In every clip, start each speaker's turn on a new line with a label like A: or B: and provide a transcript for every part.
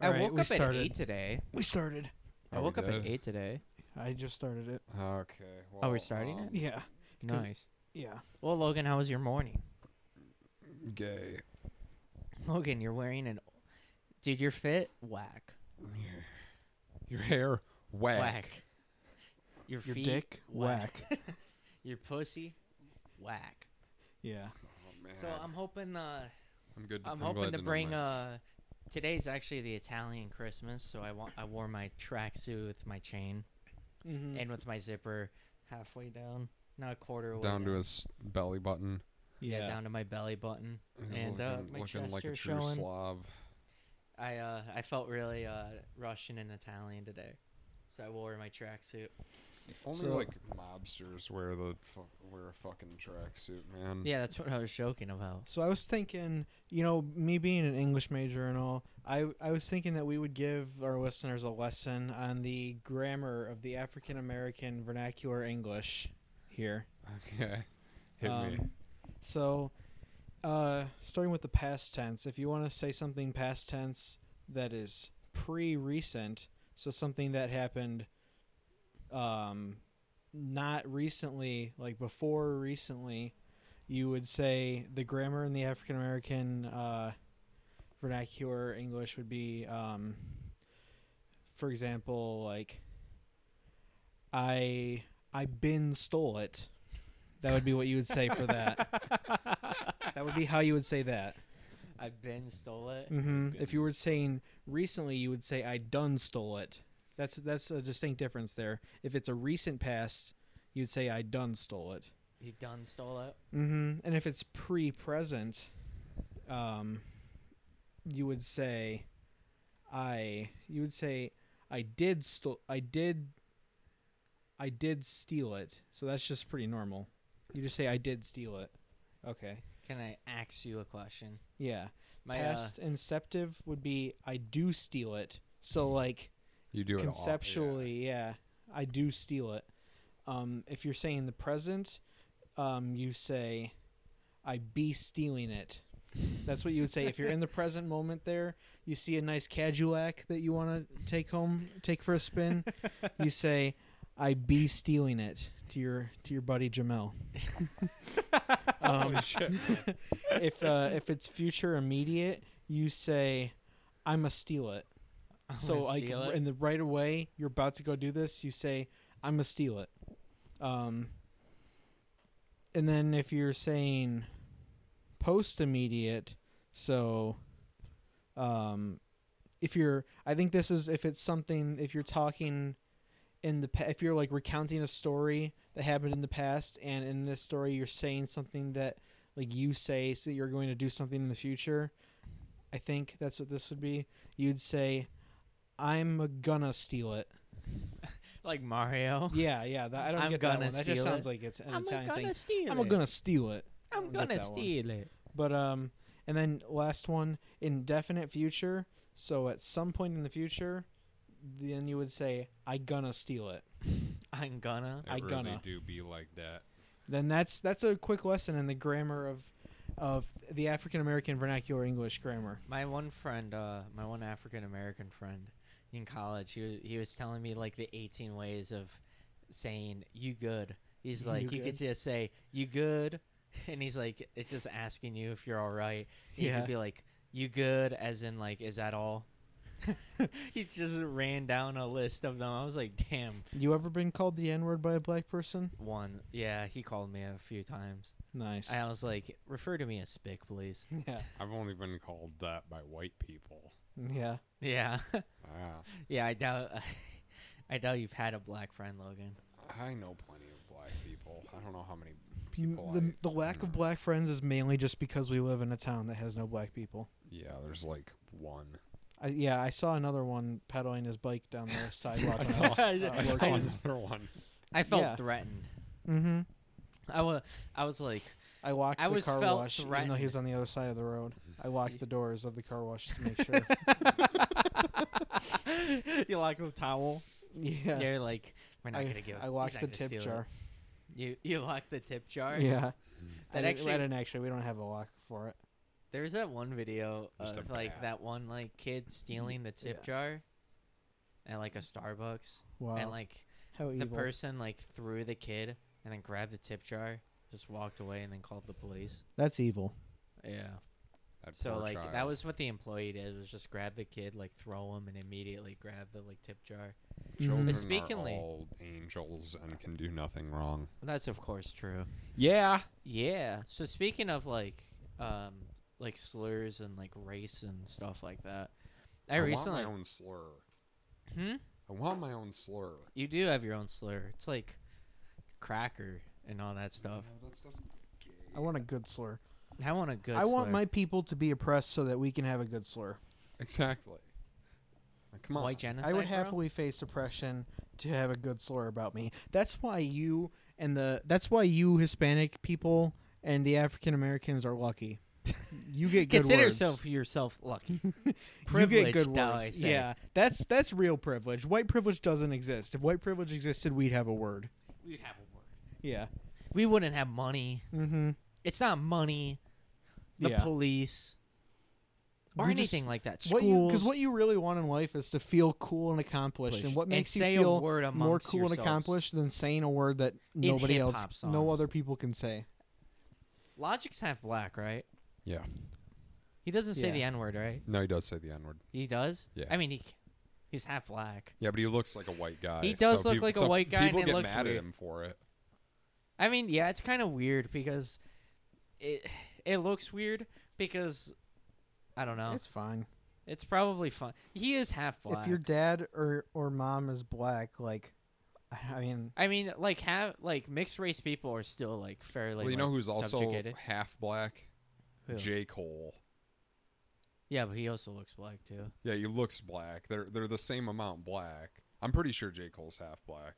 A: I
B: Alright,
A: woke
B: we
A: up
B: started.
A: at eight today.
B: We started.
A: I
C: Are we
A: woke up at
C: good?
A: eight today.
B: I just started it.
C: Okay. Well,
A: Oh, we're starting
C: um,
B: Yeah. 'Cause-
A: Nice.
B: Yeah.
A: Well, Logan, how was your morning?
C: Gay.
A: Logan, you're wearing an. Dude, you're fit. Whack.
C: Your hair whack.
A: Your,
B: Your
A: feet,
B: dick
A: whack.
B: whack.
A: Your pussy, whack.
B: yeah.
C: Oh man.
A: So I'm hoping. Uh,
C: I'm good.
A: I'm, hoping
C: glad
A: to
C: know
A: bring.
C: my-
A: Uh, today's actually the Italian Christmas, so I want I wore my tracksuit with my chain
B: Mm-hmm.
A: and with my zipper halfway down, not a quarter way
C: down to his belly button.
A: yeah. down to my belly button.
C: He's
A: And, uh,
C: looking,
A: my
C: looking like a
A: chest
C: true
A: are showing.
C: Slav.
A: I uh, I felt really uh, Russian and Italian today, so I wore my tracksuit.
C: Only
B: So-
C: like mobsters wear the fu- wear a fucking tracksuit,
B: Mm.
C: man.
A: Yeah, that's what I was joking about.
B: So I was thinking, you know, me being an English major and all, I I was thinking that we would give our listeners a lesson on the grammar of the African American vernacular English here.
C: Okay. Hit me.
B: Um, So, uh, starting with the past tense, if you want to say something past tense that is pre-recent, so something that happened, um, not recently, like before recently, you would say the grammar in the African American uh, vernacular English would be, um, for example, like I I bin stole it. That would be what you would say for that. That would be how you would say that.
A: I've been stole it.
B: hmm If you were saying recently, you would say I done stole it. That's that's a distinct difference there. If it's a recent past, you'd say I done stole it.
A: You done stole it.
B: hmm And if it's pre-present, um, you would say I you would say I did stole I did I did steal it. So that's just pretty normal. You just say I did steal it. Okay.
A: Can I ask you a question?
B: Yeah.
A: My uh,
B: past inceptive would be I do steal it. So like
C: you do it all-
B: conceptually, yeah. I do steal it. Um, if you're saying the present, um, you say I be stealing it. That's what you would say if you're in the present moment. There, you see a nice Cadillac that you want to take home, take for a spin. you say, "I be stealing it" to your to your buddy Jamel.
C: yeah.
B: Um,
C: Holy shit.
B: if uh, if it's future immediate, you say, "I'm a steal it."
A: I'm
B: so
A: gonna
B: like
A: steal it.
B: in the right away, you're about to go do this. You say, "I'm a steal it," um, and then if you're saying post immediate, so um, if you're, I think this is if it's something if you're talking in the pa- if you're like recounting a story that happened in the past, and in this story you're saying something that like you say so you're going to do something in the future. I think that's what this would be. You'd say, "I'm gonna steal it."
A: like Mario.
B: Yeah, yeah. That, I don't
A: I'm
B: get
A: gonna
B: that one. That just
A: steal
B: sounds
A: it.
B: like it's an
A: I'm
B: Italian
A: gonna
B: thing.
A: steal
B: I'm
A: it.
B: gonna steal it. I
A: I'm
B: don't get
A: gonna
B: that one.
A: steal it.
B: But um, and then last one, indefinite future. So at some point in the future, then you would say, "I gonna steal it."
A: I'm gonna.
C: It
B: I
C: really
B: gonna.
C: do be like that.
B: Then that's that's a quick lesson in the grammar of, of the African American vernacular English grammar.
A: My one friend, uh, my one African American friend in college, he was, he was telling me like the 18 ways of saying "you good." He's like,
B: You
A: you, could
B: good?
A: just say "you good," and he's like, it's just asking you if you're all right. You
B: Yeah.
A: could be like, "You good?" as in like, "Is that all?" he just ran down a list of them. I was like, "Damn."
B: You ever been called the N word by a black person?
A: One, yeah, he called me a few times.
B: Nice.
A: I was like, "Refer to me as Spick, please."
B: yeah,
C: I've only been called that by white people.
B: yeah.
A: Yeah.
C: Ah,
A: Yeah, I doubt. I doubt you've had a black friend, Logan.
C: I know plenty of black people. I don't know how many
B: You-
C: people.
B: the,
C: I,
B: the lack of black friends is mainly just because we live in a town that has no black people.
C: Yeah, there's like one.
B: I, yeah, I saw another one pedaling his bike down the sidewalk.
C: I
B: when
C: saw,
B: was, uh,
C: I saw
B: working.
C: another one.
A: I felt
B: Yeah.
A: threatened.
B: Mhm.
A: I was. I was like,
B: I locked
A: I
B: the
A: was
B: car
A: felt
B: wash, even though he was on the other side of the road. I locked the doors of the car wash to make sure.
A: you like the towel?
B: yeah,
A: They're like, we're not
B: I,
A: gonna give.
B: I
A: he's
B: locked
A: not
B: the
A: gonna
B: tip
A: steal it."
B: jar.
A: You you locked the tip jar.
B: Yeah,
A: That
B: I, didn't-
A: actually-
B: I didn't actually. We don't have a lock for it.
A: There was that one video
C: Just a
A: of like
C: bat.
A: that one like kid stealing the tip
B: Yeah.
A: jar at like a Starbucks,
B: Wow.
A: and like
B: How
A: the
B: evil.
A: person like threw the kid and then grabbed the tip jar, just walked away, and then called the police.
B: That's evil.
A: Yeah.
C: That
A: So
C: poor
A: like that
C: child.
A: was what the employee did was just grab the kid, like throw him, and immediately grab the like tip jar.
C: Children
B: Mhm.
A: Mistakenly.
C: are all angels and can do nothing wrong.
A: That's of course true.
C: Yeah.
A: Yeah. So speaking of like um like slurs and like race and stuff like that, I, recently
C: want my own slur.
A: hmm
C: I want my own slur.
A: you do have your own slur. It's like cracker and all that stuff.
C: No, that stuff's gay.
B: I want a good slur.
A: I want a good.
B: I want
A: slur.
B: my people to be oppressed so that we can have a good slur.
C: Exactly. Like, come on.
A: white genocide.
B: I would
A: bro?
B: happily face oppression to have a good slur about me. That's why you and the that's why you Hispanic people and the African Americans are lucky. You get good
A: consider
B: words.
A: yourself yourself lucky.
B: you get
A: Privileged,
B: good
A: dare I
B: words.
A: say.
B: Yeah, that's that's real privilege. White privilege doesn't exist. If white privilege existed, we'd have a word.
A: We'd have a word.
B: Yeah.
A: We wouldn't have money.
B: Mm-hmm.
A: It's not money. The
B: Yeah.
A: police or
B: We just-
A: anything like that.
B: What you
A: Schools.
B: because what you really want in life is to feel cool and accomplished, and what makes
A: say
B: you feel
A: a word
B: more
A: amongst
B: cool and
A: yourselves.
B: accomplished than saying a word that nobody else,
A: hip-hop
B: no
A: songs.
B: other people can say.
A: Logic's half black, right?
C: Yeah.
A: He doesn't say
B: Yeah.
A: the N word, right?
C: No, he does say the N word.
A: He does.
C: Yeah.
A: I mean, he he's half black.
C: Yeah, but he looks like a white guy.
A: He does
C: so
A: look
C: people-
A: like a
C: so
A: white guy, and
C: People
A: it
C: get
A: looks
C: mad
A: weird.
C: at him for it.
A: I mean, yeah, it's kind of weird because it it looks weird because I don't know.
B: It's
A: It's,
B: fine.
A: probably fun. He is half black.
B: If your dad or or mom is black, like, I mean,
A: I mean, like half like mixed race people are still like fairly.
C: well, you know
A: like,
C: who's also
A: subjugated.
C: half black?
A: Who?
C: J. Cole.
A: yeah, but he also looks black too.
C: Yeah, he looks black. They're they're the same amount black. I'm pretty sure J. Cole's half black.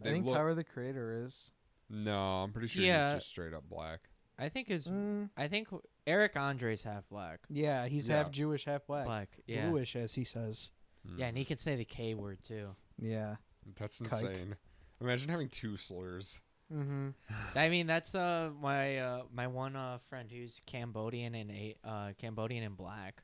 C: They
B: I think
C: look-
B: Tyler the Creator is.
C: No, I'm pretty sure
A: Yeah.
C: he's just straight up black.
A: I think his
B: Mm,
A: I think Eric Andre's half black.
B: yeah, he's
C: Yeah.
B: half Jewish, half black,
A: Black, yeah,
B: bluish, as he says.
A: yeah,
C: Mm.
A: and he can say the K word too.
B: Yeah.
C: That's
B: Kike.
C: insane. Imagine having two slurs.
B: Mm-hmm.
A: I mean, that's uh my uh my one uh friend who's Cambodian and a uh Cambodian and black.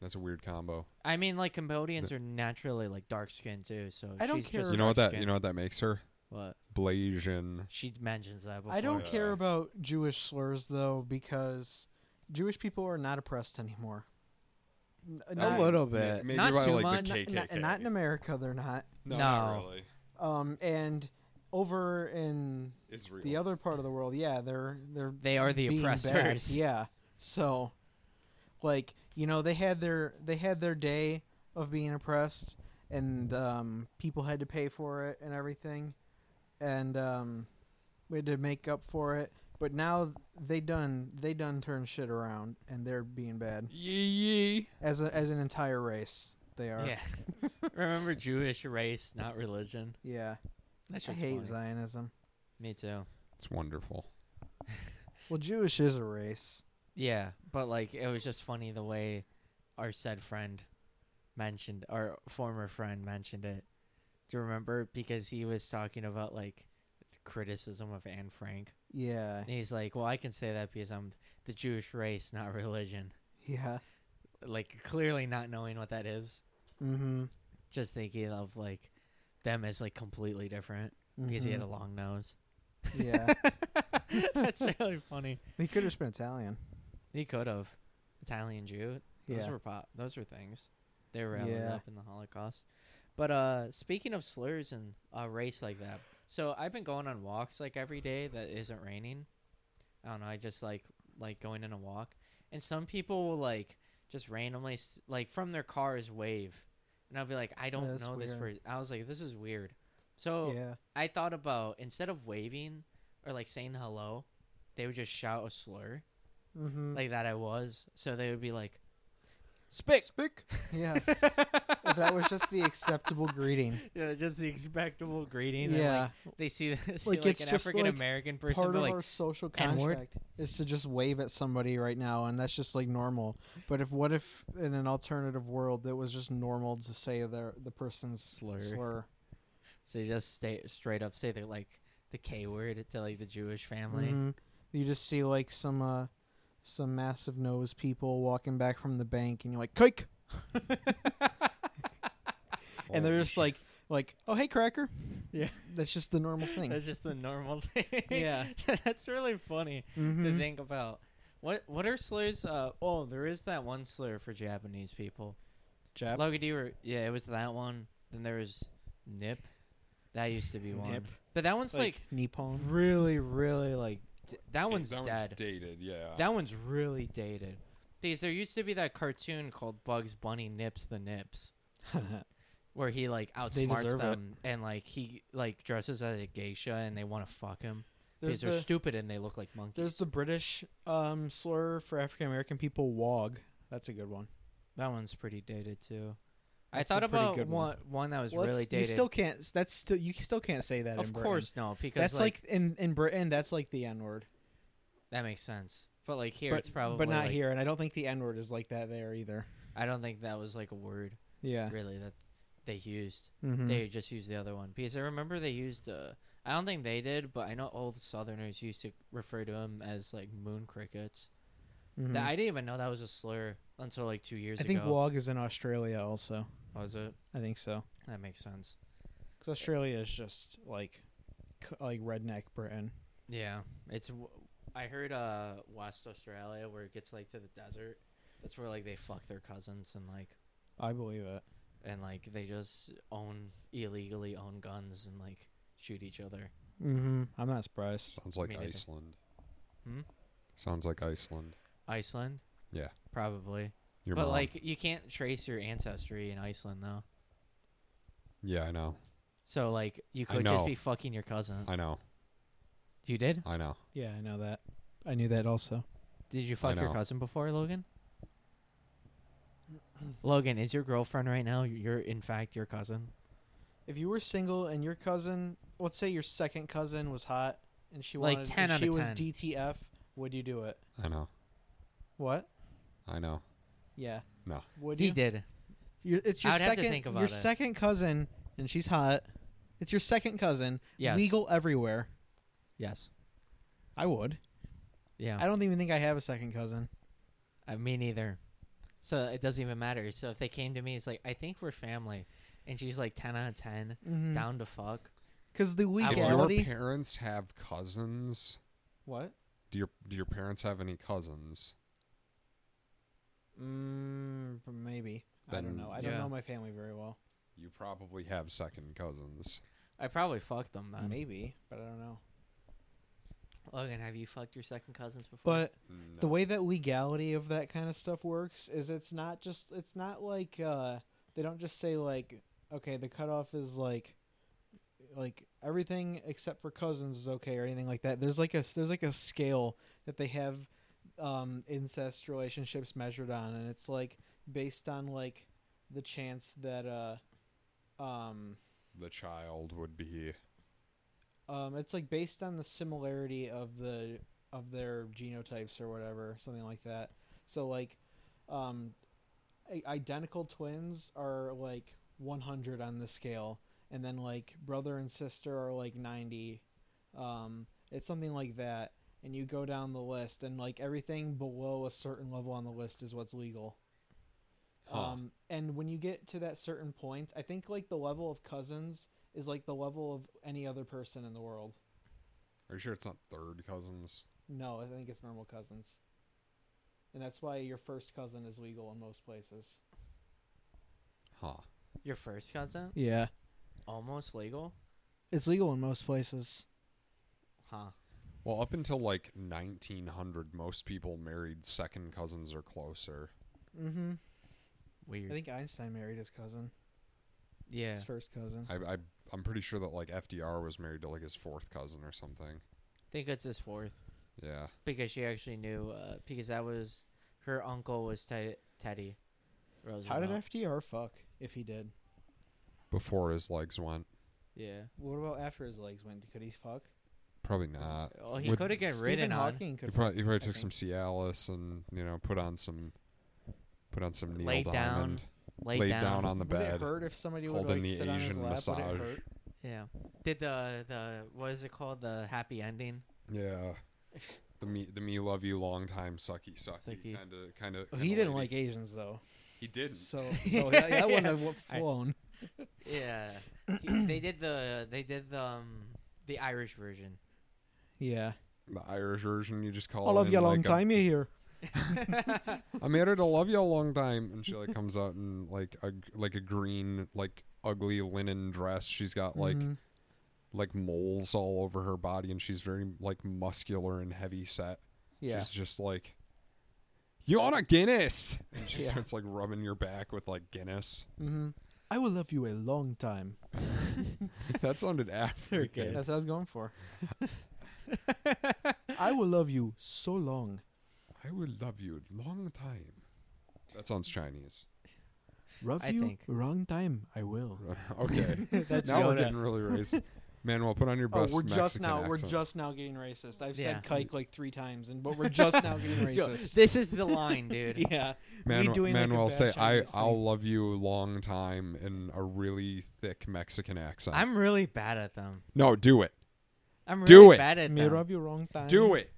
C: That's a weird combo.
A: I mean, like Cambodians are naturally like dark skinned too, so
B: I don't
A: she's
B: care-
A: Just
C: You know what that
A: dark-skinned.
C: you know what that makes her?
A: What
C: Blasian.
A: she mentions that before. uh,
B: I don't
C: Yeah.
B: care about Jewish slurs though because Jewish people are not oppressed anymore. N- not-
A: little
C: Ma-
A: bit.
C: maybe
A: Not
C: by,
A: too
C: like,
A: much.
C: The
A: Not-
B: not, not-
C: KKK.
B: not in America, they're not.
C: no, not
A: No.
C: really.
B: Um, and over in
C: Israel.
B: the other part of the world, yeah, they're they're
A: They are the
B: being bad.
A: oppressors.
B: Yeah. So, like you know, they had their they had their day of being oppressed, and um, people had to pay for it and everything, and um, we had to make up for it. But now they done they done turned shit around, and they're being bad
C: Yee
B: as a, as an entire race. They are.
A: Yeah. Remember Jewish race, not religion.
B: Yeah.
A: That
B: I
A: shit's
B: hate
A: funny.
B: Zionism.
A: Me too.
C: It's wonderful.
B: Well, Jewish is a race.
A: Yeah, but like it was just funny the way our said friend mentioned our former friend mentioned it. Do you remember? Because he was talking about like criticism of Anne Frank.
B: Yeah.
A: And he's like, Well, I can say that because I'm the Jewish race, not religion.
B: Yeah.
A: Like clearly not knowing what that is.
B: Mm-hmm.
A: Just thinking of like them as like completely different because he had a long nose.
B: Mm-hmm. yeah.
A: That's really funny.
B: We could have just been Italian.
A: He could have. Italian Jew. Those
B: Yeah.
A: were pop. Those were things. They were railed
B: Yeah.
A: up in the Holocaust. But uh, speaking of slurs and uh, race like that, so I've been going on walks like every day that isn't raining. I don't know. I just like like going on a walk, and some people will like just randomly s- like from their cars wave, and I'll be like, I don't
B: that's
A: know this
B: weird.
A: person. I was like, this is weird. So
B: Yeah.
A: I thought about instead of waving or like saying hello, they would just shout a slur
B: Mm-hmm.
A: like that I was. So they would be like, "Spick."
C: Spick.
B: yeah. If that was just the acceptable greeting.
A: yeah, just the expectable greeting. and,
B: Yeah.
A: like, they see, the, see
B: Like,
A: like,
B: it's
A: an
B: just, like,
A: African American person,
B: Part
A: they're
B: of
A: like,
B: our social
A: "N-word."
B: contract is to just wave at somebody right now, and that's just like normal. But if what if in an alternative world that was just normal to say the the person's
A: Slur.
B: slur?
A: so they just stay straight up say
B: Mm-hmm.
A: they're like the K word to like the Jewish family.
B: Mhm. You just see like some uh, some massive nose people walking back from the bank, and you're like, "Kike," and they're
C: Holy
B: just
C: shit.
B: like, "Like, oh hey, cracker."
A: Yeah.
B: that's just the normal thing.
A: That's just the normal thing.
B: Yeah.
A: That's really funny to
B: Mhm.
A: think about. What what are slurs? Uh, oh, there is that one slur for Japanese people.
B: Jap.
A: Logan, do you re- yeah, it was that one. Then there was nip. That used to be one.
B: Nip.
A: But that one's like,
B: Nippon.
A: really, really like d- that one's
C: that
A: dead.
C: one's dated. Yeah.
A: that one's really dated. Because there used to be that cartoon called Bugs Bunny Nips the Nips, where he like outsmarts
B: deserve it.
A: them and like he like dresses as a geisha and they want to fuck him.
B: there's
A: because they're
B: the
A: stupid and they look like monkeys.
B: there's the British um, slur for African American people. Wog. That's a good one.
A: that one's pretty dated too. I
B: That's a
A: thought
B: pretty
A: about
B: good
A: one.
B: one.
A: one that was
B: Well, that's-
A: really dated.
B: You still can't. s- That's still you still can't say that.
A: of
B: in Britain.
A: course, no, because
B: that's
A: like
B: like, in in Britain. That's like the N word.
A: That makes sense. But like here,
B: But,
A: it's probably
B: but not
A: like-
B: here, and I don't think the N word is like that there either.
A: I don't think that was like a word
B: Yeah.
A: really that they used.
B: Mm-hmm.
A: They just used the other one because I remember they used. Uh, I don't think they did, but I know all the Southerners used to refer to them as like moon crickets. That I didn't even know that was a slur until like two years
B: Mm-hmm. I think
A: ago.
B: wog is in Australia also.
A: was it?
B: I think so.
A: That makes sense.
B: 'Cause Australia is just like c- like redneck Britain.
A: Yeah, it's. W- I heard uh West Australia where it gets like to the desert. That's where like they fuck their cousins and like
B: I believe it.
A: and like they just own illegally own guns and like shoot each other.
B: Mm-hmm. I'm not surprised.
C: sounds like
A: Me neither.
C: Iceland.
A: Hmm?
C: Sounds like Iceland.
A: Iceland?
C: Yeah.
A: Probably.
C: Your
A: but
C: mom.
A: like you can't trace your ancestry in Iceland though.
C: yeah, I know.
A: So like you
C: I
A: could just
C: know.
A: be fucking your cousin.
C: I know.
A: you did?
C: I know.
B: Yeah, I know that. I knew that also.
A: Did you fuck your
C: know.
A: cousin before, Logan? Logan, is your girlfriend right now you're in fact your cousin?
B: If you were single and your cousin, let's say your second cousin was hot and she
A: Like
B: wanted,
A: 10
B: and
A: out of
B: she was
A: 10.
B: DTF, would you do it?
C: I know.
B: What?
C: I know.
B: Yeah.
C: No.
B: Would
A: he
B: you?
A: did.
B: Your, it's your
A: I would have to
B: second.
A: think about
B: your
A: it.
B: second cousin, and she's hot. It's your second cousin.
A: Yes.
B: Legal everywhere.
A: Yes.
B: I would.
A: Yeah.
B: I don't even think I have a second cousin.
A: I, me neither. So it doesn't even matter. So if they came to me, it's like I think we're family, and she's like ten out of 10
B: Mm.
A: down to fuck.
B: Because Mm-hmm. the
A: would-
C: If
B: legality.
C: your parents have cousins,
B: what?
C: do your do your parents have any cousins?
B: Mm, maybe. I don't
C: Then-
B: know. I don't
A: Yeah.
B: know my family very well.
C: You probably have second cousins.
A: I probably fucked them then.
B: Maybe, but I don't know.
A: Logan, have you fucked your second cousins before?
B: But
C: No.
B: the way that legality of that kind of stuff works is it's not just it's not like uh they don't just say like okay the cutoff is like like everything except for cousins is okay or anything like that there's like a there's like a scale that they have um incest relationships measured on and it's like based on like the chance that uh um
C: the child would be
B: um, it's like based on the similarity of the of their genotypes or whatever, something like that. So like, um, i- identical twins are like 100 on the scale, and then like brother and sister are like 90. Um, it's something like that, and you go down the list, and like everything below a certain level on the list is what's legal.
C: Huh.
B: Um, and when you get to that certain point, I think like the level of cousins is like the level of any other person in the world.
C: Are you sure it's not third cousins?
B: No, I think it's normal cousins. And that's why your first cousin is legal in most places.
C: Huh.
A: your first cousin,
B: Yeah.
A: almost legal,
B: It's legal in most places.
A: huh?
C: Well, up until like 1900, most people married second cousins or closer.
B: Mm-hmm. I
A: Weird.
B: think Einstein married his cousin,
A: yeah.
B: his first cousin.
C: I, I I'm pretty sure that like FDR was married to like his fourth cousin or something.
A: think it's his fourth
C: Yeah.
A: because she actually knew uh, because that was her uncle was Ted Teddy. Roosevelt.
B: How did FDR fuck, if he did?
C: Before his legs went,
A: Yeah.
B: What about after his legs went? Could he fuck?
C: probably not.
A: Oh, he
C: Would-
A: could have get
B: Stephen
A: ridden on.
B: Hawking
C: He
B: could
C: probably, he probably
B: I
C: took some
B: think.
C: Cialis and you know put on some put on some Neil
A: Laid down,
C: Diamond,
A: Laid,
C: laid
A: down.
C: down. on the
B: Would it
C: bed.
B: hurt if somebody would
C: called
B: like
C: in the
B: sit on his
C: Asian
B: lap? Would
C: massage.
B: it hurt?
A: Yeah. Did the the what is it called the happy ending?
C: Yeah. The me, the me love you long time sucky sucky
A: Sucky.
C: kind of kind of.
B: Well, Oh, he didn't like Asians though,
C: He didn't.
B: so so that, that wouldn't have
A: I-
B: flown.
A: Yeah, See, they did the they did the um, the Irish version.
B: Yeah,
C: The Irish version, you just call.
B: I love
C: in
B: you a long
C: like a-
B: time. You here?
C: I'm here to love you a long time, and she like comes out in like a g- like a green like ugly linen dress. She's got like
B: Mhm.
C: like moles all over her body, and she's very like muscular and heavy set.
B: yeah,
C: She's just like, you on a Guinness, and she
B: Yeah.
C: starts like rubbing your back with like Guinness.
B: hmm I will love you a long time.
C: that sounded African.
B: That's what I was going for. I will love you so long.
C: I will love you a long time. That sounds Chinese.
B: Love
A: I
B: you
A: think.
B: wrong time. I will.
C: okay,
B: That's
C: now we're
B: Yoda.
C: getting really racist. Manuel, put on your
B: Oh,
C: best
B: we're just
C: Mexican
B: now we're
C: accent.
B: just now getting racist. I've
A: Yeah.
B: said kike like three times, and but we're just now getting
A: Yo,
B: racist.
A: this is the line, dude.
B: yeah,
C: Manu-
B: doing, like, a
C: Manuel
B: bad
C: say, I,
B: Chinese
C: "I'll
B: thing."
C: love you a long time" in a really thick Mexican accent.
A: I'm really bad at them.
C: no, do it,
A: I'm really
C: Do it.
A: bad at
B: me
A: them.
B: love you wrong time.
C: do it.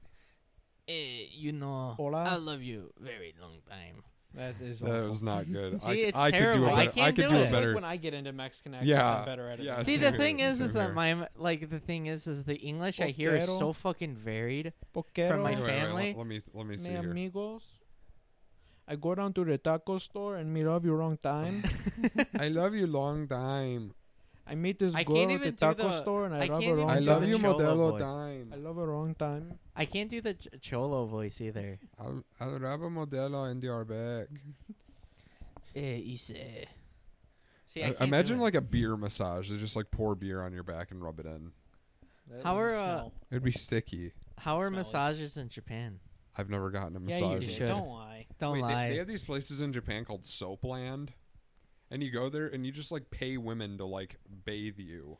A: Eh, you know,
B: Hola.
A: I love you very long time.
B: That is
C: That
B: awful.
C: was not good.
A: See, it's
C: I, I could do
A: terrible.
C: a
A: I
C: better.
A: can't
C: could
A: do
C: do,
A: it.
C: a
A: It's
B: Like
C: better.
B: when I get into Mexican accents,
C: Yeah.
B: I'm better at it.
C: Yeah,
B: than
C: Uh,
A: See,
B: you.
C: same
A: the
C: here,
A: thing is, is
C: same
A: that
C: here.
A: my like the thing is, is the English I hear is so
B: Poquero.
A: fucking varied.
B: Poquero,
A: my
C: Wait, wait, wait,
A: family-
C: let- let me let me
B: mi
C: see here.
B: amigos. I go down to the taco store and me love you wrong time.
C: I love you long time.
B: I meet this
A: I
B: girl
A: can't
B: at the
A: even do
B: taco
A: the-
B: store and I,
A: I
B: love her
A: can't even
B: wrong
C: I
A: do
C: love
A: the
B: time.
C: you
A: Cholo
C: modelo
A: voice.
B: I
C: time.
B: love her wrong time.
A: I can't do the ch- cholo voice either.
C: I'll, I'll rub a modelo in your back.
A: Eh, Ise. See, I
C: I-
A: can't do
C: imagine
A: it.
C: like a beer massage. They just like pour beer on your back and rub it in.
B: That
A: How
B: would
A: are, uh,
B: smell.
C: It'd be sticky.
A: how are
B: smelly.
A: massages in Japan?
C: I've never gotten a
B: yeah, you
C: massage.
A: You
B: did.
A: should.
B: Don't lie.
A: Don't
C: Wait, they-
A: lie.
C: They, have these places in Japan called Soapland, and you go there and you just like pay women to like bathe you.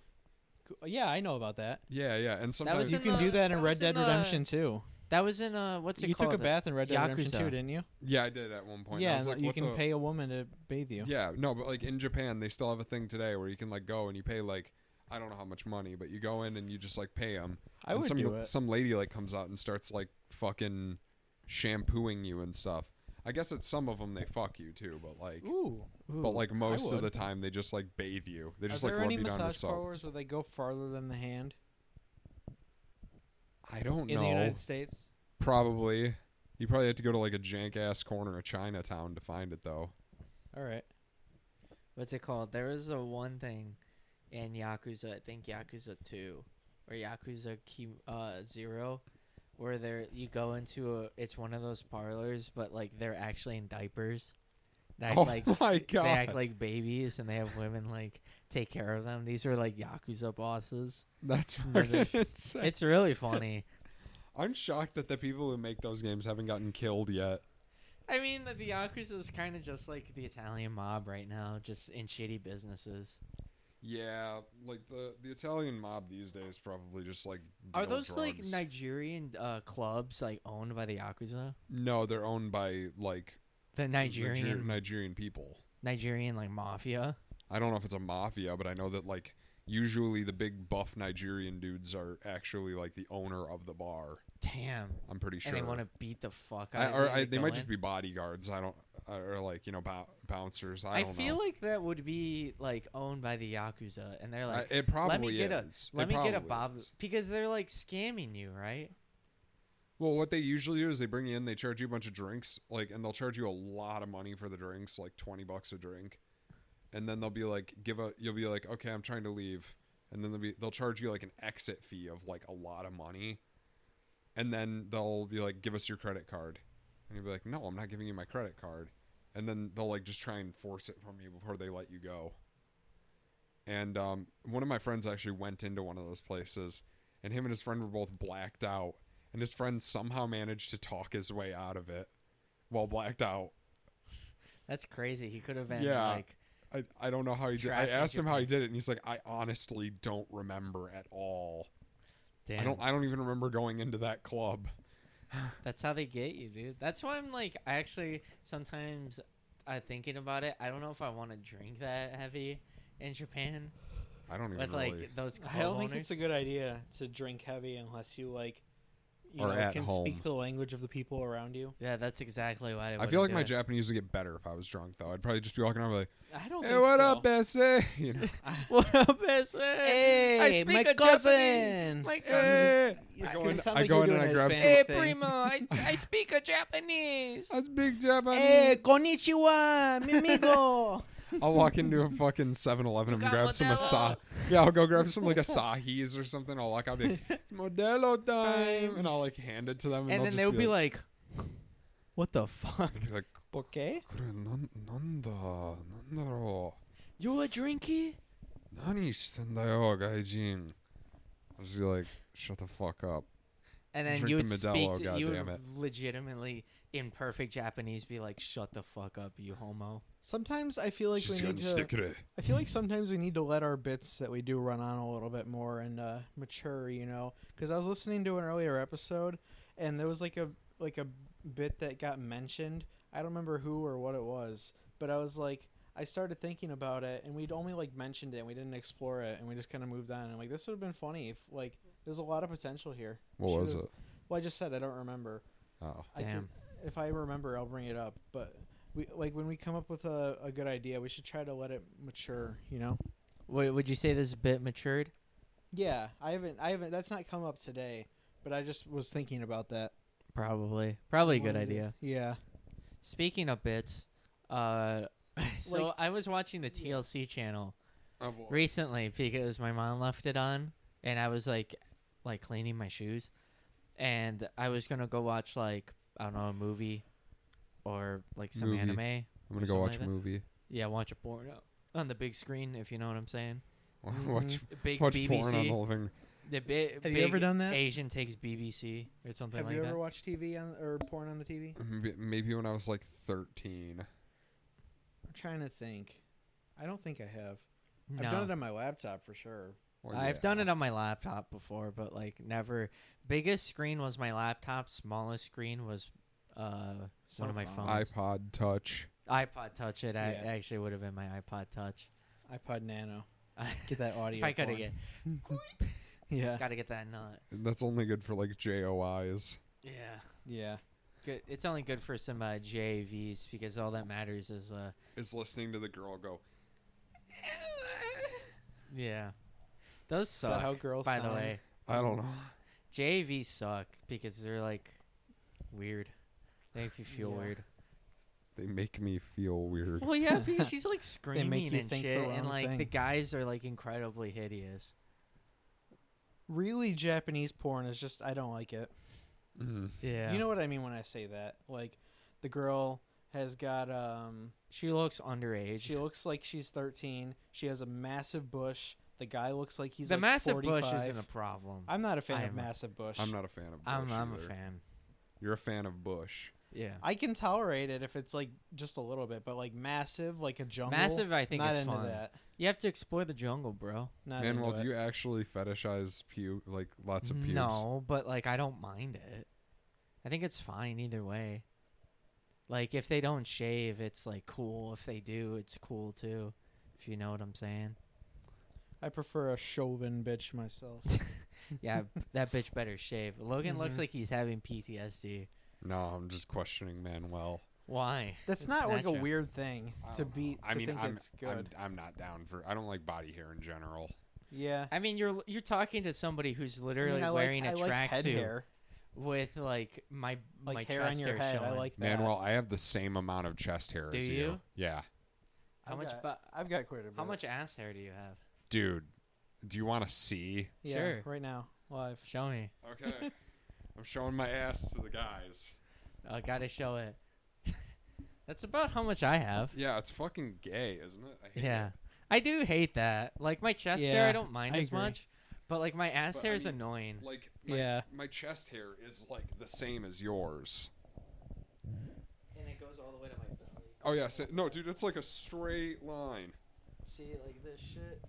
B: Go- Yeah, I know about that.
C: Yeah, yeah, and
A: was
C: sometimes
B: You
A: in
B: can
A: the-
B: do that in
A: that
B: Red
A: was
B: Dead
A: in the-
B: Redemption too.
A: that was in uh, what's it
B: You
A: called?
B: took a bath in Red Dead Redemption
A: Yakuza.
B: too, didn't you?
C: yeah, I did at one point. I
B: yeah,
C: was
B: and
C: like,
B: you
C: what
B: can
C: the-
B: pay a woman to bathe you.
C: Yeah, no, but like in Japan, they still have a thing today where you can like go and you pay like I don't know how much money, but you go in and you just like pay them.
B: I
C: and
B: would
C: some
B: do it.
C: some lady like comes out and starts like fucking shampooing you and stuff. I guess at some of them they fuck you too, but like
B: Ooh.
C: but like most of
B: would.
C: the time they just like bathe you. They just
B: Are
C: like
B: there
C: rub
B: any
C: you down with
B: massage
C: soap.
B: parlors where they go farther than the hand
C: I don't
B: in
C: know.
B: the United States?
C: Probably. You probably have to go to like a jank ass corner of Chinatown to find it though.
B: All right.
A: what's it called? There was a one thing in Yakuza, I think Yakuza Two or Yakuza Ki- uh, Zero, where there you go into a, it's one of those parlors, but like they're actually in diapers. They act
C: oh
A: like
C: my
A: they act
C: god.
A: like babies, and they have women like take care of them. These are like Yakuza bosses.
C: That's
A: No,
C: fucking
A: they-
C: insane.
A: It's really funny.
C: I'm shocked that the people who make those games haven't gotten killed yet.
A: I mean, the, the Yakuza is kind of just like the Italian mob right now, just in shitty businesses.
C: Yeah, like the the Italian mob these days probably just like
A: Are
C: deal
A: those
C: drugs.
A: like Nigerian uh, clubs like owned by the Yakuza?
C: No, they're owned by like
A: The
C: Niger-
A: Nigerian
C: Nigerian people.
A: Nigerian like mafia.
C: I don't know if it's a mafia, but I know that like usually the big buff Nigerian dudes are actually like the owner of the bar.
A: Damn.
C: I'm pretty sure.
A: And they want to beat the fuck
C: I,
A: out
C: or
A: of
C: I, they might just be bodyguards. I don't, or like you know, bou- bouncers. I
A: I,
C: don't
A: feel
C: know.
A: like that would be like owned by the Yakuza and they're
C: I-
A: like
C: it probably
A: let me get a
C: is. It
A: let me get a
C: probably
A: bob
C: is.
A: because they're like scamming you, right?
C: Well, what they usually do is they bring you in, they charge you a bunch of drinks, like, and they'll charge you a lot of money for the drinks, like twenty bucks a drink, and then they'll be like, give a, you'll be like, okay, I'm trying to leave, and then they'll be, they'll charge you like an exit fee of like a lot of money, and then they'll be like, give us your credit card, and you'll be like, no, I'm not giving you my credit card, and then they'll like just try and force it from you before they let you go. And um, one of my friends actually went into one of those places, and him and his friend were both blacked out and his friend somehow managed to talk his way out of it while blacked out.
A: That's crazy. He could have been
C: Yeah.
A: like
C: I, I don't know how he did. I
A: Traffic
C: asked him how he
A: Japan.
C: did it, and he's like, I honestly don't remember at all.
A: damn.
C: I don't I don't even remember going into that club.
A: That's how they get you, dude. That's why I'm like, I actually sometimes I thinking about it. I don't know if I want to drink that heavy in Japan
C: I don't even
A: with
C: really.
A: like those. Club
B: I don't think
A: owners.
B: it's a good idea to drink heavy unless you like you
C: Or
B: know,
C: at
B: can
C: home.
B: speak the language of the people around you.
A: Yeah, that's exactly why I.
C: I
A: wouldn't
C: feel like
A: do
C: my
A: it.
C: Japanese would get better if I was drunk, though. I'd probably just be walking around like,
A: I don't.
C: "Hey,
A: think
C: what
A: so.
C: up, essay?" You know,
A: What up, S? Hey, I speak
B: my
A: a
B: cousin.
A: Like,
C: hey,
B: It's
C: Eh. I
B: gonna
C: go in,
B: sound
C: I
B: like
C: go
B: you're
C: in and
B: doing
C: I
B: a
C: grab
B: Spanish
C: some.
A: hey,
B: thing.
A: primo, I, I speak a Japanese.
C: I speak Japanese.
A: Eh,
B: konnichiwa, mi amigo.
C: I'll walk into a fucking 7-Eleven and
A: got
C: grab some
A: Modelo?
C: Asahi. Yeah, I'll go grab some like Asahi's or something. I'll walk out and be like, it's Modelo time. And I'll like hand it to them. And,
A: Um, And
C: they'll
A: then they'll
C: just be,
A: be like, "What the fuck?
C: they'll be like,
B: okay.
C: "Kore nan- nanda, nandaro,
A: You a drinky?"
C: nani shite in da yo, gaijin?" I'll just be like, shut the fuck up.
A: And then
C: Drink
A: you
C: the
A: would speak.
C: Modelo,
A: To, you
C: goddamn
A: would
C: it.
A: legitimately, in perfect Japanese, be like, "Shut the fuck up, you homo."
B: Sometimes I feel like we
C: She's
B: need
C: gonna
B: to.
C: stick it.
B: I feel like sometimes we need to let our bits that we do run on a little bit more and uh, mature, you know. Because I was listening to an earlier episode, and there was like a like a bit that got mentioned. I don't remember who or what it was, but I was like, I started thinking about it, and we'd only like mentioned it, and we didn't explore it, and we just kind of moved on. And like, this would have been funny if like there's a lot of potential here.
C: What was
B: Should've-
C: it?
B: Well, I just said I don't remember.
C: Oh.
B: I could-
A: Damn.
B: if I remember, I'll bring it up. But we like when we come up with a, a good idea, we should try to let it mature. You know.
A: Wait, would you say this bit matured?
B: Yeah, I haven't. I haven't. That's not come up today. But I just was thinking about that.
A: Probably. Probably a good
B: Wanted to-
A: idea.
B: Yeah.
A: Speaking of bits, uh, so
B: Like-
A: I was watching the TLC channel
C: Oh, boy.
A: recently because my mom left it on, and I was like, like cleaning my shoes, and I was gonna go watch like I don't know a movie, or like some
C: Movie.
A: anime.
C: I'm
A: something
C: gonna go
A: like
C: watch a
A: that.
C: movie.
A: Yeah, watch a porno on the big screen if you know what I'm saying. Mm-hmm.
C: Watch
A: Big
C: watch
A: BBC.
C: porn on the living.
A: The bi-
B: Have you ever
A: big
B: done that?
A: Asian takes BBC or something
B: Have
A: like
B: you
A: that.
B: ever watched TV on or porn on the TV?
C: M- Maybe when I was like 13.
B: I'm trying to think. I don't think I have.
A: no.
B: I've done it on my laptop for sure.
C: Well,
A: I've
C: yeah.
A: done it on my laptop before, but like never. Biggest screen was my laptop. Smallest screen was uh, one of my
B: Cell
A: phones.
C: iPod Touch.
A: iPod Touch. It ac-
B: Yeah.
A: actually would have been my iPod Touch.
B: iPod Nano. Get that audio.
A: if I gotta
B: porn.
A: get,
B: Yeah.
A: gotta get that nut.
C: That's only good for like JOIs.
A: Yeah,
B: Yeah.
A: good. It's only good for some uh, JVs because all that matters is uh,
C: Is listening to the girl go.
A: yeah. Those
B: Is that
A: suck.
B: how girls?
A: by the
B: sound?
A: way,
C: I don't know.
A: JVs suck because they're like weird. They make you feel
B: Yeah.
A: weird.
C: They make me feel weird.
A: Well, yeah, because she's like screaming
B: you
A: and
B: think the
A: shit, and
B: wrong
A: like the
B: thing.
A: guys are like incredibly hideous.
B: really Japanese porn is just I don't like it.
C: Mm.
A: Yeah,
B: You know what I mean when I say that? Like, the girl has got um
A: she looks underage.
B: She looks like she's 13. She has a massive bush. The guy looks like he's
A: the
B: like
A: massive
B: 45.
A: bush isn't a problem.
B: I'm not a fan
A: I
B: of
A: am-
B: massive bush.
C: I'm not a fan of Bush.
A: I'm I'm a
C: either.
A: fan.
C: You're a fan of Bush.
A: Yeah,
B: I can tolerate it if it's like just a little bit, but like massive, like a jungle.
A: massive. I think
B: Not
A: is
B: into
A: fun.
B: that.
A: You have to explore the jungle, bro.
B: Not
C: Manuel,
B: into
C: do
B: it.
C: you actually fetishize pu like lots of pubes?
A: No, but like I don't mind it. I think it's fine either way. Like if they don't shave, it's like cool. If they do, it's cool too. If you know what I'm saying.
B: I prefer a chauvin bitch myself.
A: Yeah, that bitch better shave. Logan looks
B: Mhm.
A: like he's having PTSD.
C: No, I'm just questioning Manuel.
A: Why?
B: That's not like a
A: natural.
B: weird thing to be. To
C: I mean,
B: think
C: I'm,
B: it's good.
C: I'm I'm not down for. I don't like body hair in general.
B: yeah.
A: I mean, you're you're talking to somebody who's
B: I mean,
A: literally
B: I like-
A: wearing
B: I
A: a
B: like head
A: tracksuit
B: hair,
A: with like my
B: like
A: my
B: hair
A: chest
B: on your
A: hair
B: head. I
A: showing.
B: like that.
C: Manuel, I have the same amount of chest hair
A: Do
C: as you.
A: you?
C: Yeah,
A: How
B: I've
A: much?
B: got-
A: Bu-
B: I've got quite a bit.
A: how much ass hair do you have?
C: dude. Do you want to see?
B: Yeah,
A: Sure.
B: right now, live.
A: Show me.
C: Okay, I'm showing my ass to the guys.
A: I gotta show it. That's about how much I have.
C: Yeah, it's fucking gay, isn't it? I hate
A: Yeah,
C: it.
A: I do hate that. Like my chest hair, I
B: Yeah,
A: don't mind
B: I
A: as
B: agree.
A: much, but like my ass
C: But,
A: hair
C: I
A: is
C: mean,
A: annoying.
C: Like my,
B: Yeah.
C: my chest hair is like the same as yours.
A: And it goes all the way to my belly.
C: Oh yeah, sa- no, dude, it's like a straight line.
A: See, like this shit.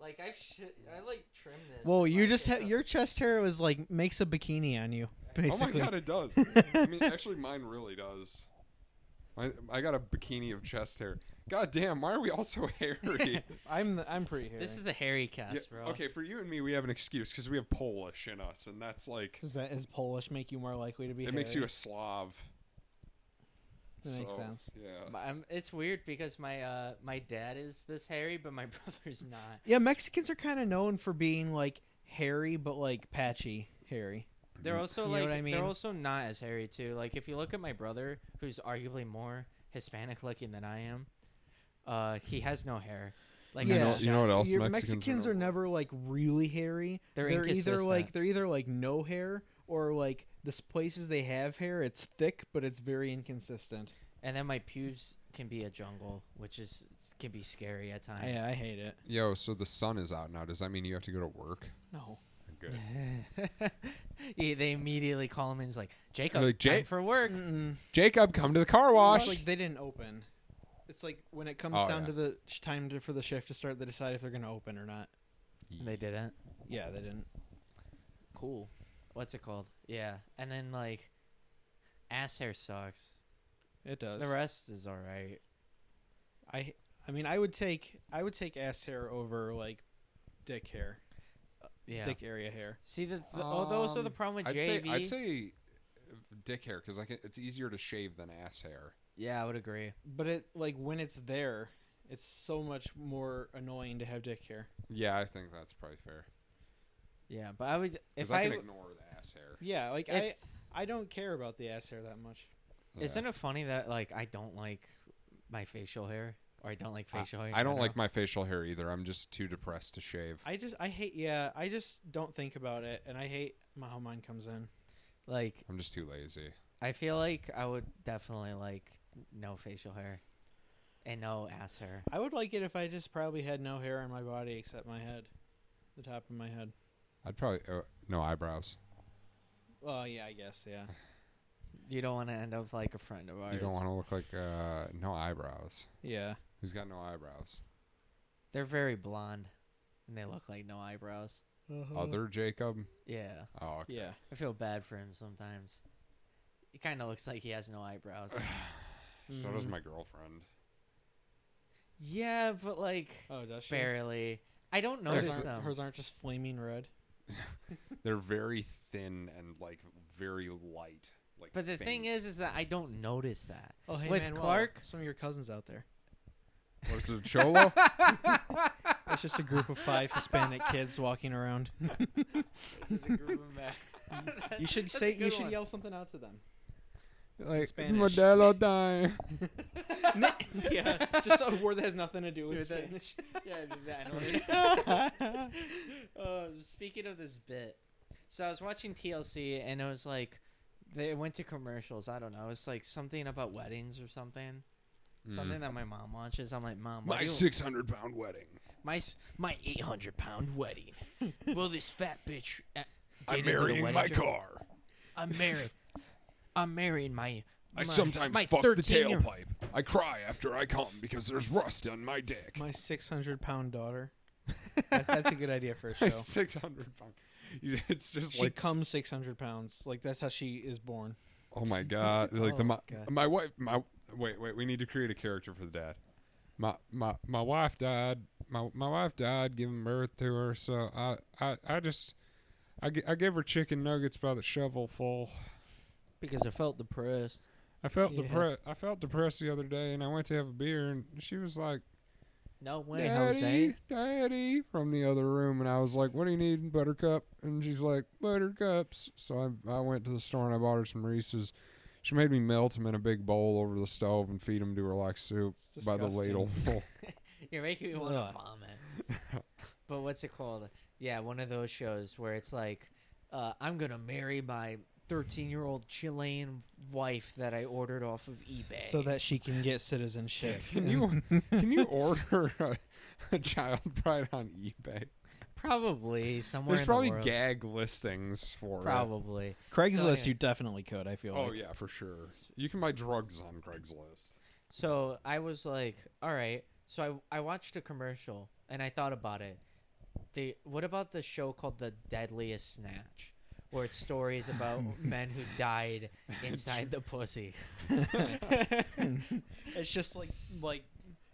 A: Like I've shit. I like trim this.
B: Whoa, you just ha- your chest hair was like makes a bikini on you, basically.
C: Oh my god, it does. I mean, actually, mine really does. I I got a bikini of chest hair. God damn, why are we all so hairy?
B: I'm the, I'm pretty hairy.
A: This is the hairy
C: Yeah,
A: cast, bro.
C: okay, for you and me, we have an excuse because we have Polish in us, and that's like
B: Does that is Polish make you more likely to be?
C: it makes you a
B: hairy?
C: Slav.
B: That makes sense.
C: Yeah.
A: My- I'm, it's weird because my uh my dad is this hairy, but my brother's not.
B: yeah, Mexicans are kind of known for being like hairy, but like patchy hairy.
A: They're also
B: Mm, You know
A: like
B: what I mean?
A: they're also not as hairy too. Like if you look at my brother, who's arguably more Hispanic looking than I am, uh, he has no hair. Like
B: You
A: on
B: know-
A: his
C: you know what
A: chest.
C: else
B: Your
C: Mexicans are
B: Mexicans, are,
C: known-
B: never like really hairy.
A: They're
B: either
A: inconsistent.
B: like they're either like no hair or like the s- places they have hair, it's thick but it's very inconsistent.
A: And then my pubes can be a jungle, which is can be scary at times.
B: Yeah, I hate it.
C: Yo, so the sun is out now. Does that mean you have to go to work?
B: No.
C: Good.
A: Yeah, they immediately call him and he's like, Jacob,
C: like,
A: time
C: "Jake?"
A: for work.
B: Mm-mm.
C: Jacob, come to the car wash.
B: It's like they didn't open. It's like when it comes
C: Oh,
B: down
C: yeah.
B: to the sh- time to, for the shift to start, they decide if they're going to open or not.
A: They didn't.
B: Yeah, they didn't.
A: Cool. What's it called? Yeah. And then like, ass hair sucks.
B: It does.
A: The rest is all right.
B: I I mean, I would take I would take ass hair over like dick hair,
A: Yeah.
B: dick area hair.
A: See, the, the, oh, those are the
C: Um,
A: problem with
C: I'd
A: JV.
C: say, I'd say uh, dick hair because it's easier to shave than ass hair.
A: yeah, I would agree.
B: But it like when it's there, it's so much more annoying to have dick hair.
C: Yeah, I think that's probably fair.
A: Yeah, but I would if
C: Because I,
A: I,
C: can
A: w-
C: ignore the ass hair.
B: Yeah, like
A: If-
B: I I don't care about the ass hair that much.
C: Yeah.
A: isn't it funny that like I don't like my facial hair or I don't like facial hair. in
C: I don't like
A: general?
C: my facial hair either. I'm just too depressed to shave.
B: I just I hate yeah, I just don't think about it and I hate my- how mine comes in.
A: like
C: I'm just too lazy.
A: I feel like I would definitely like no facial hair and no ass hair.
B: I would like it if I just probably had no hair on my body except my head. The top of my head.
C: I'd probably uh, no eyebrows.
B: Oh yeah, I guess, yeah.
A: You don't want to end up like a friend of ours.
C: You don't want to look like uh, no eyebrows.
B: Yeah.
C: Who's got no eyebrows?
A: They're very blonde, and they look like no eyebrows.
C: Other Jacob.
A: Yeah,
C: Oh, okay.
B: Yeah.
A: I feel bad for him sometimes. He kind of looks like he has no eyebrows.
C: So does
B: Mhm.
A: Mm-hmm.
C: my girlfriend.
A: yeah, but like
B: Oh, does she?
A: barely. I don't
B: Hers
A: notice
B: aren't-
A: them.
B: hers aren't just flaming red.
C: They're very thin and like very light. Like.
A: But the thing
C: faint.
A: is, is that I don't notice that.
B: Oh, hey,
A: With
B: Manuel,
A: Clark-
B: some of your cousins out there.
C: what is it, cholo?
B: It's just a group of five Hispanic kids walking around. You should
A: That's a
B: say, you
A: good
B: should
A: one.
B: yell something out to them.
C: like
B: Spanish.
C: Modelo time.
B: yeah, just a word that has nothing to do with
A: Dude, that-
B: Spanish.
A: Yeah, that uh, speaking of this bit, so I was watching TLC and it was like they went to commercials. I don't know. It's like something about weddings or something. Something that my mom watches. I'm like, mom, why
C: My
A: do you-
C: 600 pound wedding.
A: my s- my 800 pound wedding. Will this fat bitch? uh, get
C: I'm
A: into the
C: marrying
A: wedding
C: my
A: dress?
C: car.
A: I'm married. I'm marrying my. my-
C: I sometimes
A: my
C: fuck the
A: 13-year-old
C: tailpipe. I cry after I come because there's rust on my dick.
B: My 600 pound daughter. That, that's a good idea for a show.
C: 600 pound. You- It's just
B: She
C: like,
B: comes 600 pounds. Like, that's how she is born.
C: oh my god, like the
A: Oh,
C: my,
A: God.
C: my wife. My wait, wait. We need to create a character for the dad. My my my wife died. My my wife died giving birth to her. So I I I just. I, g- I gave her chicken nuggets by the shovelful.
A: Because I felt depressed.
C: I felt
B: Yeah.
C: depre- I felt depressed the other day, and I went to have a beer, and she was like,
A: No way,
C: Daddy,
A: Jose.
C: Daddy, from the other room, and I was like, "What do you need, Buttercup?" And she's like, "Buttercups." So I I went to the store and I bought her some Reese's. She made me melt them in a big bowl over the stove and feed them to her like soup
B: It's
C: by the ladle.
B: disgusting.
A: You're making me want to
B: Ugh.
A: vomit. but what's it called? Yeah, one of those shows where it's like, uh, I'm gonna marry my 13 year old Chilean wife that I ordered off of eBay.
B: So that she can get citizenship.
C: Can you can you order a, a child bride on eBay?
A: probably somewhere
C: There's
A: in
C: probably
A: the world.
C: gag listings for it.
A: probably.
B: Craigslist,
A: Craigslist, you
B: you definitely could, I feel
C: Oh yeah, for sure. You can buy drugs on Craigslist.
A: uh, So I was like, all right. So I I watched a commercial and I thought about it. The what about the show called The Deadliest Snatch, where it's stories about men who died inside the pussy.
B: It's just like like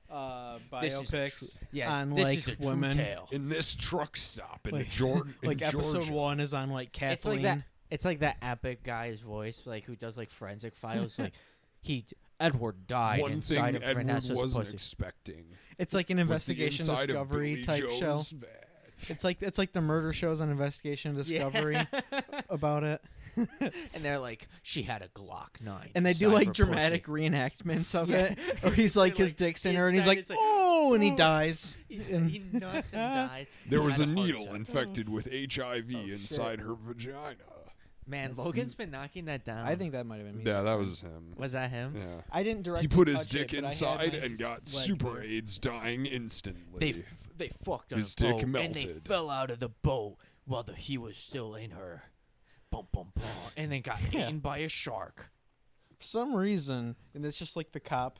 B: uh,
A: This is true-
B: biopics
A: yeah,
B: on
A: this
B: like
A: is a true
B: women.
A: tale.
C: in this truck stop in
B: Like-
C: Jordan.
B: Like
C: in
B: episode
C: Georgia.
B: one is on like
A: It's like
B: Kathleen.
A: that. It's like that epic guy's voice, like who does like forensic files. like he Edward died
C: One
A: inside
C: thing
A: of
C: Edward
A: Vanessa's
C: wasn't
A: pussy.
C: expecting
B: It's like an
C: was the
B: investigation
C: inside of
B: discovery
C: Billy
B: type show.
C: Joe's van.
B: It's like it's like the murder shows on investigation discovery
A: Yeah.
B: about it.
A: and they're like, she had a Glock nine,
B: and they do
A: inside
B: like
A: her
B: dramatically reenactments of
A: Yeah.
B: it. Or he's like
A: They're
B: his
A: like,
B: dick's in her, and he's
A: inside
B: like,
A: it's like,
B: oh, and he
A: "Oh."
B: dies.
A: pussy. He,
B: And-
A: he knocks and dies.
C: There
A: He
C: was a
A: had heart
C: needle
A: attack.
C: infected with HIV
B: Oh, shit.
C: inside her vagina.
A: Man, Logan's been knocking that down.
B: I think that might have been me.
C: Yeah, that was him.
A: was that him.
C: Yeah.
B: I didn't direct.
C: He put his dick
B: it, but I had
C: inside
B: my-
C: and got
B: leg
C: super
B: there.
C: AIDS, dying instantly.
A: They f- they fucked on
C: His
A: a
C: dick
A: boat and they
C: melted.
A: fell out of the boat while the, he was still in her. Bum bum bum, and then got
B: Yeah.
A: eaten by a shark.
B: for some reason, and it's just like the cop.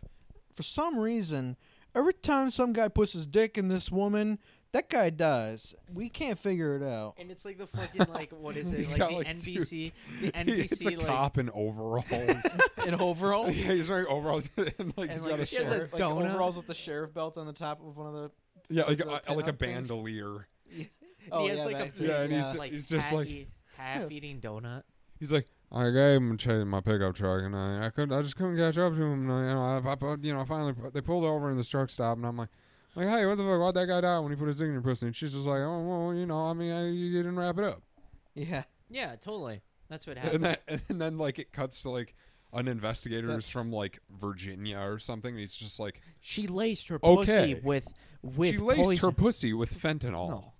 B: For some reason, every time some guy puts his dick in this woman, that guy dies. We can't figure it out.
A: And it's like the fucking like what is it
C: He's
A: like the
C: got, like,
A: NBC the
C: He's a
A: NBC like
C: cop in overalls.
B: In overalls.
C: yeah, he's wearing overalls and
B: And
C: like he's
B: like,
C: got
B: the
C: a
A: he has a
C: short,
B: sheriff, like
A: donut.
B: overalls with the sheriff belt on the top of one of the.
C: yeah, like
B: the
C: a, like a
B: pinup things.
C: bandolier.
B: Oh,
A: he has
B: yeah,
A: like a
B: that's
A: big,
C: right, Yeah, and he's
A: uh,
C: ju-
A: like,
C: he's just
A: half
C: like-
A: eat- half eating donut.
C: He's like, I gave him trading my pickup truck, and I, I could I just couldn't catch up to him. And, you know, I, I put- you know finally pu- they pulled over in this truck stop, and I'm like. Like, hey, what the fuck? Why'd that guy die when he put his dick in your pussy? And she's just like, oh, well, you know, I mean, I, you didn't wrap it up.
B: Yeah.
A: Yeah, totally. That's what happened.
C: and, that, and then like it cuts to like an investigator who's from like Virginia or something. And he's just like
A: she laced her
C: Okay.
A: pussy with with
C: she laced
A: poison.
C: her pussy with fentanyl.
A: No.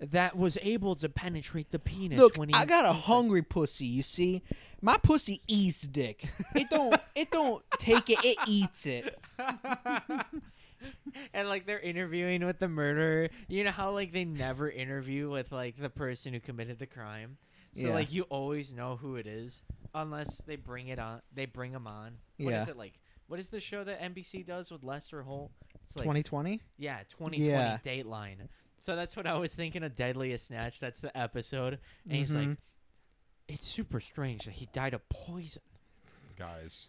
A: that was able to penetrate the penis.
B: Look,
A: when he,
B: I got a hungry pussy. You see, my pussy eats dick. It don't. it don't take it. It eats it.
A: and like they're interviewing with the murderer. You know how like they never interview with like the person who committed the crime. So
B: Yeah.
A: like you always know who it is unless they bring it on. They bring them on. What is
B: Yeah.
A: it like? What is the show that NBC does with Lester Holt? It's like
B: Twenty twenty.
A: yeah, 2020
B: Yeah.
A: Dateline. So that's what I was thinking of Deadliest Snatch. That's the episode. And he's like,
B: Mhm.
A: it's super strange that he died of poison.
C: Guys,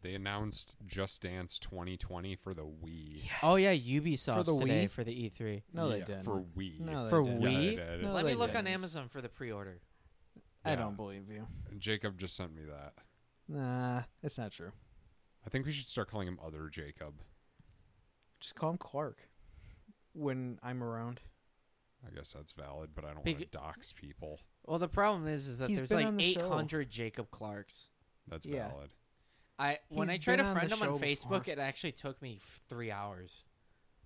C: they announced Just Dance 2020 for the Wii.
A: Oh, yeah, Ubisoft
B: For the
A: today
B: Wii?
A: for the E E3.
B: No, they
C: Yeah,
B: didn't.
C: For Wii.
B: No, they
A: For
B: didn't.
A: Wii?
C: Yeah, they did.
B: No,
A: Let
B: they
A: me look on
B: didn't.
A: Amazon for the pre order.
B: I
C: Yeah.
B: don't believe you.
C: Jacob just sent me that.
B: Nah, that's not true.
C: I think we should start calling him Other Jacob.
B: Just call him Clark when I'm around.
C: I guess that's valid, but I don't
A: Big-
C: want to dox people.
A: Well, the problem is, is that
B: He's
A: there's
B: been
A: like
B: on the show.
A: 800 Jacob Clarks.
C: That's
B: Yeah.
C: valid.
A: I when
B: He's
A: I tried
B: been
A: to
B: on
A: friend
B: the
A: him on
B: show
A: Facebook,
B: before.
A: it actually took me f- three hours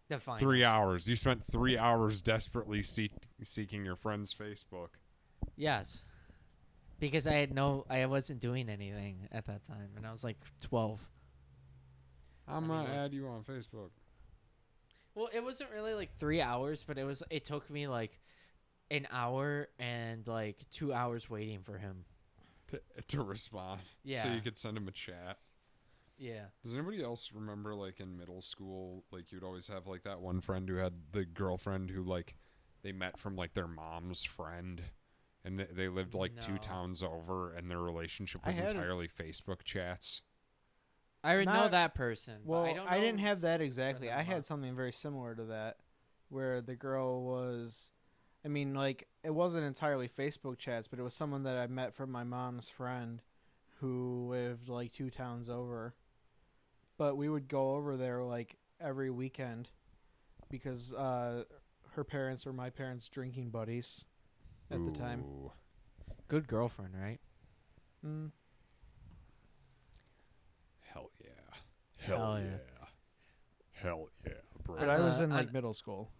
A: to find. him.
C: Three hours. You spent three hours desperately seek seeking your friend's Facebook.
A: Yes, because I had no, I wasn't doing anything at that time, and I was like 12.
C: I'm
A: I mean,
C: gonna
A: like-
C: add you on Facebook.
A: Well, it wasn't really like three hours, but it was. It took me like an hour and like two hours waiting for him.
C: to, to respond. So
A: Yeah.
C: you could send him a chat.
A: Yeah.
C: Does anybody else remember, like, in middle school, like, you'd always have, like, that one friend who had the girlfriend who, like, they met from, like, their mom's friend? And th- they lived, like, two
A: No.
C: towns over, and their relationship
B: I
C: was
B: had a-
C: entirely Facebook chats.
A: I already know
B: Not-
A: that person. but
B: Well,
A: I,
B: I,
A: don't
B: didn't
A: know-
B: have that exactly.
A: them
B: I
A: up.
B: had something very similar to that, where the girl was. I mean, like it wasn't entirely Facebook chats, but it was someone that I met from my mom's friend, who lived like two towns over. But we would go over there like every weekend, because uh, her parents were my parents' drinking buddies, at the time.
C: Ooh.
A: good girlfriend, right?
B: Mm.
C: Hell yeah. Hell,
A: Hell
C: yeah.
A: yeah.
C: Hell yeah, bro.
B: But I was
A: Uh,
B: in like
A: I-
B: middle school.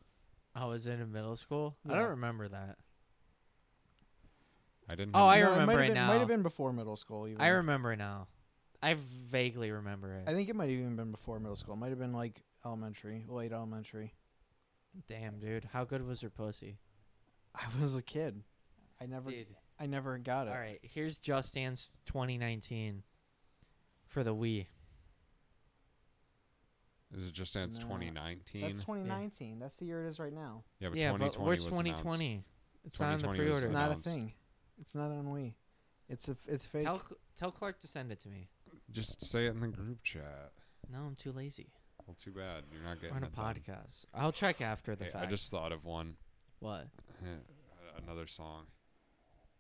A: I was in middle school. I
B: Yeah.
A: don't remember that.
C: I didn't.
A: Oh,
C: have-
A: I
B: No,
A: remember
B: might
A: it
B: have been, Might
A: now.
B: have been before middle school. Even.
A: I remember now. I vaguely remember it.
B: I think it might have even been before middle school. It might have been like elementary, late elementary.
A: Damn, dude, how good was her pussy?
B: I was a kid. I never,
A: Dude,
B: I never got it.
A: all right. Here's Just Dance 2019 for the Wii.
C: This is just since
B: No,
C: 2019.
B: That's 2019. That's the year it is right now.
C: yeah, but
A: yeah,
C: 2020
A: but where's
C: was announced.
A: 2020? It's not in the
C: 2020 was
B: It's
A: pre-order.
C: Sure.
B: not a
C: Announced.
B: thing. It's not on Wii. It's a, it's fake.
A: Tell tell Clark to send it to me.
C: Just say it in the group chat.
A: No, I'm too lazy.
C: Well, too bad you're not getting
A: on a
C: it done.
A: podcast. I'll check after the
C: Hey,
A: fact.
C: I just thought of one.
A: what?
C: Another song.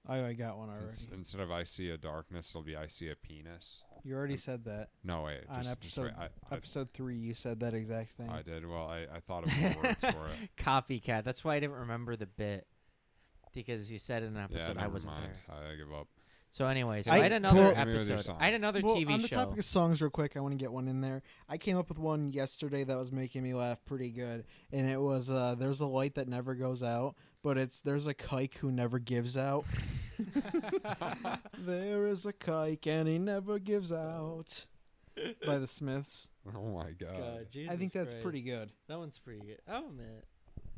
B: I, I got one already.
C: Ins- Instead of "I see a darkness," it'll be "I see a penis."
B: You already said that
C: No wait,
B: on
C: just, just wait.
B: episode
C: I, I,
B: episode three. You said that exact thing.
C: I did. Well, I, I thought of more words for it.
A: Copycat. That's why I didn't remember the bit because you said in an
C: Yeah,
A: episode I
C: never
A: wasn't
C: mind.
A: there.
C: I give up.
A: So, anyways,
B: I-
A: I, had another
B: well-
C: Hit me with your
A: episode.
C: song.
A: I had another
B: well,
A: TV
B: on the
A: show.
B: topic of songs, real quick, I want to get one in there. I came up with one yesterday that was making me laugh pretty good, and it was uh, "There's a light that never goes out," but it's "There's a kike who never gives out." there is a kike and he never gives out by the Smiths.
C: Oh my god.
B: I think that's pretty good.
A: That one's pretty good. I'll admit.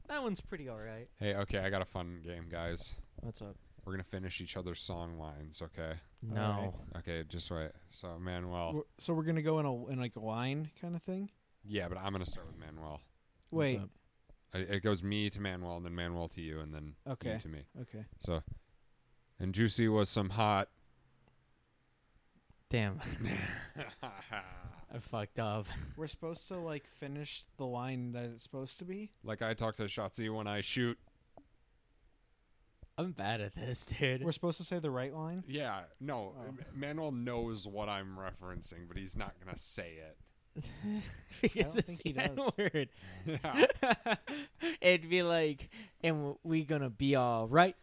A: That one's pretty alright.
C: Hey, okay, I got a fun game, guys.
A: What's up?
C: We're gonna finish each other's song lines, okay?
A: No.
C: Okay, just wait. So Manuel.
B: We're- So we're gonna go in a in like a line kind of thing.
C: Yeah, but I'm gonna start with Manuel.
B: Wait,
A: up?
C: I, it goes me to Manuel, and then Manuel to you, and then
B: Okay.
C: you to me.
B: okay.
C: So, and Juicy was some hot.
A: Damn. I fucked up.
B: We're supposed to like finish the line that it's supposed to be.
C: like I talk to Shotzi when I shoot.
A: I'm bad at this, dude.
B: We're supposed to say the right line.
C: Yeah, no,
B: Oh.
C: M- Manuel knows what I'm referencing, but he's not gonna say it.
A: because
B: don't think
A: it's
B: he
A: the
B: does. Oh.
A: N-word.
C: Yeah.
A: It'd be like, and w- we gonna be all right.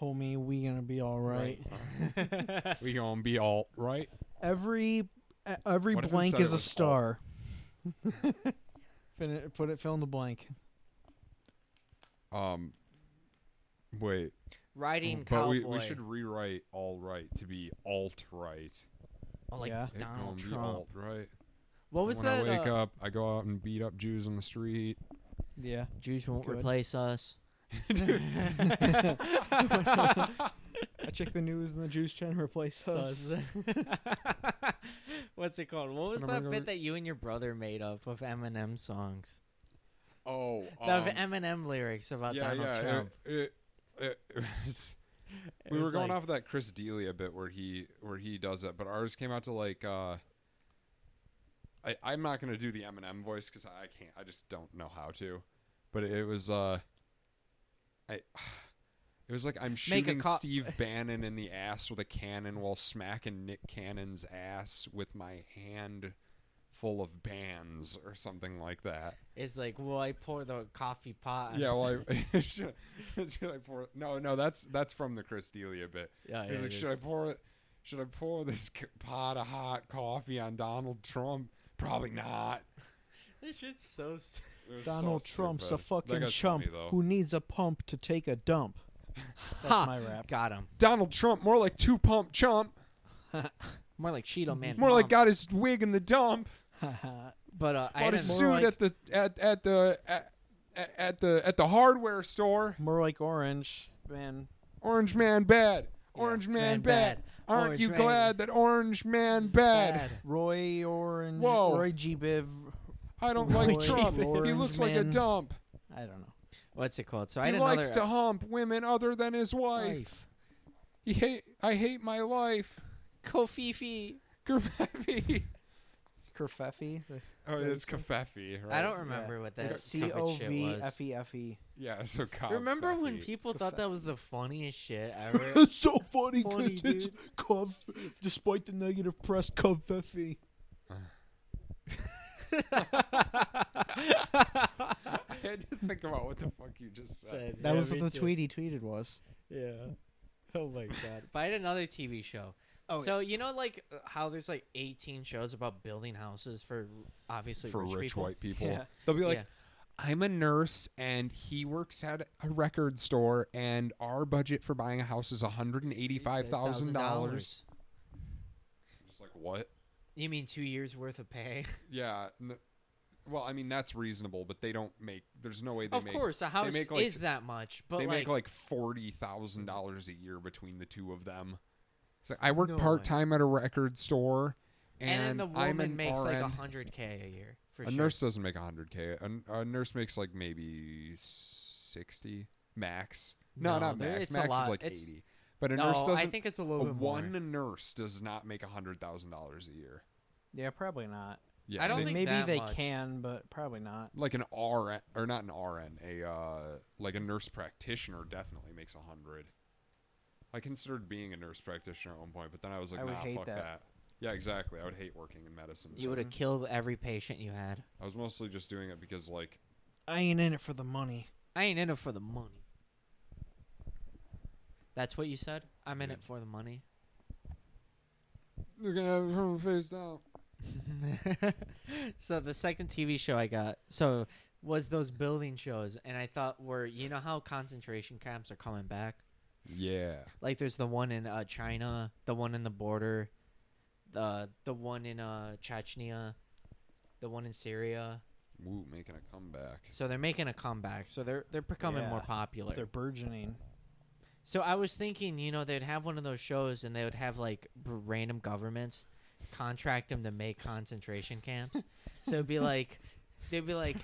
B: Homie, we gonna be all right.
C: we gonna be all right.
B: Every e- every
C: What if
B: blank
C: instead
B: is a
C: it was all?
B: star. Fin- put it fill in the blank.
C: Um, wait,
A: Riding
C: but
A: cowboy.
C: we, we should rewrite all right to be alt right.
A: Oh, like
B: Yeah.
A: Donald Trump.
C: right?
A: What was
C: when
A: that?
C: I wake
A: uh,
C: up, I go out and beat up Jews on the street.
B: Yeah.
A: Jews won't
B: Good.
A: replace us.
B: I check the news and the Jews trying to replace us.
A: What's it called? What was
B: Remember
A: that
B: going-
A: bit that you and your brother made up of Eminem songs?
C: Oh,
A: the Eminem lyrics about
C: yeah,
A: Donald
C: yeah.
A: Trump.
C: It, it, it was,
A: It
C: we were
A: was
C: going
A: like,
C: off of that Chris D'Elia bit where he where he does it, but ours came out to like. uh I, I'm not gonna do the Eminem voice because I can't. I just don't know how to. But it was uh, I. It was like I'm
A: Make a
C: shooting
A: co-
C: Steve Bannon in the ass with a cannon while smacking Nick Cannon's ass with my hand full of bands or something like that.
A: It's like, well, I pour the coffee pot.
C: Yeah, well, I, should, should I pour? No, no, that's that's from the Chris D'Elia bit.
A: yeah,
C: He's
A: yeah,
C: like,
A: it
C: should I
A: is.
C: pour it? Should I pour this c- pot of hot coffee on Donald Trump? Probably not.
A: This shit's so. St-
C: It was so
B: Donald Trump's a
C: stupid. That
B: fucking
C: guy's
B: chump
C: funny, though.
B: who needs a pump to take a dump. That's
A: Ha!
B: my rap.
A: Got him.
C: Donald Trump, more like two pump chump,
A: More like Cheeto Man.
C: more like
A: Pump.
C: got his wig in the dump,
A: But uh, I had
C: bought a
A: an-
B: More
C: suit
B: like-
C: at the at at the at, at- at the at the hardware store.
B: More like orange, man.
C: Orange man bad, orange man,
A: man
C: bad.
A: bad.
C: Aren't
A: Orange
C: you
A: man
C: glad that orange man bad.
A: bad.
B: Roy Orange.
C: Whoa.
B: Roy G. Biv.
C: I don't
B: Roy
C: like Trump. he
B: Orange
C: looks like a
B: Man.
C: dump.
B: I don't know.
A: What's it called? So I had
C: he
A: another.
C: likes to hump women other than his wife. He hate. I hate my life.
A: Kofifi.
C: Kafefi.
B: Kerfefe.
C: oh,
B: it's
C: it's Kafefi, right?
A: I don't remember what that
B: C
A: stupid
B: O
A: shit
B: V
A: was.
B: F E F E.
C: Yeah, so Kafefi.
A: Remember
C: E.
A: when people thought
B: Kofefe.
A: that was the funniest shit ever?
B: so funny,
A: Funny, 'cause it's dude.
B: despite the negative press, Kerfefe.
C: I had to think about what the fuck you just said.
A: Said,
B: That
A: yeah,
B: was
A: me
B: what the
A: too.
B: tweet he tweeted was.
A: Yeah. Oh my god. But I had another TV show.
B: Oh,
A: so you know, like uh, how there's like 18 shows about building houses for obviously
C: For
A: rich,
C: rich,
A: people.
C: white people,
B: Yeah.
C: they'll be like,
A: Yeah.
C: "I'm a nurse, and he works at a record store, and our budget for buying a house is 185,000 dollars."
A: $1,000.
C: Just like what?
A: You mean two years worth of pay?
C: Yeah. n- well, I mean that's reasonable, but they don't make. There's no way they
A: of
C: make.
A: course, a house
C: make, like,
A: is that much, but
C: they
A: like,
C: make like forty thousand dollars a year between the two of them. It's like I work
A: No
C: part time at a record store, and,
A: and, then the
C: I'm
A: woman
C: an
A: makes like
C: RN.
A: like 100k a year for
C: a
A: sure.
C: nurse doesn't make hundred k. A, a nurse makes like maybe sixty max. No,
A: No,
C: not
A: there-
C: max.
A: it's a
C: Max is
A: lot.
C: like
A: It's-
C: eighty. But a
A: no,
C: nurse
A: I
C: doesn't.
A: think it's a
C: a
A: little bit more.
C: one nurse does not make hundred thousand dollars a year.
B: yeah, probably not.
C: Yeah,
A: I don't
C: they-
A: think
B: Maybe
A: that
B: they
A: much.
B: can, but probably not.
C: like an RN or not an RN, a uh, like a nurse practitioner definitely makes a hundred. I considered being a nurse practitioner at one point, but then I was like,
B: I would
C: nah,
B: hate
C: fuck
B: that.
C: that. Yeah, exactly. I would hate working in medicine.
A: You
C: so
A: would have killed every patient you had.
C: I was mostly just doing it because like
B: I ain't in it for the money.
A: I ain't in it for the money. That's what you said? I'm in
C: Yeah.
A: it for the money.
C: you're gonna have it from face down.
A: so the second TV show I got so was those building shows and I thought were you know how concentration camps are coming back?
C: Yeah.
A: Like there's the one in uh, China, the one in the border, the the one in uh, Chechnya, the one in Syria.
C: Woo, making a comeback.
A: So they're making a comeback. So they're they're becoming more
B: Yeah.
A: popular.
B: They're burgeoning.
A: So I was thinking, you know, they'd have one of those shows and they would have like b- random governments contract them to make concentration camps. so it'd be like, they'd be like,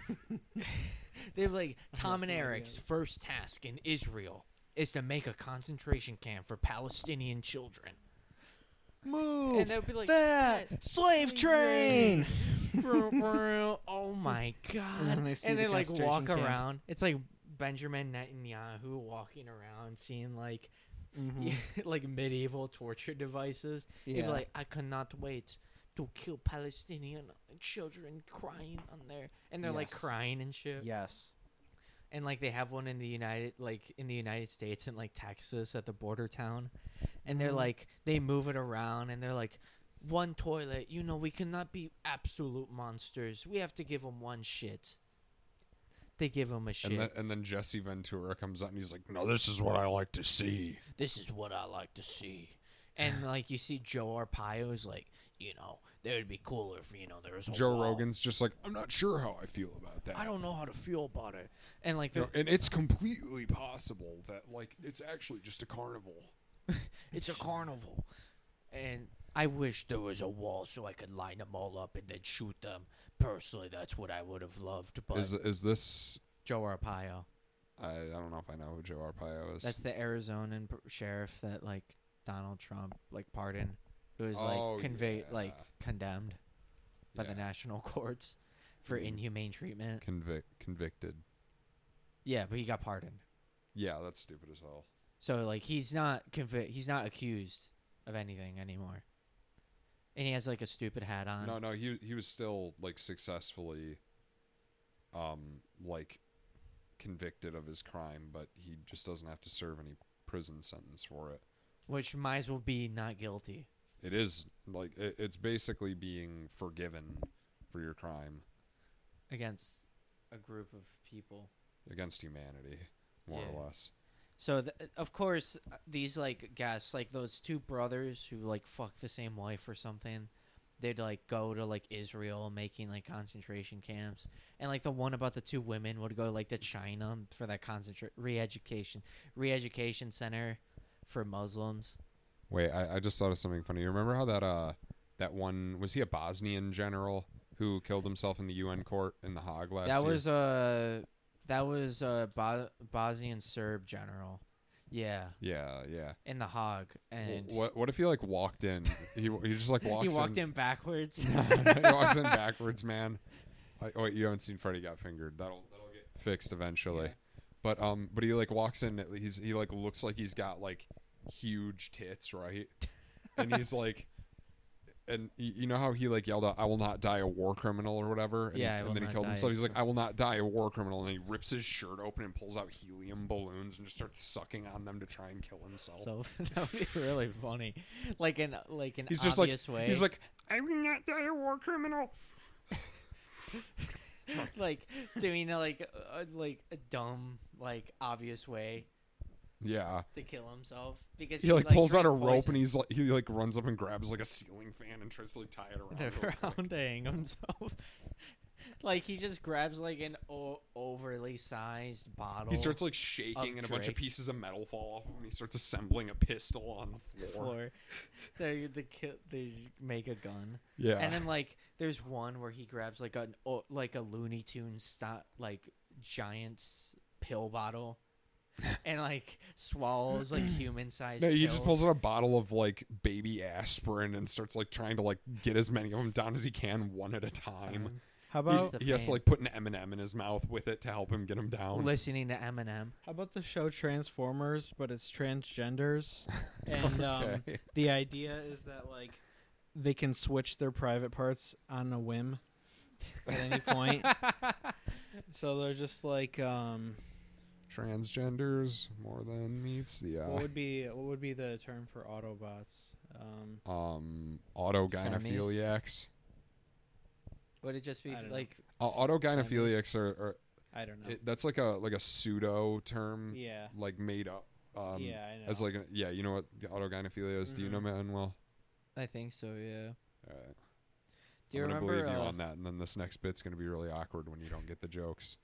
A: they'd be like, Tom and
B: That's
A: Eric's
B: hilarious.
A: first task in Israel is to make a concentration camp for Palestinian children.
B: Move
A: And they'd be like,
B: that slave train. Mm-hmm.
A: oh my god!
B: And then they see the
A: like
B: concentration
A: walk
B: camp.
A: around. It's like Benjamin Netanyahu walking around, seeing like
B: Mhm.
A: like medieval torture devices. He'd
B: Yeah.
A: be like, I cannot wait to kill Palestinian children crying on there, and they're like
B: Yes.
A: crying and shit.
B: yes.
A: And like they have one in the United, like in the United States and like Texas at the border town, and they're
B: Mhm.
A: like they move it around and they're like. One toilet, you know, we cannot be absolute monsters. We have to give them one shit. They give them a shit.
C: And then, and then Jesse Ventura comes out and he's like, "No, this is what I like to see."
A: this is what I like to see. And like you see Joe Arpaio is like, you know, that would be cooler if you know there was a
C: Joe
A: wall.
C: Rogan's just like, "I'm not sure how I feel about that."
A: I don't know how to feel about it. And like
C: You know,
A: they're-
C: and it's completely possible that like it's actually just a carnival.
A: it's a carnival, and I wish there was a wall so I could line them all up and then shoot them. Personally, that's what I would have loved. But
C: Is is this?
A: Joe Arpaio,
C: I, I don't know if I know who Joe Arpaio is.
A: that's the Arizonan pr- sheriff that like Donald Trump like pardoned, who was
C: Oh,
A: like conveyed
C: yeah.
A: like condemned by
C: Yeah.
A: the national courts for
C: Mhm.
A: inhumane treatment.
C: Convic- convicted.
A: Yeah, but he got pardoned.
C: Yeah, that's stupid as hell.
A: So like he's not convi- he's not accused of anything anymore. And he has like a stupid hat on.
C: no, no, he he was still like successfully, um, like convicted of his crime, but he just doesn't have to serve any prison sentence for it.
A: Which might as well be not guilty.
C: It is like it, it's basically being forgiven for your crime
A: Against a group of people.
C: against humanity, more
A: Yeah.
C: or less.
A: So th- of course uh, these like guests, like those two brothers who like fuck the same wife or something, they'd like go to like Israel making like concentration camps, and like the one about the two women would go like to China for that concentra- re-education re-education center for Muslims.
C: Wait, I, I just thought of something funny. You remember how that uh that one was he a Bosnian general who killed himself in the UN court in the Hague last
A: that
C: year?
A: was uh that was a Bo- Bosnian Serb general. Yeah,
C: yeah, yeah.
A: in the Hague,
C: W-
A: and
C: What what if he like walked in? He he just like walks
A: he walked
C: in.
A: in backwards.
C: he walks in backwards, man. I, oh wait, you haven't seen Freddy Got Fingered. That'll that'll get fixed eventually.
A: Yeah.
C: But um, but he like walks in. He's he like looks like he's got like huge tits, right? And he's like, and y- you know how he like yelled out, "I will not die a war criminal" or whatever. And,
A: Yeah, I
C: he,
A: will
C: and then
A: not
C: he killed
A: die a
C: himself. He's like,
A: cri-
C: "I will not die a war criminal," and he rips his shirt open and pulls out helium balloons and just starts sucking on them to try and kill himself.
A: So that would be really funny, like in like an
C: He's just like-
A: obvious way.
C: he's like, "I will not die a war criminal."
A: like doing a like a, like a dumb like obvious way
C: Yeah.
A: to kill himself because
C: he like, pulls out a
A: drank
C: rope
A: poison
C: and he's like he like runs up and grabs like a ceiling fan and tries to like tie it around. real quick.
A: around to hang himself. like he just grabs like an o- overly sized bottle.
C: He starts like shaking and a bunch of
A: Drake.
C: pieces of metal fall off him and he starts assembling a pistol on the floor.
A: floor. they the ki- they make a gun,
C: Yeah.
A: and then like there's one where he grabs like an o- like a Looney Tunes style like giant s- pill bottle, and like swallows like human sized.
C: No, he just pulls out a bottle of like baby aspirin and starts like trying to like get as many of them down as he can, one at a time.
B: How
C: He-
B: about
A: the
C: he has to
A: pain.
C: like put an M and m in his mouth with it to help him get him down.
A: Listening to Eminem.
B: how about the show Transformers, but it's transgenders, and um,
C: Okay.
B: the idea is that like they can switch their private parts on a whim at any point. so they're just like, um,
C: Transgenders more than meets the eye.
B: what would be what would be the term for Autobots? Um,
C: um autogynephiliacs.
A: Would it just be
B: I don't know.
A: like
C: Uh, autogynephiliacs are, are
B: I don't know.
C: it, that's like a like a pseudo term
B: yeah,
C: like made up. Um,
B: yeah, I know.
C: As like a, yeah, you know what autogynephilia is? Do you know
B: Mhm.
C: Manuel?
A: I think so, yeah.
C: All right.
A: Do you
C: I'm
A: remember?
C: gonna believe you
A: uh,
C: on that, and then this next bit's gonna be really awkward when you don't get the jokes.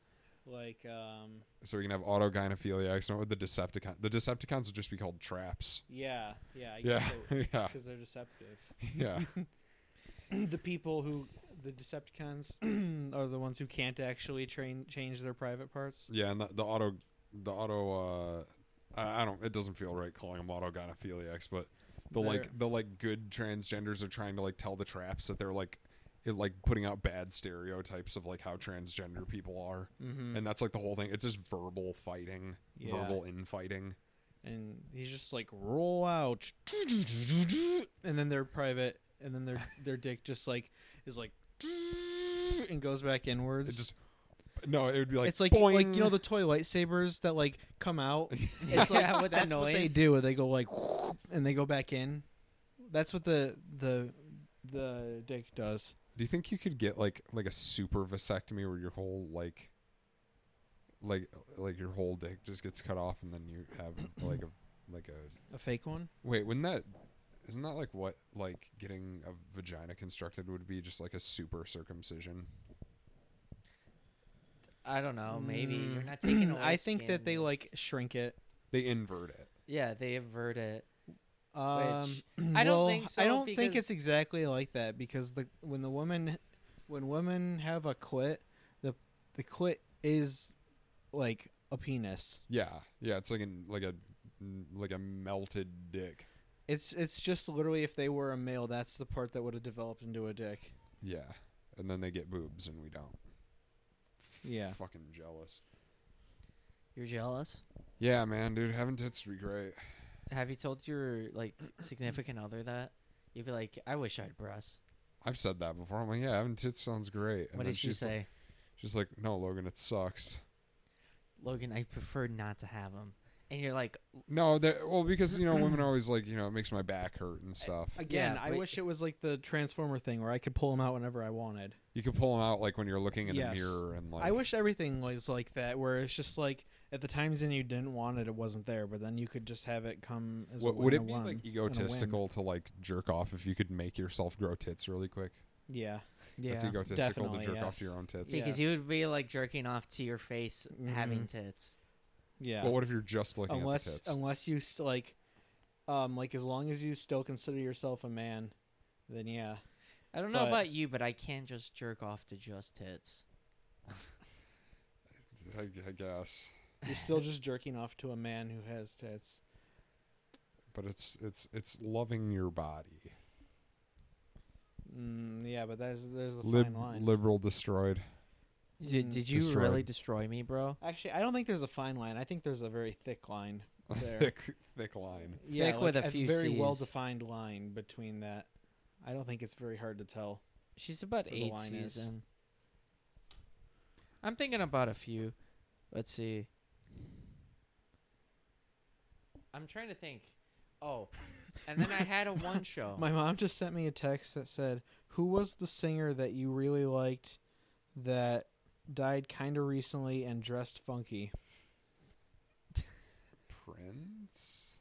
B: like um,
C: So we can have autogynephiliacs, not with the Decepticon. The Decepticons would just be called traps.
B: yeah, yeah, I guess
C: Yeah, yeah,
B: because they're deceptive.
C: yeah.
B: the people who the Decepticons are the ones who can't actually train change their private parts.
C: Yeah, and the, the auto, the auto, uh, I, I don't. It doesn't feel right calling them autogynephiliacs, but the
B: They're-
C: like the like good transgenders are trying to like tell the traps that they're like, it like putting out bad stereotypes of like how transgender people are,
B: Mm-hmm.
C: Mm, and that's like the whole thing. It's just verbal fighting,
B: Yeah.
C: verbal infighting.
B: and he's just like roll out, and then their private, and then their their dick just like is like and goes back inwards.
C: It just no, it would be like
B: it's like
C: boing.
B: like you know the toy lightsabers that like come out. It's like
A: yeah, with that
B: that's what they
A: noise.
B: do. They go like and they go back in. That's what the the the dick does.
C: Do you think you could get like like a super vasectomy where your whole like like like your whole dick just gets cut off and then you have like a like a
B: A fake one.
C: wait wouldn't that isn't that like what like getting a vagina constructed would be just like a super circumcision
A: I don't know. Oh, Maybe you're
B: Mm.
A: not taking. Away
B: I think that they
A: skin.
B: like shrink it.
C: they invert it
A: Yeah, they invert it.
B: Um,
A: I don't
B: well,
A: think so,
B: I don't think
A: because-
B: it's exactly like that because the when the woman when women have a clit, the the clit is like a penis.
C: yeah yeah it's like an like a like a melted dick
B: It's it's just literally if they were a male, that's the part that would have developed into a dick.
C: yeah and then they get boobs and we don't
B: Yeah.
C: fucking jealous
A: You're jealous.
C: yeah man dude having tits would be great
A: Have you told your like significant other that? You'd be like, I wish I had breasts.
C: I've said that before. I'm like, yeah, having tits sounds great. And
A: what
C: then
A: did she
C: she's like-
A: say?
C: she's like, no, Logan, it sucks.
A: Logan, I prefer not to have them. And you're like,
C: No, that well, because you know, women are always like, you know, it makes my back hurt and stuff.
B: Again,
A: Yeah,
B: I
A: but-
B: wish it was like the transformer thing where I could pull them out whenever I wanted.
C: You can pull them out like when you're looking in a
B: Yes.
C: mirror and like.
B: I wish everything was like that, where it's just like at the times when you didn't want it, it wasn't there, but then you could just have it come as
C: Wo-
B: a
C: would
B: win,
C: it be
B: a one,
C: like
B: and a win.
C: egotistical to like jerk off if you could make yourself grow tits really quick?
B: Yeah,
A: yeah.
C: That's egotistical to
B: Definitely,
C: jerk off to
B: yes.
C: your own tits.
B: Yeah.
A: Because you would be like jerking off to your face having
B: Mhm.
A: tits.
B: yeah.
C: Well, what if you're just looking at the
B: unless
C: tits?
B: unless you s- like, um, like as long as you still consider yourself a man, then yeah.
A: I don't know
B: But-
A: about you, but I can't just jerk off to just tits.
C: I, I guess,
B: You're still just jerking off to a man who has tits.
C: but it's it's it's loving your body.
B: Mm, yeah, but there's there's a
C: Lib-
B: fine line.
C: liberal destroyed.
A: Did,
B: Mm.
A: did you
C: Destroyed.
A: really destroy me, bro?
B: Actually, I don't think there's a fine line. I think there's a very thick line. There.
C: thick thick line.
B: Yeah,
A: Thick with
B: like
A: a few
B: very
A: Cs.
B: well defined line between that. I don't think it's very hard to tell.
A: She's about
B: where the
A: eight
B: line is.
A: season. I'm thinking about a few. Let's see. I'm trying to think. Oh, and then I had a one show.
B: My mom just sent me a text that said, "Who was the singer that you really liked that died kind of recently and dressed funky?"
C: Prince.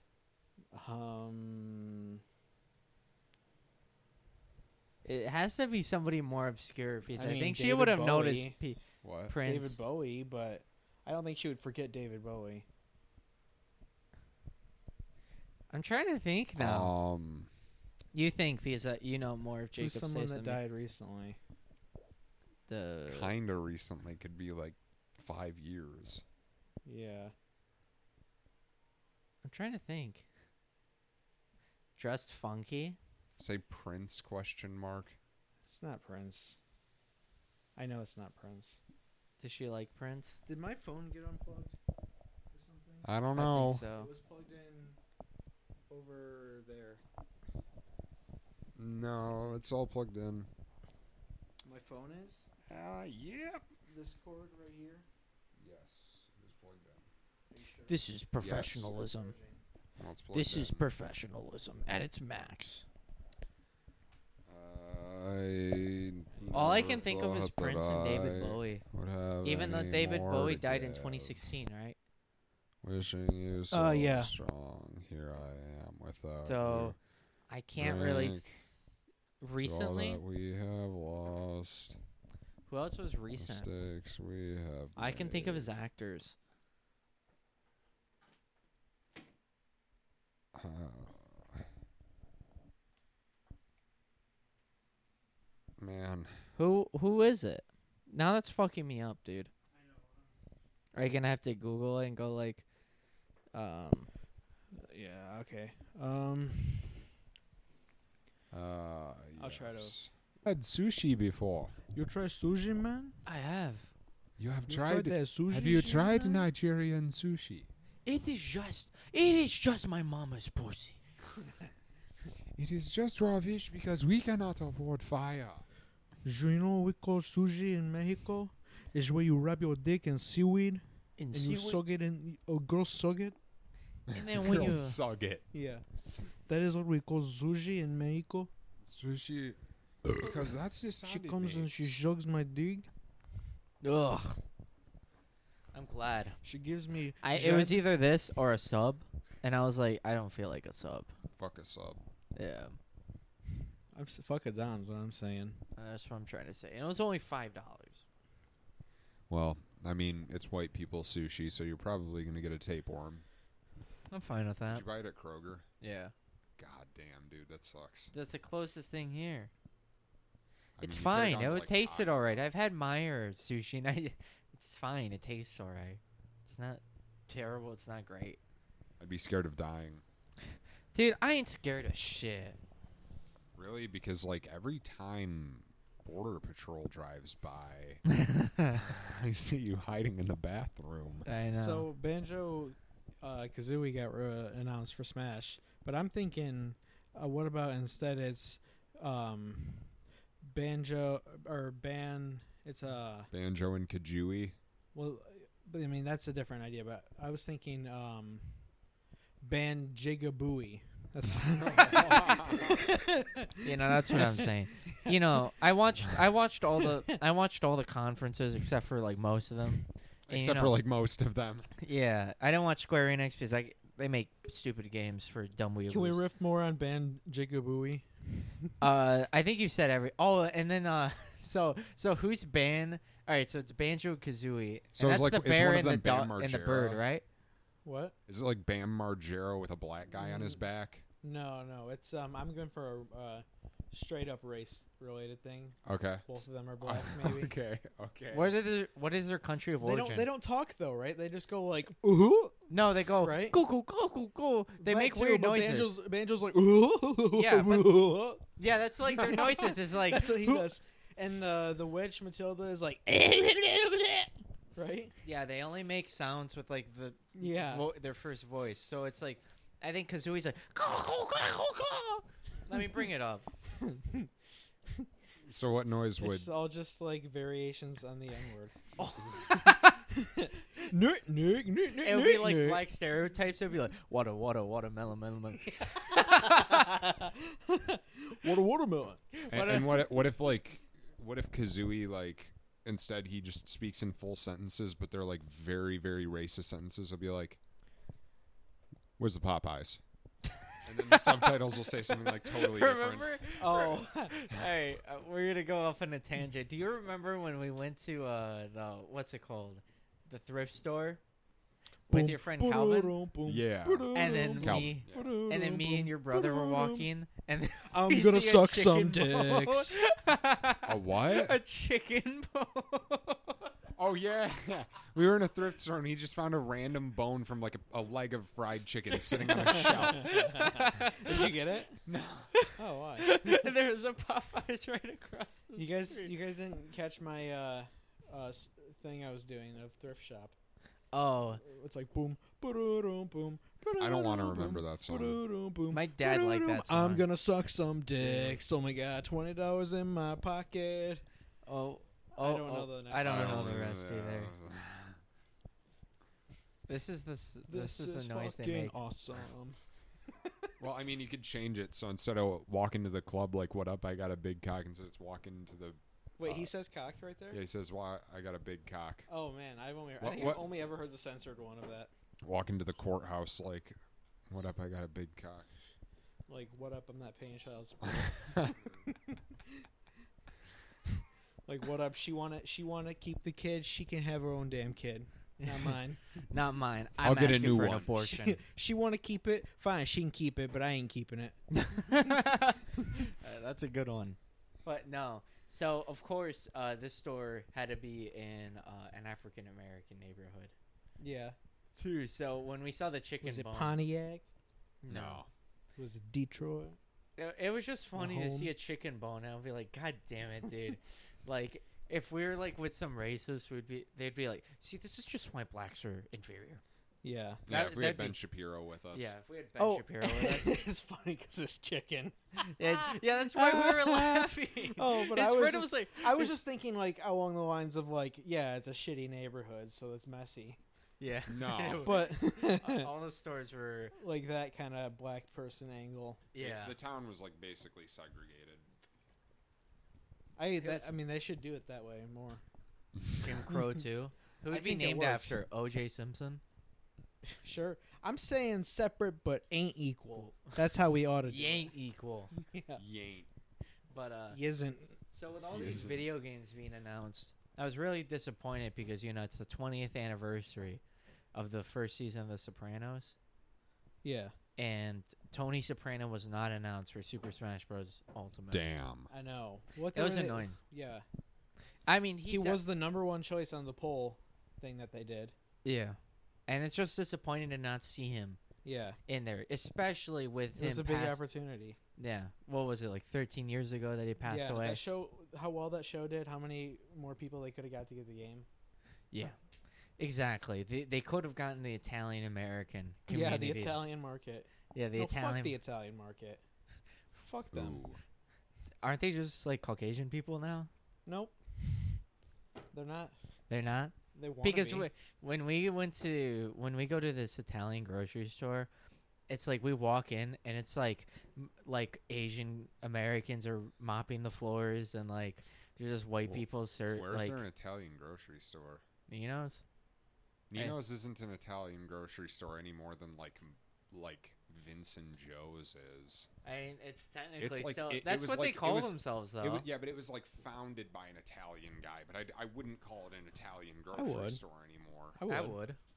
B: Um,
A: it has to be somebody more obscure because
B: I
A: I,
B: mean,
A: think she
B: David
A: would have noticed
B: Bowie. Uh,
A: P-
C: What?
A: Prince.
B: David Bowie, but I don't think she would forget David Bowie.
A: I'm trying to think now.
C: Um.
A: You think because uh, you know more of Jacob
B: Who's someone
A: Statham
B: that
A: than me.
B: died recently?
A: The
C: kind of recently could be like five years.
B: Yeah,
A: I'm trying to think. Dressed funky.
C: Say Prince question mark.
B: It's not Prince. I know it's not Prince.
A: Does she like Prince?
B: Did my phone get unplugged or something?
C: I don't
A: I
C: know.
A: think so.
B: was plugged in over there.
C: No, it's all plugged in.
B: My phone is
C: Uh, yeah.
B: this cord right here.
C: Yes, it's plugged in.
A: This is
C: professionalism. Well, it's plugged in.
A: professionalism at its max.
C: I
A: All I
C: never
A: can think of is
C: thought that
A: Prince and David
C: I
A: Bowie.
C: would have
A: Even though
C: any
A: David
C: more
A: Bowie
C: to
A: died in Oh,
C: give.
A: 2016, right?
C: Wishing you so
B: Uh, yeah.
C: strong. Here I am without
A: So I can't really.
C: Drink.
A: Th-
C: you. To all
A: recently,
C: that we have lost.
A: who else was recent?
C: Mistakes we have.
A: I can think of
C: made.
A: as actors.
C: Uh, man,
A: Who who is it? Now that's fucking me up, dude. Are you gonna have to Google it and go like, um,
B: Uh, Yeah. Okay. Um.
C: uh,
B: I'll try to-
C: yes. Had sushi before.
B: You try sushi, man?
A: I have.
C: You have
B: You
C: tried.
B: that sushi?
C: have you
B: shit,
C: tried
B: man?
C: Nigerian sushi?
A: It is just, it is just my mama's pussy.
C: It is just raw fish because we cannot afford fire.
B: Do you know what we call sushi in Mexico? It's where you wrap your dick in seaweed and
A: And,
B: you
A: see what-
B: suck it and oh, girls suck it.
A: and then when you,
C: sug it.
B: Yeah. That is what we call sushi in Mexico.
C: Sushi. Because that's decided.
B: She comes and she
C: mates.
B: sucks my dick.
A: ugh, I'm glad.
B: She gives me.
A: I it was
B: jab-
A: either this or a sub, and I was like, I don't feel like a sub.
C: Fuck us up.
A: Yeah,
B: I'm s- fuck a dime. Is what I'm saying.
A: that's what I'm trying to say. And it was only five dollars.
C: Well, I mean, it's white people sushi, so you're probably gonna get a tapeworm.
A: I'm fine with
B: Uh,
C: Did
A: that.
C: you buy it at Kroger?
A: Yeah,
C: God damn, dude, that sucks.
A: that's the closest thing here.
C: I
A: It's
C: mean, you could've
A: fine.
C: gone
A: It
C: to,
A: would
C: like,
A: taste it
C: Taco
A: all right. I've had Meyer sushi, and I, it's fine. It tastes all right. It's not terrible. It's not great,
C: I'd be scared of dying.
A: dude. I ain't scared of shit.
C: Really? Because like every time Border Patrol drives by,
A: I
C: I see you hiding in the bathroom.
A: know.
B: So banjo, uh, Kazooie got re- announced for Smash, but I'm thinking, uh, what about instead it's, um, banjo or ban? It's uh,
C: Banjo and Kajui.
B: well, but I mean that's a different idea. But I was thinking, um, ban jigabooey. That's
A: you know, that's what I'm saying. You know, I watched. I watched all the. I watched all the conferences except for like most of them. And, you
C: Except for
A: know-
C: like most of them.
A: Yeah, I didn't watch Square Enix because I they make stupid games for dumb weirdos.
B: Can we riff more on ban jigabooey?
A: Uh, I think you said every. Oh, and then uh, so so who's Ban? All right, so it's Banjo Kazooie.
C: So
A: and that's
C: it's like-
A: the
C: it's one
A: bear
C: of
A: and the
C: them Bam
A: dog and the bird,
C: Margera.
A: right?
B: What?
C: Is it like Bam Margera with a black guy on his
A: Mm.
C: back?
B: No, no. It's um, I'm going for a uh, straight up race related thing.
C: Okay.
B: Both of them are
A: Oh
C: Uh,
B: black, maybe.
C: okay. Okay.
A: What are the what is their country of
B: They
A: origin?
B: don't. They don't talk though, right? They just go like, ooh.
A: no, they go
B: Right?
A: go go go go go. They
B: That
A: make
B: too,
A: weird
B: but
A: noises.
B: Banjo's, Banjo's like, ooh.
A: Yeah, but-
B: ooh."
A: Yeah, that's like their noises is like
B: that's what he
A: "Who-"
B: does. And uh, the witch Matilda is like, right?
A: Yeah, they only make sounds with like the
B: Yeah.
A: vo- their first voice. So it's like I think Kazooie's like go go go go go. Let me bring it up.
C: So what noise would
B: It's all just like variations on the N word.
A: Oh.
B: Nerd, nerd, nerd, nerd,
A: it would be
B: nerd,
A: like
B: nerd.
A: black stereotypes. It would be like water, water, watermelon, melon, melon.
B: what a watermelon.
A: What
C: And, what
A: if-
C: and what if, what if like what if Kazooie like instead he just speaks in full sentences, but they're like very very racist sentences. He'll be like, "Where's the Popeyes?" and then the subtitles will say something like totally different.
A: Remember?
B: Oh.
A: hey, uh, we're gonna go off on a tangent. Do you remember when we went to uh the what's it called, the thrift store, with your friend Calvin,
C: Yeah.
A: and then
C: Calvin.
A: me, and then me and your brother were walking, and
B: I'm
A: we
B: gonna
A: see a
B: suck some
A: chicken bone.
B: dicks.
C: A what?
A: a chicken bone.
C: Oh yeah, we were in a thrift store and he just found a random bone from like a, a leg of fried chicken sitting on a shelf.
B: Did you get it?
C: No.
B: Oh, why?
A: there was a Popeyes right across the
B: You guys,
A: street.
B: you guys didn't catch my uh, uh, s- thing I was doing of thrift shop.
A: oh,
B: It's like boom, boom, boom.
C: I don't want to remember that song.
B: Boom, boom,
A: My dad liked that
B: I'm
A: song.
B: gonna suck some dicks. Oh my god, twenty dollars in my pocket.
A: oh, oh,
B: I don't
A: oh,
B: know the next
A: I don't
B: song.
A: know
C: remember
A: the rest
C: that.
A: either. This is the s-
B: This,
A: this, is, the noise
B: fucking
A: they make.
B: awesome.
C: Well, I mean, you could change it. So instead of walking to the club like "What up, I got a big cock," instead it's walking to the.
B: Wait,
C: Uh,
B: he says cock right there.
C: Yeah, he says, "Why I got a big cock."
B: Oh man, I've only I
C: What-
B: think
C: what-
B: I've only ever heard the censored one of that.
C: Walking to the courthouse like, "What up, I got a big cock."
B: Like, what up? I'm not paying child support. like, what up? She wanna she wanna keep the kid. She can have her own damn kid, not mine.
A: Not mine. I'm
C: I'll get a
A: asking
C: new
A: for
C: one.
A: an abortion.
B: she want to keep it. Fine, she can keep it, but I ain't keeping it.
A: Uh, that's a good one. But no. So of course, uh, this store had to be in uh, an African American neighborhood
B: Yeah.
A: too. So when we saw the chicken
B: Was it
A: bone,
B: Pontiac?
A: no,
B: Was it Detroit?
A: it, it was just funny to see
B: Home.
A: a chicken bone. and I'll be like, God damn it, dude! like if we were like with some racists, we'd be they'd be like, see, this is just why blacks are inferior.
B: Yeah.
C: Yeah,
A: That-
C: if we had
A: that'd be-
C: Ben Shapiro with us.
A: Yeah, if we had Ben
B: Oh.
A: Shapiro with us,
B: it's funny because it's chicken.
A: It- yeah, that's why we were laughing.
B: Oh, but
A: His
B: I was
A: friend
B: just-
A: was like,
B: I was just thinking like along the lines of like, yeah, it's a shitty neighborhood, so it's messy.
A: yeah,
C: No.
B: But
A: Uh, all those stores were
B: like that kind of black person angle.
C: The-
A: yeah.
C: The, town was like basically segregated.
B: I that,
A: was-
B: I mean, they should do it that way more.
A: Jim Crow too. Who
B: I
A: would be
B: think it
A: named
B: works.
A: after O.J. Simpson?
B: Sure, I'm saying separate but ain't equal. That's how we ought to do.
A: You ain't equal.
B: it. Yeah.
C: Yank.
A: But uh,
B: Isn't
A: so with all these
C: Yes.
A: video games being announced, I was really disappointed because you know it's the 20th anniversary of the first season of The Sopranos,
B: yeah?
A: and Tony Soprano was not announced for Super Smash Bros. Ultimate.
C: Damn.
B: I know. What
A: That
B: the-
A: was annoying.
B: Yeah,
A: I mean, he,
B: he,
A: de-
B: was the number one choice on the poll thing that they did.
A: yeah, and it's just disappointing to not see him
B: Yeah,
A: in there, especially with
B: it was
A: him.
B: a big
A: pass-
B: opportunity.
A: yeah, what was it like 13 years ago that he passed
B: yeah,
A: away?
B: That show, how well that show did, how many more people they could have got to get the game.
A: Yeah, exactly. They they could have gotten the Italian American
B: Yeah,
A: community.
B: the Italian market.
A: Yeah, the
B: no,
A: Italian.
B: fuck the Italian market. Fuck them.
C: Ooh.
A: Aren't they just like Caucasian people now?
B: Nope. They're not.
A: They're not
B: They want
A: because
B: be.
A: we, when we went to when we go to this Italian grocery store, it's like we walk in and it's like m- like Asian Americans are mopping the floors and like they're just white
C: Wh-
A: people ser-
C: Where's
A: like
C: there an Italian grocery store?
A: you know. it's- Hey.
C: Nino's isn't an Italian grocery store any more than like m- like Vincent Joe's is.
A: I mean, it's technically
C: like-
A: so.
C: it- it
A: that's
C: was
A: what
C: like-
A: they
C: it
A: call
C: was-
A: themselves, though.
C: It wa- yeah, but it was like founded by an Italian guy, but I, I wouldn't call it an Italian grocery
B: would.
C: store anymore.
B: I would. I,
A: I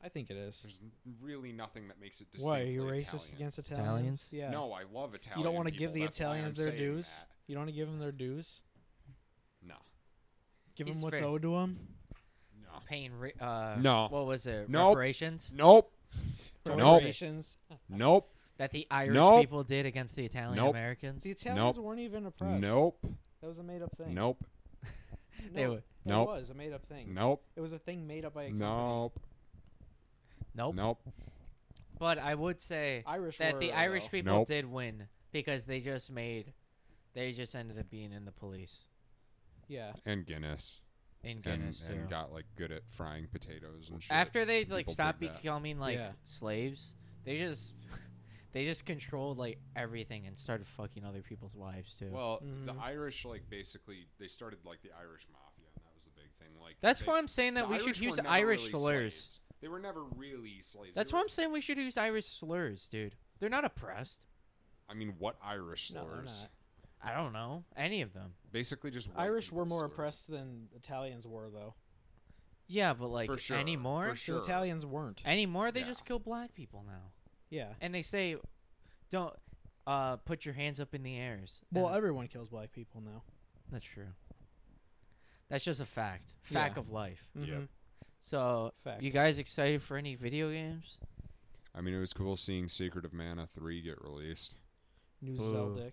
A: would.
B: think it is.
C: There's n- really nothing that makes it
B: Why
C: distinctly
B: are you
C: Italian.
B: racist against Italians?
A: Italians?
B: Yeah.
C: No, I love Italian.
B: you don't want to
C: people,
B: give the
C: that's why I'm
B: Italians their
C: saying
B: dues.
C: that.
B: You don't want to give them their dues.
C: No,
B: Give
A: He's
B: them what's
A: fair.
B: owed to them.
C: no,
A: Paying re- uh,
C: No.
A: What was it?
C: Nope.
A: Reparations.
C: nope,
A: Nope.
C: nope,
A: that the Irish
C: Nope.
A: people did against the Italian
C: Nope.
A: Americans.
B: The Italians weren't even oppressed.
C: nope,
B: That was a made up thing.
C: nope,
A: They
B: No,
A: were-
B: that
C: Nope.
B: was a made up thing.
C: nope,
B: It was a thing made up by a company.
C: nope,
A: Nope.
C: nope.
A: But I would say
B: Irish
A: that
B: were, uh,
A: the Irish
B: though.
A: people
C: Nope.
A: did win because they just made, they just ended up being in the police
B: Yeah.
C: And Guinness.
A: in
C: and,
A: Guinness
C: and
A: too.
C: got like good at frying potatoes and shit.
A: After they like
C: People
A: stopped
C: did that.
A: becoming like
B: Yeah.
A: slaves, they just, they just controlled like everything and started fucking other people's wives too.
C: well, the
B: Mhm.
C: Irish like basically they started like the Irish mafia, and that was the big thing. Like
A: That's
C: they,
A: why I'm saying that
C: the
A: we should
C: Irish were
A: use
C: never
A: Irish
C: really
A: slurs.
C: slaves. They were never really slaves.
A: That's
C: They were-
A: why I'm saying we should use Irish slurs, dude. They're not oppressed.
C: I mean, what Irish
B: No, they're
C: slurs?
B: not.
A: I don't know any of them.
C: Basically, just white
B: Irish were
C: people
B: more
C: slurs.
B: oppressed than Italians were, though.
A: Yeah, but like
C: for sure.
A: anymore,
C: For
B: Because
C: sure.
B: Italians weren't.
A: anymore they
C: Yeah.
A: just kill black people now,
B: Yeah.
A: and they say, "Don't uh, put your hands up in the airs."
B: Well,
A: And
B: everyone kills black people now.
A: that's true. That's just a fact, fact
B: Yeah.
A: of life.
C: Yeah.
B: Mhm.
A: So,
B: Fact.
A: you guys excited for any video games?
C: I mean, it was cool seeing Secret of Mana 3 get released.
B: New
A: Boo.
B: Zelda.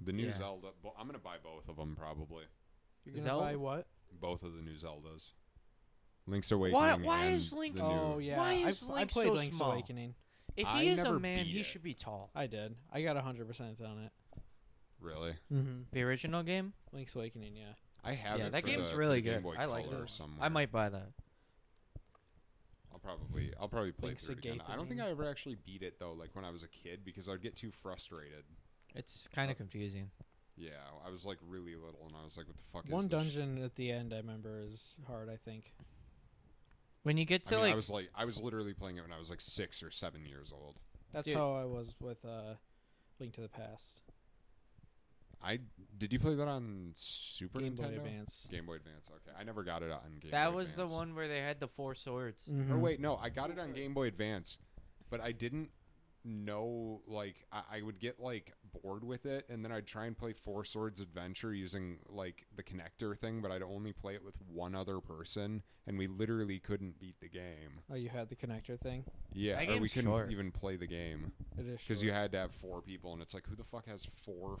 C: The new
A: Yeah.
C: Zelda. Bo- I'm going to buy both of them probably.
B: You're gonna
A: Zelda?
B: buy what?
C: Both of the new Zeldas. Link's Awakening.
A: why
C: and
A: is Link-
C: the
B: Oh
C: new-
B: yeah,
A: Why
B: I,
A: is
B: I
A: Link
B: played
A: so
B: Link's
A: small?
B: Awakening.
A: If he
C: I
A: is a
C: never
A: man,
C: beat
A: he
C: it.
A: should be tall.
B: I did. I got hundred percent on it.
C: Really?
B: Mm-hmm.
A: The original game?
B: Link's Awakening, yeah.
C: I have
A: Yeah,
C: it
A: that
C: for
A: game's
C: the-
A: really
C: the Game
A: good.
C: Boy
A: I like
C: Color
B: it.
C: somewhere.
A: I might buy that.
C: I'll probably I'll probably play
B: Link's
C: through it again. I don't think
B: agape.
C: I ever actually beat it though, like when I was a kid, because I'd get too frustrated.
A: It's kind
C: Uh,
A: of confusing.
C: Yeah, I was like really little, and I was like, "What the fuck is
B: One
C: this shit?"
B: dungeon at the end I remember is hard. I think.
A: When you get
C: I
A: to
C: mean, I
A: like
C: was like, I was literally playing it when I was like six or seven years old.
B: That's
A: Dude.
B: how I was with uh, Link to the Past,
C: I did you play that on Super
B: Game Boy
C: Nintendo?
B: Advance.
C: Game Boy Advance. Okay, I never got it on Game.
A: that
C: Boy
A: was
C: Advance.
A: the one where they had the four swords.
B: Mhm.
C: Or wait, no, I got it on Game Boy Advance, but I didn't know like I, I would get like bored with it, and then I'd try and play Four Swords Adventure using like the connector thing, but I'd only play it with one other person, and we literally couldn't beat the game.
B: Oh, you had the connector thing.
C: Yeah,
A: That
C: or we
A: game's
C: couldn't
A: short.
C: even play the game
B: It is
C: because
B: short.
C: you had to have four people, and it's like who the fuck has four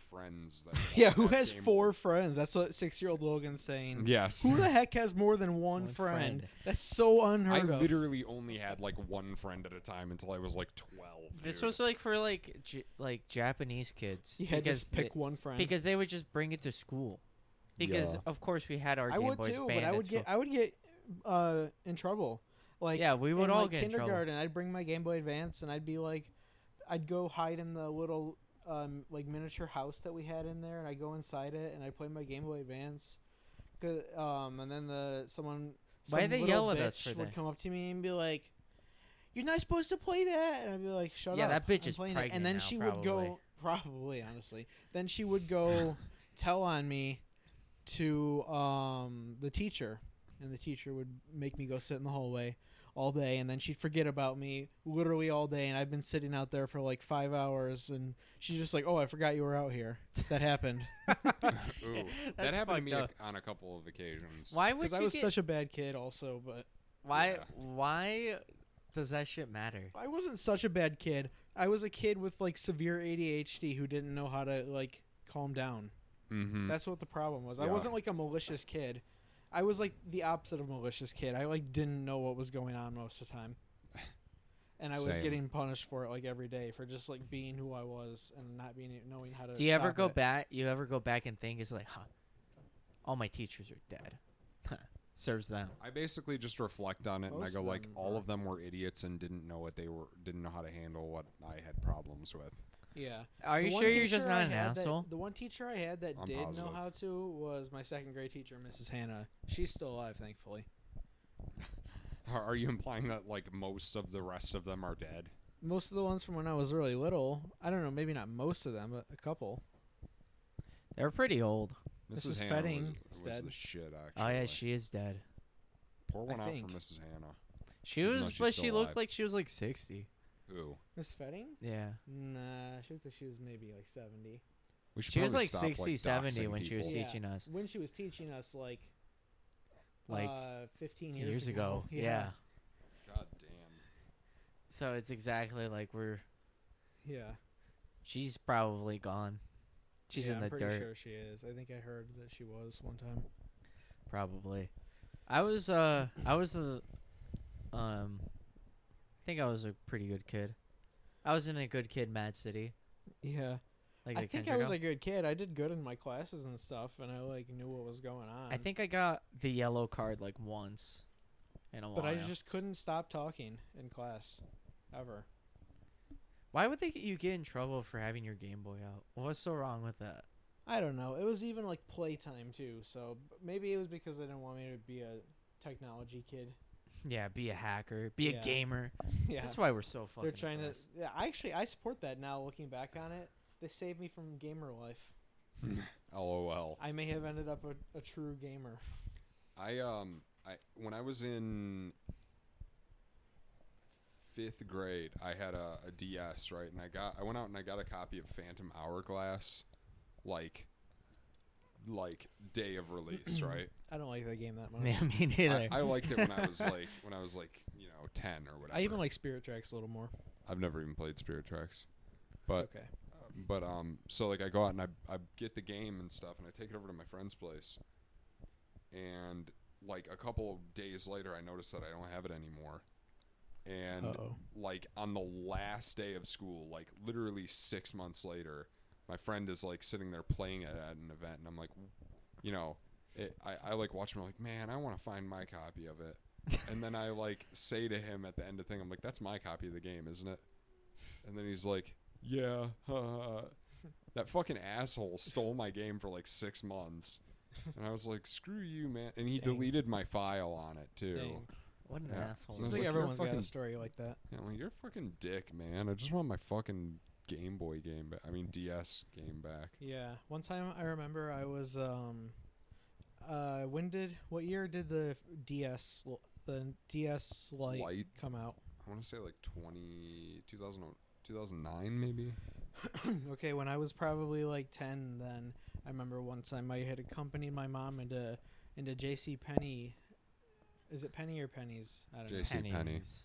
C: friends? That
B: Yeah,
C: all
B: who
C: have
B: has
C: Game
B: four
C: Boy-
B: friends? That's what six-year-old Logan's saying.
C: Yes.
B: Who the heck has more than one,
A: One
B: friend?
A: friend.
B: That's so
C: I
B: unheard of.
C: literally only had like one friend at a time until I was like twelve.
A: This
C: dude.
A: was like for like J- like Japanese kids.
B: You had to
A: because
B: just pick
A: they,
B: one friend.
A: because they would just bring it to school. Because
C: Yeah.
A: of course we had our
B: I
A: Game
B: would
A: Boys
B: too,
A: band
B: but I
A: at
B: would
A: school.
B: get I would get uh, in trouble. Like
A: yeah, we would
B: in,
A: all
B: like,
A: get in trouble.
B: kindergarten. I'd bring my Game Boy Advance and I'd be like, I'd go hide in the little um, like miniature house that we had in there, and I go inside it and I play my Game Boy Advance. 'Cause, Um, and then the someone
A: Why
B: some
A: they
B: little
A: yell at
B: bitch
A: us for
B: would
A: that?
B: come up to me and be like, "You're not supposed to play that," and I'd be like, "Shut
A: Yeah,
B: up!"
A: that bitch
B: I'm
A: is
B: playing it."
A: pregnant
B: And then
A: now,
B: she would
A: probably.
B: go probably honestly. Then she would go tell on me to um, the teacher, and the teacher would make me go sit in the hallway all day, and then she'd forget about me literally all day, and I've been sitting out there for like five hours, and she's just like, "Oh, I forgot you were out here." That happened.
C: Ooh, that
A: That's
C: happened to me
A: fucked up.
C: a- on a couple of occasions.
A: Why would
B: Because
A: you
B: I was
A: get,
B: such a bad kid, also, but
A: why
C: Yeah.
A: why does that shit matter?
B: I wasn't such a bad kid. I was a kid with like severe ADHD who didn't know how to like calm down.
C: Mm-hmm.
B: That's what the problem was. I
C: Yeah.
B: wasn't like a malicious kid. I was like the opposite of malicious kid. I like didn't know what was going on most of the time. And I was
C: Same.
B: getting punished for it like every day for just like being who I was and not being knowing how to.
A: Do you ever
B: stop
A: go
B: it.
A: back? You ever go back and think it's like, huh? All my teachers are dead. Serves them.
C: I basically just reflect on it and I
B: Most
C: go
B: of
C: like,
B: them
C: all
B: are-
C: of them were idiots and didn't know what they were, didn't know how to handle what I had problems with.
B: Yeah.
A: Are
B: The
A: you
B: one
A: sure you're just
B: teacher I
A: not an
B: had that-
A: asshole?
B: the one teacher I had that
C: I'm
B: did know
C: positive.
B: how to was my second grade teacher, Mrs. Hannah. She's still alive, thankfully.
C: Are are you implying that like most of the rest of them are dead?
B: Most of the ones from when I was really little, I don't know, maybe not most of them, but a couple.
A: They're pretty old.
B: Mrs.
C: Hannah was-
B: Fetting
C: was,
B: is dead.
C: the shit. Actually,
A: Oh yeah, she is dead.
C: pour
B: I
C: one out
B: think.
C: for Mrs. Hannah.
A: She
C: Even though
A: was,
C: she's
A: but
C: still
A: she
C: alive.
A: looked like she was like sixty.
C: Ooh,
B: Miss Fetting?
A: Yeah.
B: Nah, she looked like she was maybe like 70.
C: we should
A: She was
C: probably
A: like
C: stop,
A: 60, 70
C: doxing
A: when she was
C: people.
B: Yeah.
A: teaching us.
B: When she was teaching us, like,
A: Like,
B: uh, 15
A: 10
B: years,
A: years ago. Yeah.
C: God damn.
A: So it's exactly like we're.
B: Yeah.
A: She's probably gone. She's
B: Yeah,
A: in
B: I'm
A: the
B: pretty
A: dirt,
B: sure she is. I think I heard that she was one time.
A: probably. I was. Uh. I was the. Um. I think I was a pretty good kid. I was in a good kid mad city.
B: Yeah.
A: Like
B: I
A: a
B: think I
A: country
B: was
A: girl.
B: a good kid. I did good in my classes and stuff, and I, like, knew what was going on.
A: I think I got the yellow card like once, in a
B: But I
A: while.
B: just couldn't stop talking in class, ever.
A: Why would they get you get in trouble for having your Game Boy out? What's so wrong with that?
B: I don't know. It was even like playtime too. So b- maybe it was because they didn't want me to be a technology kid.
A: Yeah, be a hacker, be
B: Yeah.
A: a gamer.
B: yeah,
A: That's why we're so fucking.
B: they're trying to.
A: depressed.
B: Yeah, I actually I support that now. Looking back on it, they saved me from gamer life.
C: LOL.
B: I may have ended up a, a true gamer.
C: I um I when I was in fifth grade, I had a, a DS right, and I got I went out and I got a copy of Phantom Hourglass, like like day of release, right?
B: I don't like that game that much.
A: Yeah, me
C: I,
A: neither.
C: I liked it when I was like when I was like you know ten or whatever.
B: I even like Spirit Tracks a little more.
C: I've never even played Spirit Tracks,
B: It's
C: but
B: okay.
C: but um so like I go out and I I get the game and stuff and I take it over to my friend's place, and like a couple of days later I notice that I don't have it anymore, and
B: Uh-oh.
C: like on the last day of school, like literally six months later, my friend is like sitting there playing it at an event, and I'm like, you know, it, I, I like watch him, I'm like, man, I want to find my copy of it. and then I like say to him at the end of the thing, I'm like, that's my copy of the game, isn't it? And then he's like, yeah, that fucking asshole stole my game for like six months. And I was like, screw you, man. And he
B: Dang.
C: deleted my file on it, too.
B: Dang.
A: what an
C: Yeah.
A: asshole.
C: So
B: I think
C: it's like, you're
B: everyone's got
C: fucking-
B: a story like that.
C: Yeah, I'm like, you're a fucking dick, man. I just want my fucking Game Boy game back. I mean, DS game back.
B: Yeah. One time I remember I was um uh when did what year did the DS l- the DS light,
C: Light.
B: come out?
C: I want to say like 20, 2000, 2009 maybe.
B: okay, when I was probably like 10 then I remember one time I had accompanied my mom into into JC Penny is it Penny or Pennies? I don't know.
C: JC Penny.
A: Pennies.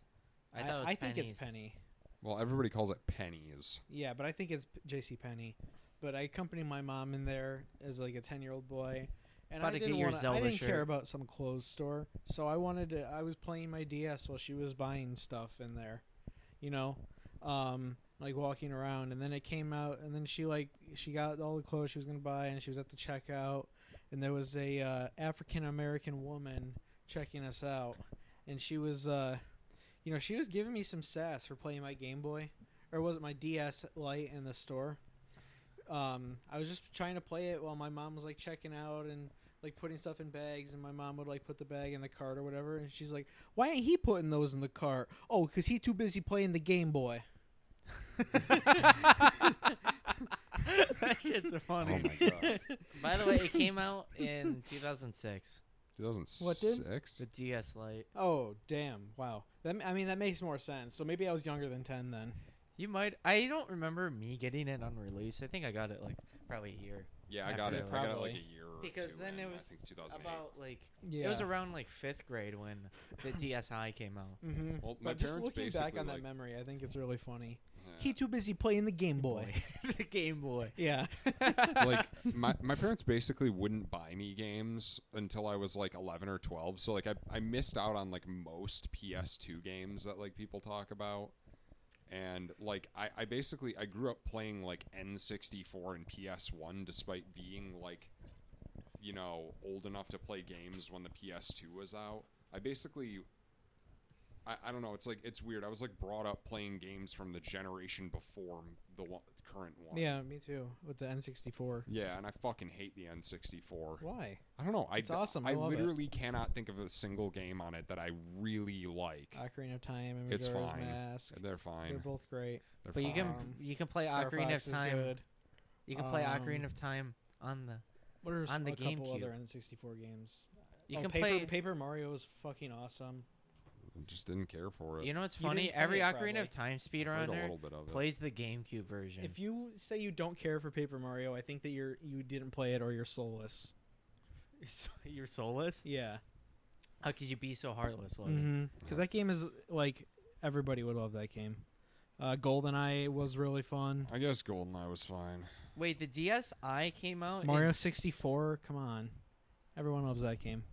A: I thought it was
B: I think it's
A: pennies.
B: Penny.
C: Well, everybody calls it pennies.
B: Yeah, but I think it's J.C. Penney. But I accompanied my mom in there as like a ten-year-old boy, and
A: About
B: I
A: to get
B: didn't,
A: your
B: wanna, I
A: Zelda
B: didn't
A: shirt.
B: care about some clothes store. So I wanted to. I was playing my DS while she was buying stuff in there, you know, um, like walking around. And then it came out, and then she like she got all the clothes she was gonna buy, and she was at the checkout, and there was a uh, African American woman checking us out, and she was, uh, you know, she was giving me some sass for playing my Game Boy, or was it my DS Lite in the store? Um, I was just trying to play it while my mom was like checking out and like putting stuff in bags, and my mom would like put the bag in the cart or whatever, and she's like, "Why ain't he putting those in the cart? Oh, cause he too busy playing the Game Boy."
A: that shit's funny.
C: Oh my god.
A: By the way, it came out in 2006.
C: 2006.
B: What did?
A: The DS Lite.
B: Oh, damn! Wow. That I mean, that makes more sense. So maybe I was younger than ten then.
A: You might. I don't remember me getting it on release. I think I got it like probably a year.
C: Yeah, I got
A: After
C: it. I got it like a
B: probably.
C: year or
A: Because
C: two
A: then
C: in,
A: it
C: I
A: was
C: think 2008.
A: About like
B: Yeah.
A: it was around like fifth grade when the DSi came out.
B: Mm-hmm.
C: Well, my
B: But just
C: parents
B: looking back
C: basically,
B: on
C: like-
B: that memory, I think it's really funny.
C: Yeah.
B: He too busy playing the Game Boy.
A: the Game Boy.
B: Yeah.
C: like my, my parents basically wouldn't buy me games until I was like 11 or 12. So like I, I missed out on like most PS2 games that like people talk about. And like I, I basically I grew up playing like N64 and PS1 despite being like you know old enough to play games when the PS2 was out. I basically I, I don't know, it's like it's weird. I was like brought up playing games from the generation before the one, current one.
B: yeah, me too. With the N64.
C: Yeah, and I fucking hate the N64.
B: Why?
C: I don't know. I,
B: It's awesome.
C: I,
B: I love it.
C: literally cannot think of a single game on it that I really like.
B: Ocarina of Time and
C: It's
B: Majora's
C: fine.
B: Mask.
C: They're
B: They're
C: fine.
B: both great.
C: They're
A: But you
C: fine.
A: can
B: Um,
A: you can play
B: Star
A: Ocarina
B: Fox
A: of
B: is
A: Time.
B: good.
A: You can play
B: Um,
A: Ocarina of Time on the.
B: What are
A: On
B: some,
A: the
B: a couple
A: GameCube.
B: other N64 games?
A: You
B: Oh,
A: can
B: Paper,
A: play.
B: Paper Mario is fucking awesome.
C: I just didn't care for it.
A: You know what's
B: You
A: funny?
B: didn't play
A: Every
B: it,
A: Ocarina
B: probably.
A: of Time
C: I played a
A: speedrunner
C: little bit of it.
A: plays the GameCube version.
B: If you say you don't care for Paper Mario, I think that you're you didn't play it or you're soulless.
A: You're soulless.
B: Yeah.
A: How could you be so heartless? Logan?
B: Mm-hmm. Because that game is like everybody would love that game. Uh, GoldenEye was really fun.
C: I guess GoldenEye was fine.
A: Wait, the DSi came out.
B: Mario
A: in-
B: 64, come on. Everyone loves that game.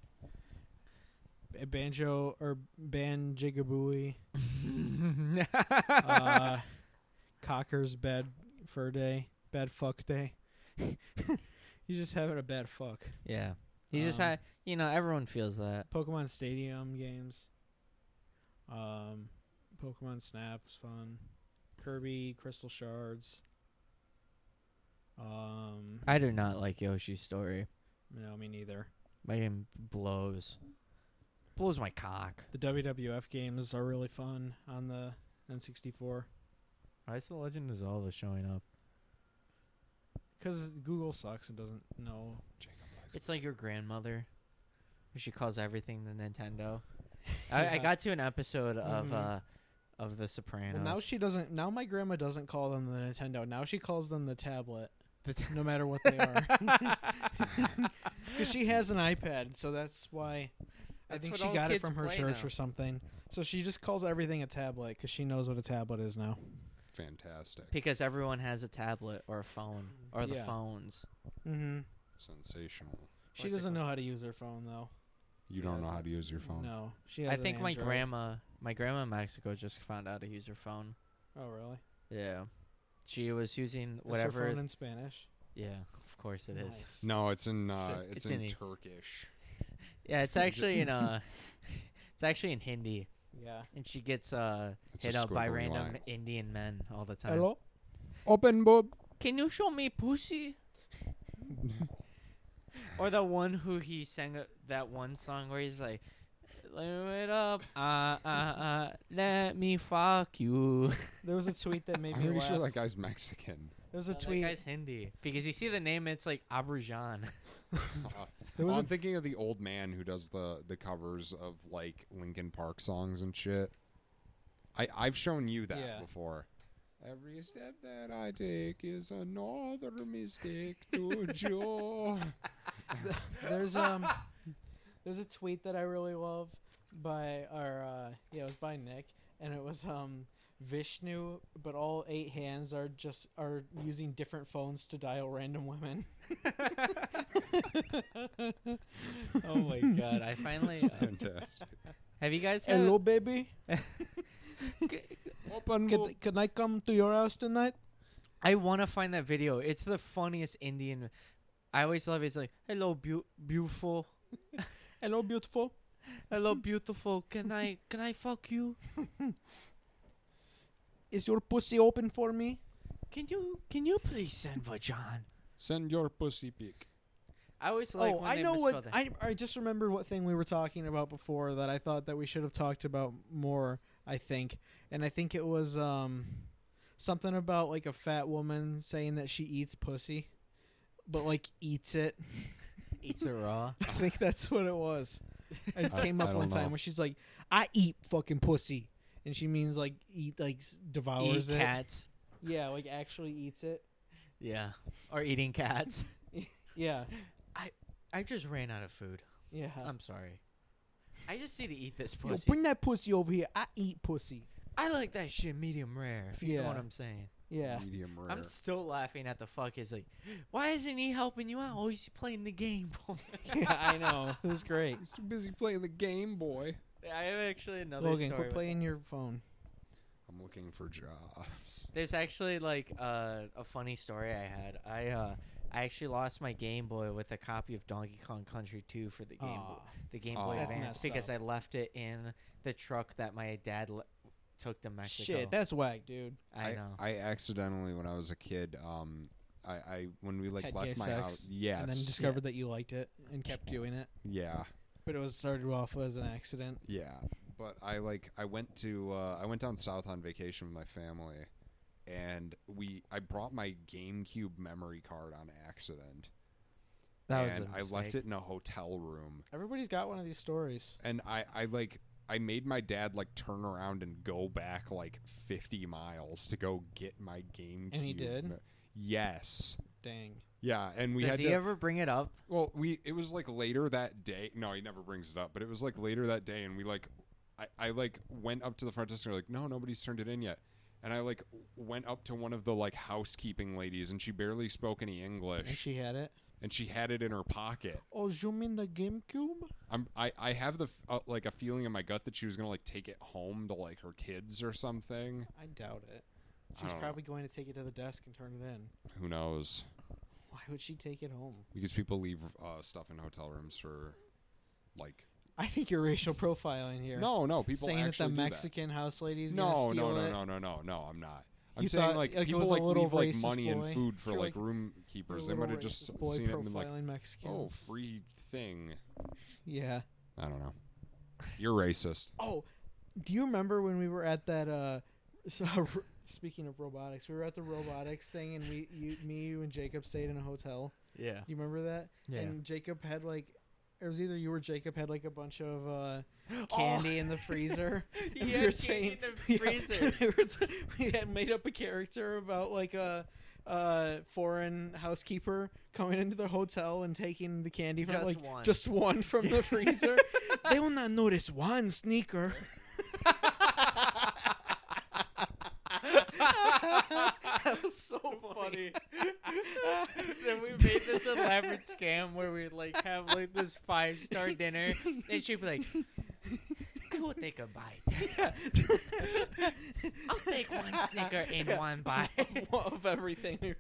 B: B- Banjo or Banjigabooey, uh, Cocker's Bad Fur Day, Bad Fuck Day. You're just having a bad fuck.
A: yeah, he just
B: Um,
A: had. You know, everyone feels that.
B: Pokemon Stadium games. Um, Pokemon Snap was fun. Kirby, Crystal Shards. Um,
A: I do not like Yoshi's story.
B: no, me neither.
A: My game blows. Blows my cock.
B: The WWF games are really fun on the N64
A: Why is the Legend of Zelda showing up?
B: because Google sucks and doesn't know.
C: Jacob likes
A: It's like your grandmother. She calls everything the Nintendo. I, I got to an episode of
B: Mhm.
A: uh of The Sopranos.
B: Well, now she doesn't. Now my grandma doesn't call them the Nintendo. Now she calls them the tablet.
A: But
B: no matter what they are. Because she has an iPad, so that's why I
A: That's
B: think
A: what
B: she
A: all
B: got it
A: kids
B: from her
A: play
B: church
A: now.
B: or something. So she just calls everything a tablet because she knows what a tablet is now.
C: Fantastic.
A: because everyone has a tablet or a phone or the
B: Yeah.
A: phones.
B: Mm-hmm.
C: Sensational.
A: What's
B: She
A: it
B: doesn't
A: called?
B: know how to use her phone though.
C: You
A: She
C: don't know
A: has
C: how
A: it.
C: to use your phone.
B: No, she. Has
A: I
B: an
A: think my
B: Android.
A: grandma, my grandma in Mexico just found out to use her phone.
B: Oh really?
A: Yeah, she was using
B: Is her
A: whatever.
B: phone in Spanish.
A: Yeah, of course it is.
B: Nice.
C: No, it's in uh,
A: So-
C: it's,
A: it's
C: in
A: in-
C: Turkish.
A: Yeah, it's actually in uh, it's actually in Hindi,
B: Yeah.
A: and she gets uh
C: It's
A: hit
C: just
A: up by
C: squiggly
A: random
C: lines.
A: Indian men all the time.
B: Hello.
C: Open boob.
A: Can you show me pussy? or the one who he sang uh, that one song where he's like, "Let it up, uh, uh, uh, let me fuck you."
B: There was a tweet that made
C: I'm
B: me
C: pretty
B: laugh.
C: sure that guy's Mexican.
B: there was
A: No,
B: a
A: that
B: tweet.
A: guy's Hindi because you see the name, it's like Abrujan.
B: There was
C: Well,
B: a
C: I'm thinking of the old man who does the the covers of like Linkin Park songs and shit. I I've shown you that
B: Yeah.
C: before. Every step that I take is another mistake to joy.
B: There's um there's a tweet that I really love by or uh yeah, it was by Nick and it was um Vishnu but all eight hands are just are using different phones to dial random women.
A: oh my god! I finally uh,
C: Fantastic.
A: have you guys. Had,
B: Hello baby.
C: Open boob.
B: Could, can I come to your house tonight?
A: I want to find that video. It's the funniest Indian. I always love it. It's like, "Hello, beau- beautiful.
B: Hello beautiful.
A: Hello, beautiful. Can I can I fuck you?
B: Is your pussy open for me?
A: Can you can you please send Vajan?
C: Send your pussy pic.
A: I always like.
B: oh,
A: when
B: I
A: they
B: know
A: misspell
B: what
A: that.
B: I, I just remembered what thing we were talking about before that I thought that we should have talked about more, I think. And I think it was um something about like a fat woman saying that she eats pussy but like eats it.
A: eats it raw.
B: I think that's what it was. It
C: I-
B: came up
C: I
B: one
C: don't
B: time
C: know.
B: where she's like, "I eat fucking pussy." And she means like eat like s-
A: Eat
B: devours it.
A: cats.
B: Yeah, like actually eats it.
A: Yeah, or eating cats.
B: Yeah.
A: I just ran out of food.
B: Yeah.
A: I'm sorry. I just need to eat this
B: Uh, Yo,
A: pussy.
B: bring that pussy over here. I eat pussy.
A: I like that shit medium rare. If you know what
B: Yeah.
A: I'm saying.
B: Yeah.
C: Medium rare.
A: I'm still laughing at the fuck. Is like, why isn't he helping you out? Oh, he's playing the game. boy."
B: yeah, I know. It was great.
C: He's too busy playing the Game Boy.
A: I have actually another
B: Logan,
A: story.
B: quit
A: with-
B: playing your phone.
C: I'm looking for jobs.
A: There's actually like uh, a funny story I had. I uh, I actually lost my Game Boy with a copy of Donkey Kong Country 2 for the Game Boy, the Game Boy
C: Aw. That's
A: Advance
B: messed
A: because
B: up.
A: I left it in the truck that my dad le- took to Mexico.
B: Shit, that's whack, dude.
A: I know.
C: I accidentally, when I was a kid, um, I, I when we like
B: Had gay
C: left my
B: sex,
C: house, yes,
B: And then discovered that you liked it and kept doing it.
C: yeah,
B: But it was started off as an accident.
C: yeah. But I like I went to uh, I went down south on vacation with my family, and we I brought my GameCube memory card on accident,
A: that was
C: and
A: a
C: I left
A: mistake.
C: it in a hotel room,
B: Everybody's got one of these stories.
C: and I I like. I made my dad like turn around and go back like 50 miles to go get my GameCube.
B: he did?
C: me- Yes.
B: Dang.
C: Yeah, and we
A: Does
C: had
A: he
C: to
A: ever bring it up?
C: Well, we it was like later that day. No, he never brings it up, but it was like later that day, and we like, I, I like went up to the front desk and were like, no, nobody's turned it in yet, and I like went up to one of the like housekeeping ladies, and she barely spoke any English,
B: And she had it.
C: had it in her pocket.
B: Oh, you mean the GameCube?
C: I'm I I have the f- uh, like a feeling in my gut that she was gonna like take it home to like her kids or something.
B: I doubt it.
C: I
B: She's
C: don't know.
B: probably going to take it to the desk and turn it in.
C: Who knows?
B: Why would she take it home?
C: Because people leave uh, stuff in hotel rooms for, like,
B: I think you're racial profiling here.
C: no, no, people
B: saying that
C: actually
B: the
C: do that.
B: Mexican house lady is gonna
C: no,
B: steal
C: no,
B: it.
C: no, no, no, no, no, I'm not. I'm
B: You
C: saying
B: thought,
C: like
B: like, it
C: people
B: was a
C: like
B: little
C: leave like
B: racist
C: money and
B: boy?
C: food for
B: You're
C: like,
B: like,
C: room
B: You're a
C: keepers. They
B: little
C: might have
B: racist
C: just
B: boy
C: seen it and been like,
B: profiling Mexicans.
C: "Oh, free thing."
B: Yeah.
C: I don't know. You're racist.
B: Oh, do you remember when we were at that? Uh, so speaking of robotics, we were at the robotics thing, and we, you, me, you, and Jacob stayed in a hotel.
A: Yeah.
B: Do you remember that?
A: Yeah.
B: And Jacob had like, it was either you or Jacob had like a bunch of uh, candy in the freezer.
A: Oh. he
B: and
A: had candy in the
B: yeah,
A: freezer.
B: we, were t- we had made up a character about like a. uh, foreign housekeeper coming into the hotel and taking the candy from
A: Just
B: like
A: one.
B: just one from the freezer. they will not notice one sneaker. that was so funny.
A: then we made this elaborate scam where we like have like this five star dinner, and she'd be like, "I will take a bite. I'll take one snicker in
B: Yeah.
A: one bite."
B: of, of everything. We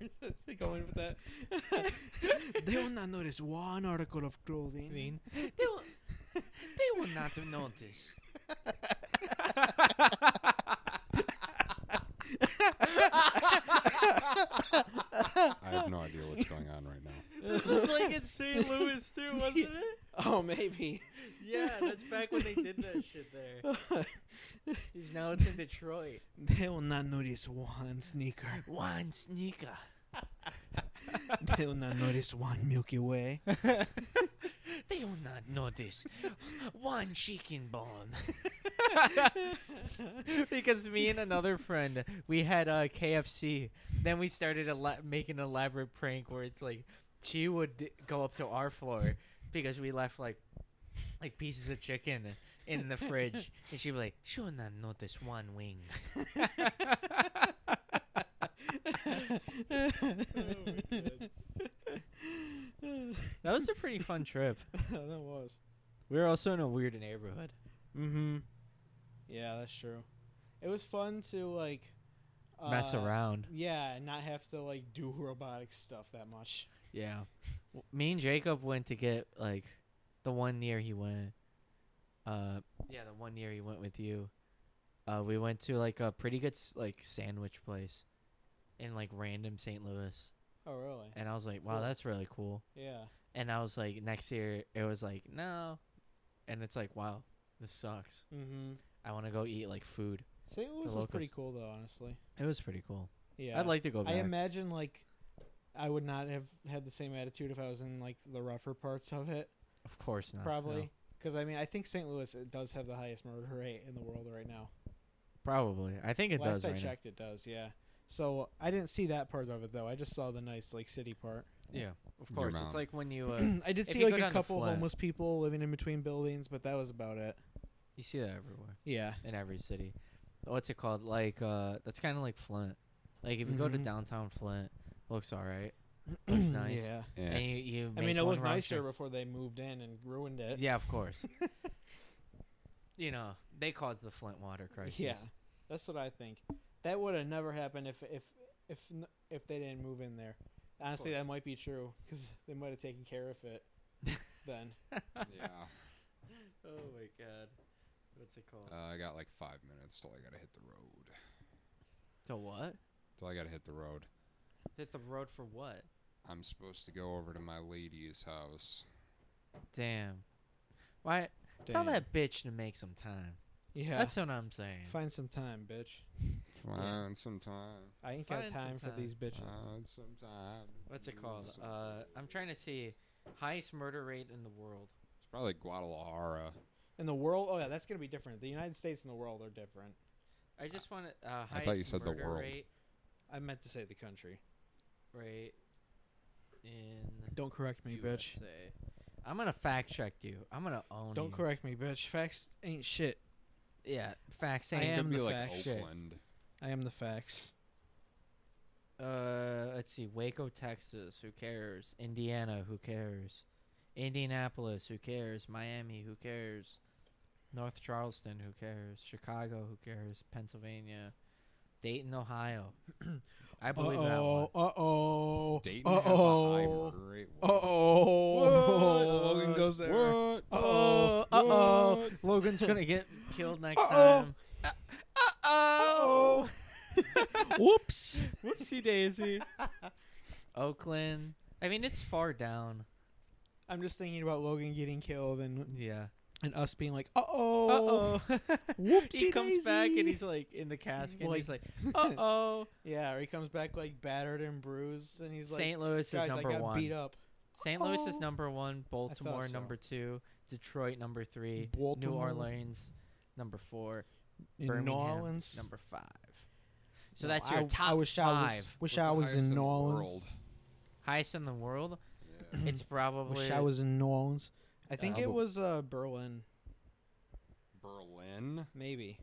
B: were going with that. they will not notice one article of clothing.
A: They will, they will not notice.
C: I have no idea what's going on right now.
A: This was like in St. Louis too, wasn't it?
B: oh, maybe.
A: Yeah, that's back when they did that shit there. Because now it's in Detroit.
B: they will not notice one sneaker.
A: One sneaker.
B: They will not notice one Milky Way.
A: They will not notice. One chicken bone. because me and another friend, we had uh, KFC. Then we started ela- making an elaborate prank where it's like she would d- go up to our floor because we left like like pieces of chicken in the fridge, and she'd be like, "She will not notice one wing."
B: Oh,
A: That was a pretty fun trip.
B: that was.
A: We were also in a weird neighborhood.
B: Mm-hmm. Yeah, that's true. It was fun to like
A: Mess
B: uh,
A: around.
B: Yeah, and not have to like do robotic stuff that much.
A: Yeah. W- Me and Jacob went to get like the one year he went. Uh yeah, the one year he went with you. Uh we went to like a pretty good s- like sandwich place in like random St. Louis.
B: Oh, really?
A: And I was like, "Wow,
B: Cool.
A: that's really cool."
B: Yeah.
A: And I was like, next year it was like, "No." And it's like, "Wow, this sucks.
B: Mm-hmm.
A: I want to go eat like food."
B: St. Louis is pretty
A: locals.
B: cool though, honestly.
A: It was pretty cool.
B: Yeah.
A: I'd like to go back.
B: I imagine like I would not have had the same attitude if I was in like the rougher parts of it,
A: of course not. no.
B: probably. Because I mean, I think St. Louis it does have the highest murder rate in the world right now.
A: Probably. I think it
B: Last
A: does
B: I
A: right now.
B: checked, it does. Yeah. So I didn't see that part of it though. I just saw the nice like city part.
A: Yeah. Of
C: Your
A: course.
C: mom.
A: It's like when you uh,
B: I did
A: if
B: see
A: you
B: like
A: go
B: a
A: down the
B: couple
A: flat-
B: homeless people living in between buildings, but that was about it.
A: you see that everywhere.
B: Yeah.
A: in every city. What's it called? Like uh that's kind of like Flint. Like if you go to
B: Mhm.
A: downtown Flint, looks all right. Looks nice.
B: Yeah.
C: Eh.
A: And you, you
B: I
A: make
B: mean, it
A: one
B: looked
A: round
B: nicer
A: trip-
B: before they moved in and ruined it.
A: Yeah, of course. you know they caused the Flint water crisis.
B: Yeah. That's what I think. That would have never happened if if if n- if they didn't move in there. Honestly,
A: course.
B: that might be true because they might have taken care of it then.
C: Yeah.
A: Oh my god. What's it called?
C: Uh, I got like five minutes till I gotta hit the road.
A: to what?
C: Till I gotta hit the road.
A: Hit the road for what?
C: I'm supposed to go over to my lady's house.
A: Damn. Why? Tell
B: Damn.
A: that bitch to make some time.
B: Yeah.
A: That's what I'm saying.
B: Find some time, bitch.
C: Find some time.
B: I ain't got
A: Find some
B: time for
A: time.
B: these bitches.
C: Find some time.
A: What's it called? Uh, I'm trying to see highest murder rate in the world.
C: It's probably Guadalajara.
B: in the world, oh yeah, that's gonna be different. The United States and the world are different.
A: I just want to. Uh,
C: I
A: highest
C: thought you said the
A: murder
C: world.
A: Rate,
B: I meant to say the country.
A: rate in
B: Don't correct me, bitch.
A: USA. I'm gonna fact check you. I'm gonna own.
B: Don't
A: you.
B: correct me, bitch. Facts ain't shit.
A: Yeah, facts.
B: I
A: ain't
B: am
C: Could be
B: the
C: like
B: facts.
A: Shit.
C: Oakland.
B: I am the facts.
A: Uh, let's see. Waco, Texas. Who cares? Indiana. Who cares? Indianapolis. Who cares? Miami. Who cares? North Charleston. Who cares? Chicago. Who cares? Pennsylvania. Dayton, Ohio. I believe that one.
B: Uh oh.
C: Dayton
B: Uh
C: has a high
B: oh.
C: murder rate.
B: Uh
C: What?
B: oh. Logan goes there.
C: What?
D: "Oh,
B: Uh-oh. Uh-oh.
A: Logan's gonna get killed next
B: Uh-oh.
A: time. Uh oh.
B: Whoops.
A: Whoopsie daisy. Oakland. I mean, it's far down.
B: I'm just thinking about Logan getting killed and
A: Yeah.
B: and us being like, uh oh.
A: Uh oh.
B: Whoopsie
A: he comes back and
B: daisy.
A: he's like in the casket. and
B: Like-
A: he's like, uh oh.
B: Yeah, or he comes back like battered and bruised and he's like,
A: St. Louis is
B: guys, I
A: number
B: got beat
A: one.
B: up.
A: St. Louis is
B: Oh.
A: number one. Baltimore
B: so.
A: number two. Detroit number three. New
B: Baltimore.
A: Orleans number four.
B: In New
A: Birmingham
B: Orleans.
A: number five. So
B: No,
A: that's your
B: I- I
A: top
B: wish I was-
A: five.
B: wish
C: What's
B: I
C: the
B: was
C: highest
B: in New
C: the
B: Orleans.
C: world?
A: Highest in the world.
C: Yeah.
A: it's probably.
B: Wish I was in New Orleans. I think
A: Uh,
B: it was uh, Berlin,
C: Berlin.
B: maybe,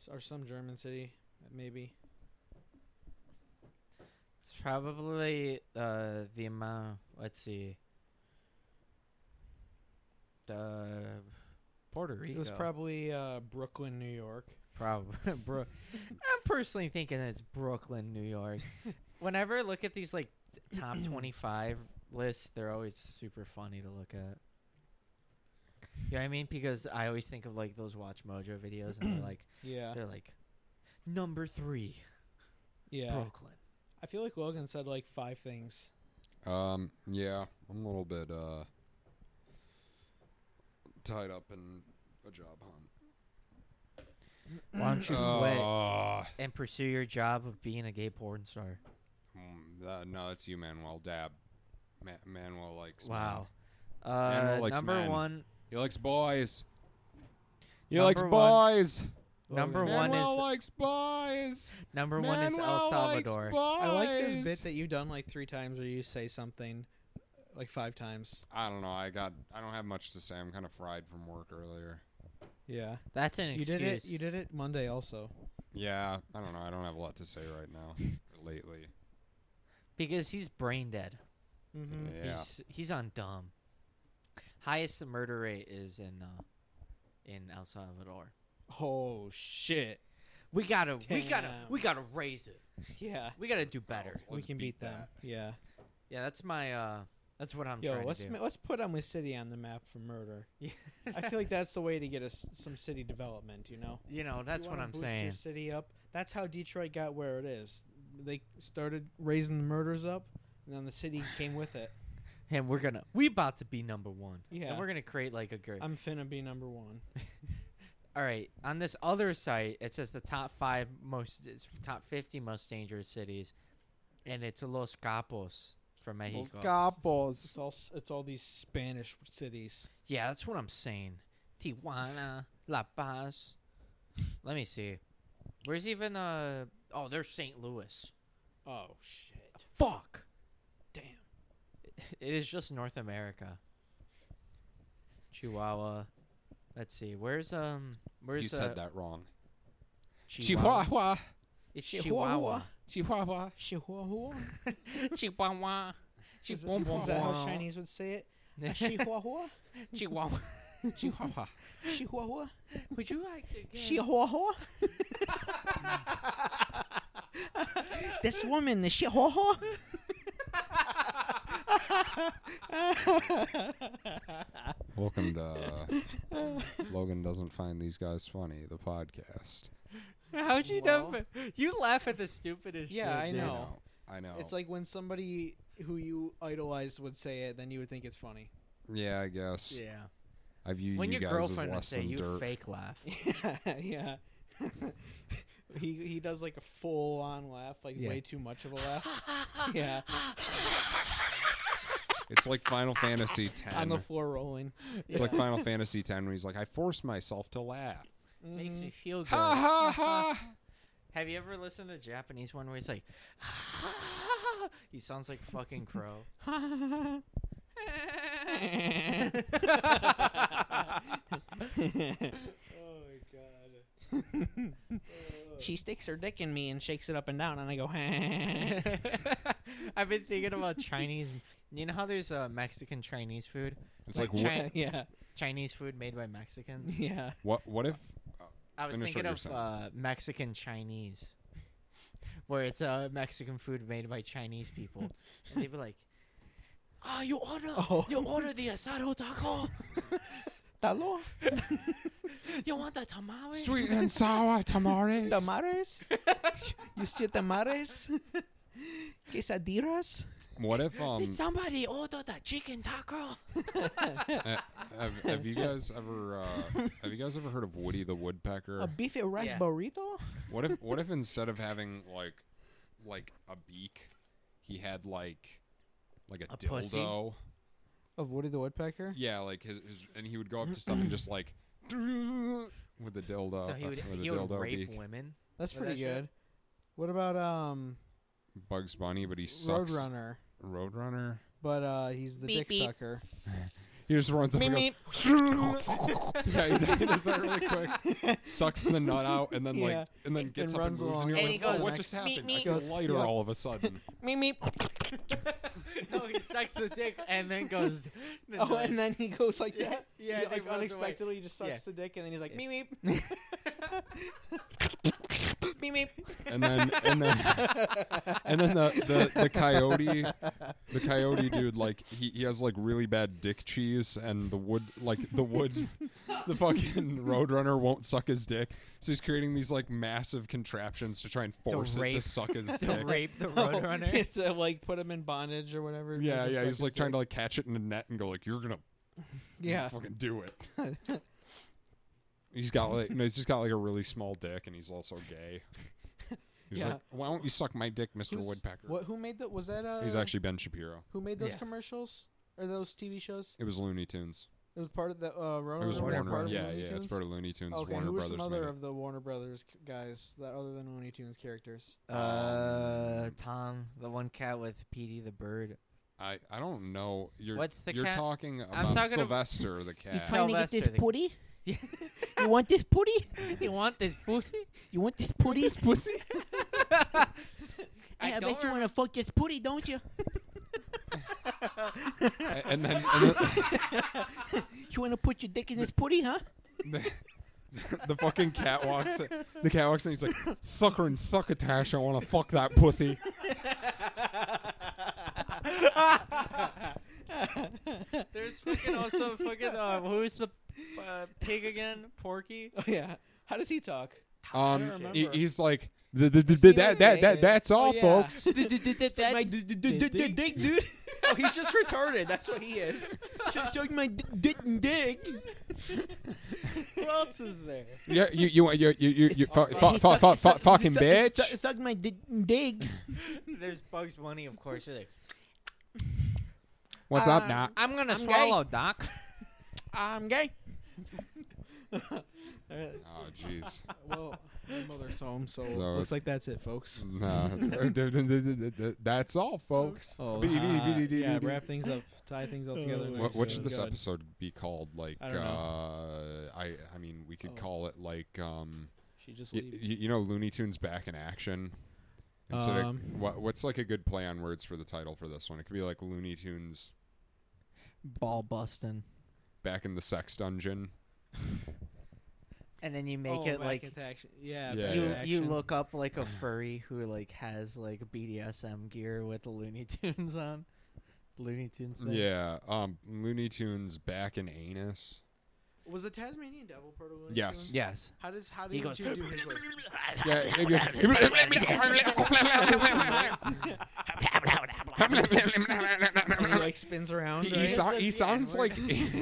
B: S- or some German city, maybe.
A: It's probably uh, the amount. Let's see. The Uh, Puerto Rico.
B: It was probably uh, Brooklyn, New York.
A: probably. Bro- I'm personally thinking it's Brooklyn, New York. Whenever I look at these like t- top 25 lists, they're always super funny to look at. You know what I mean? Because I always think of like those Watch Mojo videos, and they're like,
B: Yeah,
A: they're like, number three,
B: yeah.
A: Brooklyn.
B: I feel like Logan said like five things.
C: Um, yeah, I'm a little bit uh tied up in a job hunt.
A: Why don't you quit
C: Uh,
A: and pursue your job of being a gay porn star?
C: mm, uh, no, it's you, Manuel. Dab. Ma- Manuel likes. men.
A: Wow.
C: Manuel
A: Uh,
C: likes
A: number
C: men.
A: one,
C: He likes boys. He
A: Number
C: likes
A: one-
C: boys.
B: Oh,
A: number
B: Logan.
A: one
C: Manuel
A: is-
C: likes boys.
A: number one is
C: Manuel
A: El Salvador.
C: Likes boys.
B: I like this bit that you've done like three times, where you say something like five times.
C: I don't know. I got. I don't have much to say. I'm kind of fried from work earlier.
B: Yeah,
A: That's an excuse.
B: you did it. You did it Monday also.
C: Yeah, I don't know. I don't have a lot to say right now. or lately.
A: because he's brain dead.
B: Mm-hmm.
C: Yeah.
A: Mm, He's he's on dumb. Highest murder rate is in uh, in El Salvador.
B: Oh shit!
A: We gotta we gotta
B: Damn.
A: we gotta raise it.
B: Yeah,
A: We gotta do better.
C: Let's
B: we can beat,
C: beat
B: them.
C: that.
B: Yeah.
A: Yeah, that's my uh that's what I'm
B: Yo,
A: trying
B: let's
A: to do.
B: ma- let's put Elm City on the map for murder.
A: Yeah.
B: I feel like that's the way to get us some city development. You know,
A: you know, that's
B: You
A: what
B: wanna
A: I'm
B: boost Your
A: saying.
B: city up. That's how Detroit got where it is. They started raising the murders up, and then the city came with it.
A: And we're gonna we about to be number one.
B: Yeah.
A: And we're gonna create like a great
B: I'm finna be number one.
A: All right. On this other site, it says the top five most, it's top fifty most dangerous cities, and it's Los Capos from Mexico.
B: It's all s- it's all these Spanish cities.
A: Yeah, that's what I'm saying. Tijuana, La Paz. Let me see. Where's even uh? Oh, there's St. Louis.
B: Oh shit!
A: Fuck.
B: Damn.
A: It is just North America. Chihuahua. Let's see. Where's um? Where's
C: You
A: uh,
C: said that wrong.
A: Chihuahua.
C: Chihuahua.
A: It's Chihuahua.
B: Chihuahua.
C: Chihuahua.
B: Chihuahua.
A: Chihuahua.
B: Is that, is that how Chinese would say it? A Chihuahua.
A: Chihuahua.
C: Chihuahua.
B: Chihuahua.
A: Would you like to get
B: Chihuahua. this woman, the Chihuahua.
C: Welcome to uh, Logan doesn't find these guys funny. The podcast.
A: How'd you
B: Well.
A: know? You laugh at the stupidest
B: Yeah, I
A: shit. dude.
B: know.
C: I know.
B: It's like when somebody who you idolize would say it, then you would think it's funny.
C: yeah, I guess.
A: Yeah.
C: I view
A: when
C: you
A: your
C: guys as
A: girlfriend would
C: less
A: say
C: than
A: you
C: dirt.
A: fake laugh.
B: yeah, yeah. he he does like a full on laugh, like
A: Yeah.
B: way too much of a laugh. yeah,
C: It's like Final Fantasy X.
B: on the floor rolling.
C: it's like Final Fantasy X when he's like, I force myself to laugh.
A: Makes me feel good.
C: Ha ha ha.
A: Have you ever listened to the Japanese one where he's like, he sounds like fucking Crow.
B: Mhm. oh my god. she sticks her dick in me and shakes it up and down, and I go.
A: I've been thinking about Chinese. You know how there's uh, Mexican Chinese food,
C: It's like,
A: Like
C: what,
A: Chi-
B: yeah,
A: Chinese food made by Mexicans.
B: yeah.
C: what? What if?
A: I was
C: Finish what
A: thinking
C: you're
A: of
C: saying.
A: uh, Mexican Chinese, where it's uh, Mexican food made by Chinese people, and they'd be like, "Ah, you order,
B: Oh.
A: you order the asado taco.
B: Talo,
A: You want the tamale?
C: Sweet and sour tamales.
B: tamares. you see tamares, quesadillas.
C: What if um?
A: Did somebody order the chicken taco?
C: Uh, have, have you guys ever uh, have you guys ever heard of Woody the Woodpecker?
B: A beefy rice
A: Yeah.
B: burrito.
C: What if what if instead of having like like a beak, he had like like a,
A: A
C: dildo?
A: pussy?
B: Of Woody the Woodpecker.
C: Yeah, like his, his and he would go up to stuff and just like with with the dildo.
A: so he
C: uh,
A: would
C: with a
A: he would
C: dildo
A: rape
C: beak.
A: women.
B: That's
A: With that
B: pretty
A: shit?
B: good. What about um
C: Bugs Bunny, but he sucks.
B: Roadrunner?
C: Roadrunner.
B: But uh he's the
A: Beep,
B: dick
A: beep.
B: sucker.
C: He just runs up and goes.
B: Meep,
C: yeah, he does- he does that really quick. Sucks the nut out and then
B: Yeah.
C: like and then gets
B: And
C: up
B: runs
C: and moves
B: along.
C: and you're
A: And
C: like,
A: he
C: oh,
A: goes,
C: what just
A: "Meep,
C: happened?
A: meep."
C: I got
B: Goes,
C: lighter
B: "Yup."
C: all of a sudden.
B: meep, meep.
A: no, he sucks the dick and then goes.
B: Oh, and then he goes like
A: Yeah,
B: that.
A: yeah,
B: He,
A: and he
B: like
A: runs away.
B: unexpectedly, he just sucks
A: Yeah.
B: the dick, and then he's like
A: Yeah.
B: meep
A: then
B: meep, meep
C: And then and then
B: meep.
C: and then the, the, the coyote the coyote dude like he, he has like really bad dick cheese and the wood like the wood the fucking roadrunner won't suck his dick so he's creating these like massive contraptions to try and force it to
A: rape-
C: suck his
A: to
C: dick
A: rape the
B: Oh,
A: roadrunner.
B: It's uh, like put him in bondage or whatever. make
C: yeah
B: him
C: yeah
B: suck
C: he's
B: his
C: like trying to
B: dick.
C: like catch it in a net and go like you're gonna
B: yeah.
C: fucking do it he's got like no he's just got like a really small dick and he's also gay he's
B: Yeah.
C: like why won't you suck my dick mr
B: Who's-
C: woodpecker
B: What? Who made that? Was that? Uh,
C: he's actually ben shapiro
B: who made those
A: Yeah.
B: commercials or those TV shows?
C: it was looney tunes
B: It was part of the uh, Roadrunner.
C: It was
A: Warner
C: Warner.
A: Brothers.
C: yeah,
B: Looney
C: yeah, it's
B: Tunes?
C: part of Looney Tunes.
B: Okay,
C: Warner
B: who were
C: Brothers.
B: some
C: made
B: other
C: it.
B: of the Warner Brothers c- guys that other than Looney Tunes characters?
A: Uh, Tom, the one cat with Petey the bird.
C: I I don't know. You're
A: What's the
C: you're
A: cat?
C: talking
A: I'm
C: about
A: talking ab-
C: Sylvester the cat.
A: trying to get this Sylvester the-
D: putty?
A: Yeah.
D: You want this putty?
A: You want this pussy?
D: You want this putty?
C: pussy.
A: I
D: I,
A: don't
D: bet you
A: remember-
D: want to fuck this putty, don't you?
C: and then, and then
D: You want to put your dick in this putty, huh?
C: the, the fucking cat walks. in- The cat walks in. He's like, "Fucker and thuckatash, I want to fuck that pussy."
A: There's fucking also fucking uh, who's the uh, pig again? Porky.
B: Oh yeah. How does he talk?
C: Um, he-
B: remember.
C: he's like, "Th- th- th-
B: the
C: th- "That that
B: internet,
C: that
B: man.
C: that's
B: Oh,
C: all,
B: yeah.
C: folks."
D: That's-
B: Dig, dude. Oh, he's just retarded. That's what he is.
D: Suck- Suck my d- dick and dig.
A: Who else is there?
C: Yeah, you you you you you, you fuck fuck fuck fuck
D: Suck- suck-
C: fuck fucking
D: suck-
C: bitch.
D: suck- Suck my dick and dig.
A: There's Bugs Bunny, of course. They're like,
C: What's up, Doc?
A: I'm gonna
D: gay.
A: swallow, Doc.
D: I'm gay.
C: Oh jeez.
B: Well, my mother's home, so,
C: So Mm.
B: looks like that's it, folks.
C: No, that's all, folks.
B: Oh,
C: Bee- bee-
B: uh,
C: bee- bee-
B: yeah.
C: bee-
B: Wrap things up. Tie things all together. uh,
D: What-
B: nice
C: What, what
B: and
C: should this
B: good.
C: episode be called? Like,
B: I
C: I
B: don't know.
C: uh, I, I mean, we could
B: Oh.
C: call it like, um,
B: She just.
C: y- y-
B: leave.
C: you know, Looney Tunes back in action. Instead of-
B: Um.
C: what, what's like a good play on words for the title for this one? It could be like Looney Tunes
A: Ball busting.
C: back in the sex dungeon.
A: And then you make
B: Oh,
A: it
B: back
A: like
B: into action. Yeah.
C: Yeah,
B: back
A: you
B: into
A: you
B: action.
A: look up like a furry who like has like BDSM gear with the Looney Tunes on. Looney Tunes. Thing.
C: Yeah, um, Looney Tunes back in anus.
B: Was the Tasmanian devil part of Looney
C: Yes.
B: Tunes?
A: Yes.
B: How does how
A: He
B: did
A: goes,
B: you do his voice?
C: Yeah,
B: And he like spins around.
C: he, he,
B: right?
C: so- he sounds like
B: he,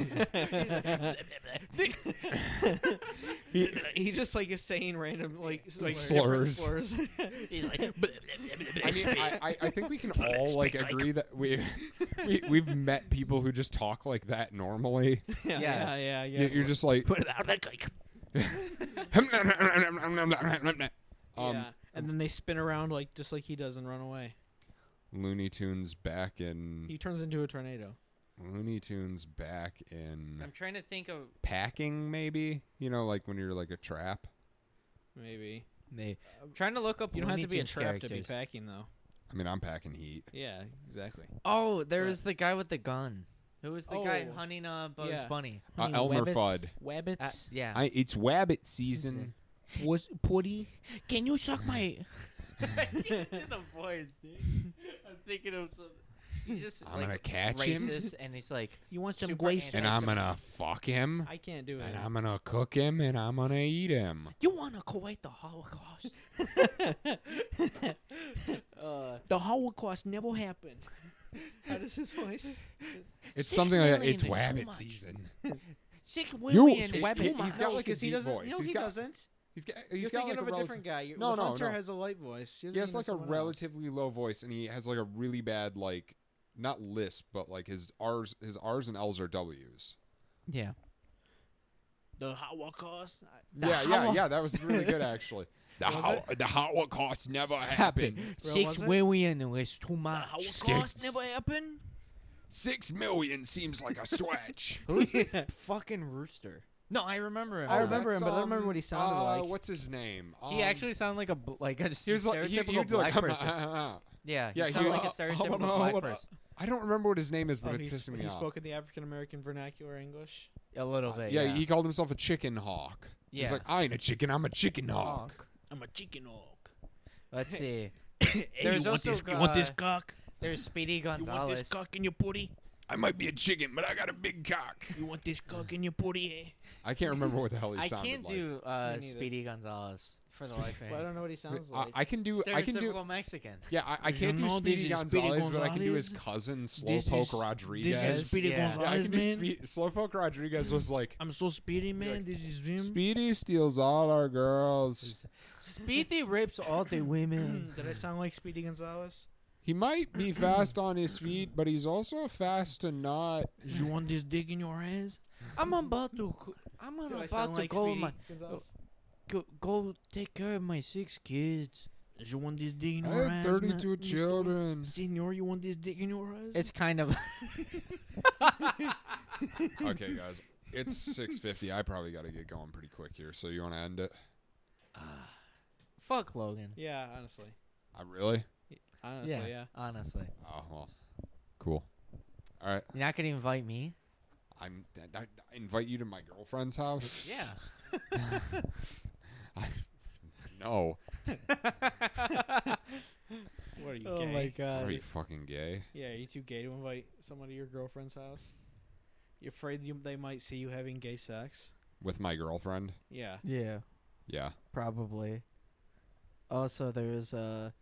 B: he just like is saying random like s- like
C: Slurs.
B: different slurs.
D: He's like,
C: I mean, I, I, I think we can all like agree that we, we we've met people who just talk like that normally.
B: yeah, yeah, yeah,
C: You- You're just like, um,
B: yeah. And then they spin around like just like he does and run away.
C: Looney Tunes back in
B: He turns into a tornado.
C: Looney Tunes back in
A: I'm trying to think of
C: packing maybe. You know, like when you're like a trap.
B: Maybe
A: they. I'm trying to look up.
B: you don't
A: Looney
B: have to be a
A: Tunes
B: trap to be
A: characters.
B: packing though.
C: I mean, I'm packing heat.
B: Yeah, exactly.
A: Oh, there
B: But-
A: was the guy with the gun. Who was the guy
B: Oh.
A: hunting uh, Bugs
B: Yeah.
A: Bunny?
C: Uh, Elmer Fudd.
D: Wabbits.
A: Uh, yeah.
C: I, it's rabbit season.
D: was putty. Can you suck my?
A: the voice, dude. I'm thinking of something. He's just
C: I'm
A: like
C: gonna catch him,
A: racist, and he's like,
D: You want some
A: Super
D: grace?
A: anti-
C: and I'm gonna fuck him,
B: I can't do it.
C: and I'm gonna cook him, and I'm gonna eat him.
D: You want to Kuwait the Holocaust?
B: uh,
D: The Holocaust never happened.
B: how does his voice?
C: It's
D: Six
C: something like that.
D: million
C: It's
D: is too
C: rabbit
D: much.
C: season.
D: Six
C: You-
D: women is
C: it's
D: weapon.
B: Oh
C: too much. He's got, like, a
B: because he
C: deep
B: doesn't.
C: voice.
B: No,
C: He's
B: he
C: got-
B: doesn't.
C: He's got he's
B: You're
C: got
B: thinking
C: like
B: of a,
C: relative-
B: different guy. You're,
C: No,
B: the
C: no,
B: Hunter
C: no.
B: has a light voice. You're
C: He has
B: thinking
C: like
B: of
C: a
B: someone else.
C: relatively low voice, and he has like a really bad like not lisp, but like his R's his R's and L's are W's.
A: yeah.
D: the Holocaust. I-
C: yeah, yeah,
A: Howa-
C: yeah. That was really good, actually. The
B: Was
C: how the Holocaust never happened.
B: Where
A: Six
B: was it?
A: million is too
D: The
A: much.
D: Holocaust
C: sticks.
D: Uh, never happened.
C: Six million seems like a stretch.
A: Who's this fucking rooster? Oh, No, I remember him.
B: I
A: now.
B: remember
C: that's,
B: him, but I don't remember what he sounded
C: uh,
B: like.
C: What's his name?
A: He
C: Um,
A: actually sounded like a bl- like a
C: He was like,
A: stereotypical
C: he, he did
A: black
C: like, "Hum,
A: person.
C: uh, uh, uh."
A: yeah, he
C: yeah, he-
A: sounded like a
C: uh,
A: stereotypical
C: uh,
A: black
C: uh,
A: person.
C: I don't remember what his name is, but
B: Oh,
C: it
B: he's-
C: pissed me
B: he
C: off.
B: spoke in the African American vernacular English.
A: A little
C: Uh,
A: bit.
C: yeah,
A: yeah.
C: he called himself a chicken hawk.
A: Yeah.
C: He's like, I ain't a chicken, I'm a chicken hawk.
D: I'm a chicken hawk.
A: Let's see.
D: hey,
A: There's
D: you want
A: also
D: this? You want this
A: guy-
D: cock?
A: There's Speedy
D: You want this
A: Gonzalez.
D: cock in your booty?
C: I might be a chicken, but I got a big cock.
D: You want this cock in your booty? Eh?
C: I can't remember what the hell he
A: I
C: sounded
A: can't
C: like.
A: do uh,
B: Me neither.
A: Speedy Gonzalez for the
C: Speedy-
A: life of
B: Well, I
A: me.
B: don't know what he sounds
C: I,
B: like.
C: I can do. I can do.
A: Stereotypical Mexican.
C: Yeah, I, I
D: You
C: can't do
D: know this
C: Speedy
D: is
C: Gonzalez,
D: Speedy
C: but I can do his
D: Gonzalez?
C: cousin
D: This
C: Slowpoke
D: is-
C: Rodriguez.
D: This is Speedy
A: Yeah.
C: yeah, I
D: Gonzalez,
C: can do
D: man.
C: Spe- Slowpoke Rodriguez was like,
D: I'm so speedy, man. This is him.
C: Speedy steals all our girls.
A: Speedy rapes all the women.
B: Did I sound like Speedy Gonzalez?
C: He might be fast on his feet, but he's also fast to not.
D: you want this dick in your ass?
A: I'm about to. co- I'm
B: Did I
A: about
B: sound
A: to
B: like
A: go,
B: Speedy
A: my,
B: Gonzalez?
A: go go take care of my six kids.
D: You want this dick in
C: I
D: your
C: have
D: ass?
C: 32
D: Mr.
C: children.
D: Senor, you want this dick in your ass?
A: It's kind of.
C: okay, guys, it's 6:50. I probably got to get going pretty quick here. So you want to end it?
A: uh, Fuck Logan.
B: Yeah, honestly.
C: I really?
B: Honestly, yeah.
A: Honestly,
C: Oh well, cool. All right,
A: you're not gonna invite me.
C: I'm. I, I invite you to my girlfriend's house. No.
B: What are you,
A: oh
B: gay?
A: my
C: Are
A: god.
C: you fucking gay?
B: Yeah, are you too gay to invite someone to your girlfriend's house? You're afraid you, they might see you having gay sex?
C: With my girlfriend?
B: Yeah.
A: Yeah,
C: Yeah.
A: probably. Also, there was a.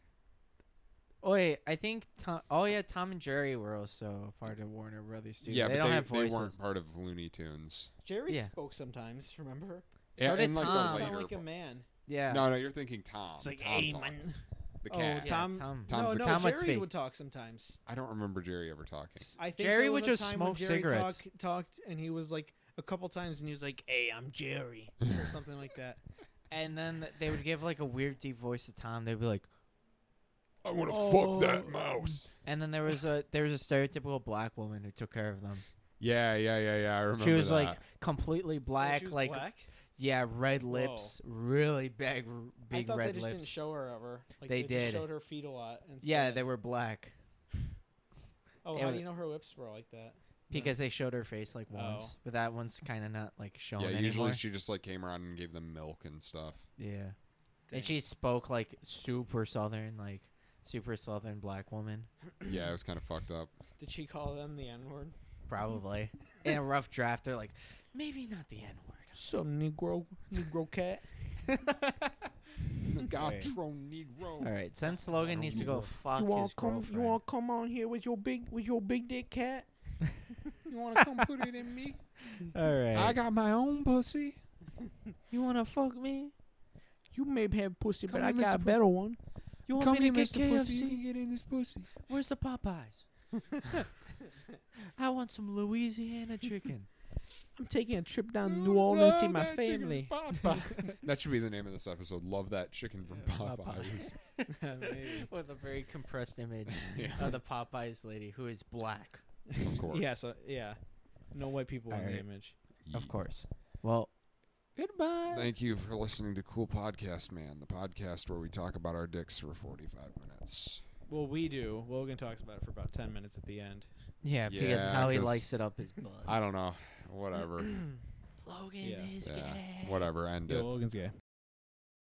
A: Oh wait, I think Tom. Oh yeah, Tom and Jerry were also part of Warner Brothers Studio.
C: yeah,
A: they
C: but
A: don't
C: they,
A: have voices.
C: they weren't part of Looney Tunes.
B: Jerry
A: Yeah. Oh,
B: spoke sometimes, remember?
A: So did
C: the
A: Tom.
B: sound
C: later
B: like a
C: part.
B: man.
A: Yeah.
C: No, no, you're thinking Tom.
D: It's like,
C: Tom
D: hey,
C: talked.
D: man.
C: The
B: Oh,
C: cat.
A: Yeah,
B: Tom-
A: Tom.
C: Tom's
B: no,
C: the
B: no,
A: Tom would
B: Jerry
A: speak.
B: would talk sometimes.
C: I don't remember Jerry ever talking.
A: S-
B: I think
A: Jerry
B: there
A: would
B: was a
A: just
B: time when
A: smoke
B: Jerry
A: cigarettes.
B: Talk, talked, and he was like a couple times, and he was like,
D: Hey, I'm Jerry.
B: or something like that.
A: And then they would give like a weird deep voice to Tom. They'd be like,
C: I want to
B: fuck that Oh.
C: mouse.
A: and then there was a there was a stereotypical black woman who took care of them.
C: Yeah, yeah, yeah, yeah. I remember
A: She was
C: that.
A: like completely
B: Oh,
A: black,
B: she was
A: like
B: black?
A: yeah, red lips, really big, r-
B: I
A: big
B: thought they
A: red
B: just
A: lips.
B: didn't show her ever. Like,
A: They
B: just
A: did.
B: showed her feet a lot. And
A: yeah,
B: stuff.
A: they were black
B: Oh,
A: it
B: how
A: was-
B: do you know her lips were like that?
A: because they showed her face like
B: Oh.
A: once, but that one's kind of not like shown
C: yeah,
A: anymore.
C: usually she just like came around and gave them milk and stuff.
A: yeah,
B: Damn.
A: and she spoke like super southern, like super southern black woman,
C: Yeah, it was kind of fucked up.
B: Did she call them the N word?
A: probably in a rough draft. They're like, maybe not the N word.
B: Some Negro, Negro cat.
C: Gatro Negro.
A: All right, since Logan
C: don't
A: needs to
C: need
A: go
C: her.
A: fuck his girlfriend.
B: come on here with your big, with your big dick cat?
C: You want to come put it in me?
A: All right,
C: I got my own pussy.
A: you wanna fuck me?
B: You may have pussy,
C: Come here, Mr. Pussy.
B: one.
A: You want
C: Come
A: me
C: here,
A: to get
C: Mr.
A: KFC?
C: Pussy. You can get in this pussy.
A: Where's the Popeyes? I want some Louisiana chicken.
B: I'm taking a trip down
C: Ooh,
B: to New Orleans to see
C: love
B: my
C: that chicken
B: family.
C: Popeye. that should be the name of this episode. Love that chicken from
A: Yeah, Popeye.
C: Popeyes.
B: Maybe.
A: With a very compressed image
C: Yeah.
A: of the Popeyes lady who is black.
C: of course.
B: Yeah, so yeah, no white people in
A: Alright.
B: the image.
A: Of course. Well, goodbye.
C: Thank you for listening to Cool Podcast Man, the podcast where we talk about our dicks for 45 minutes.
B: Well, we do. Logan talks about it for about ten minutes at the end.
A: yeah, because
C: Yeah,
A: how he
C: 'cause
A: likes it up his butt.
C: I don't know. Whatever.
A: Logan
B: Yeah.
A: is
C: yeah.
A: gay.
C: Whatever. End
B: Yeah,
C: it.
B: Logan's gay.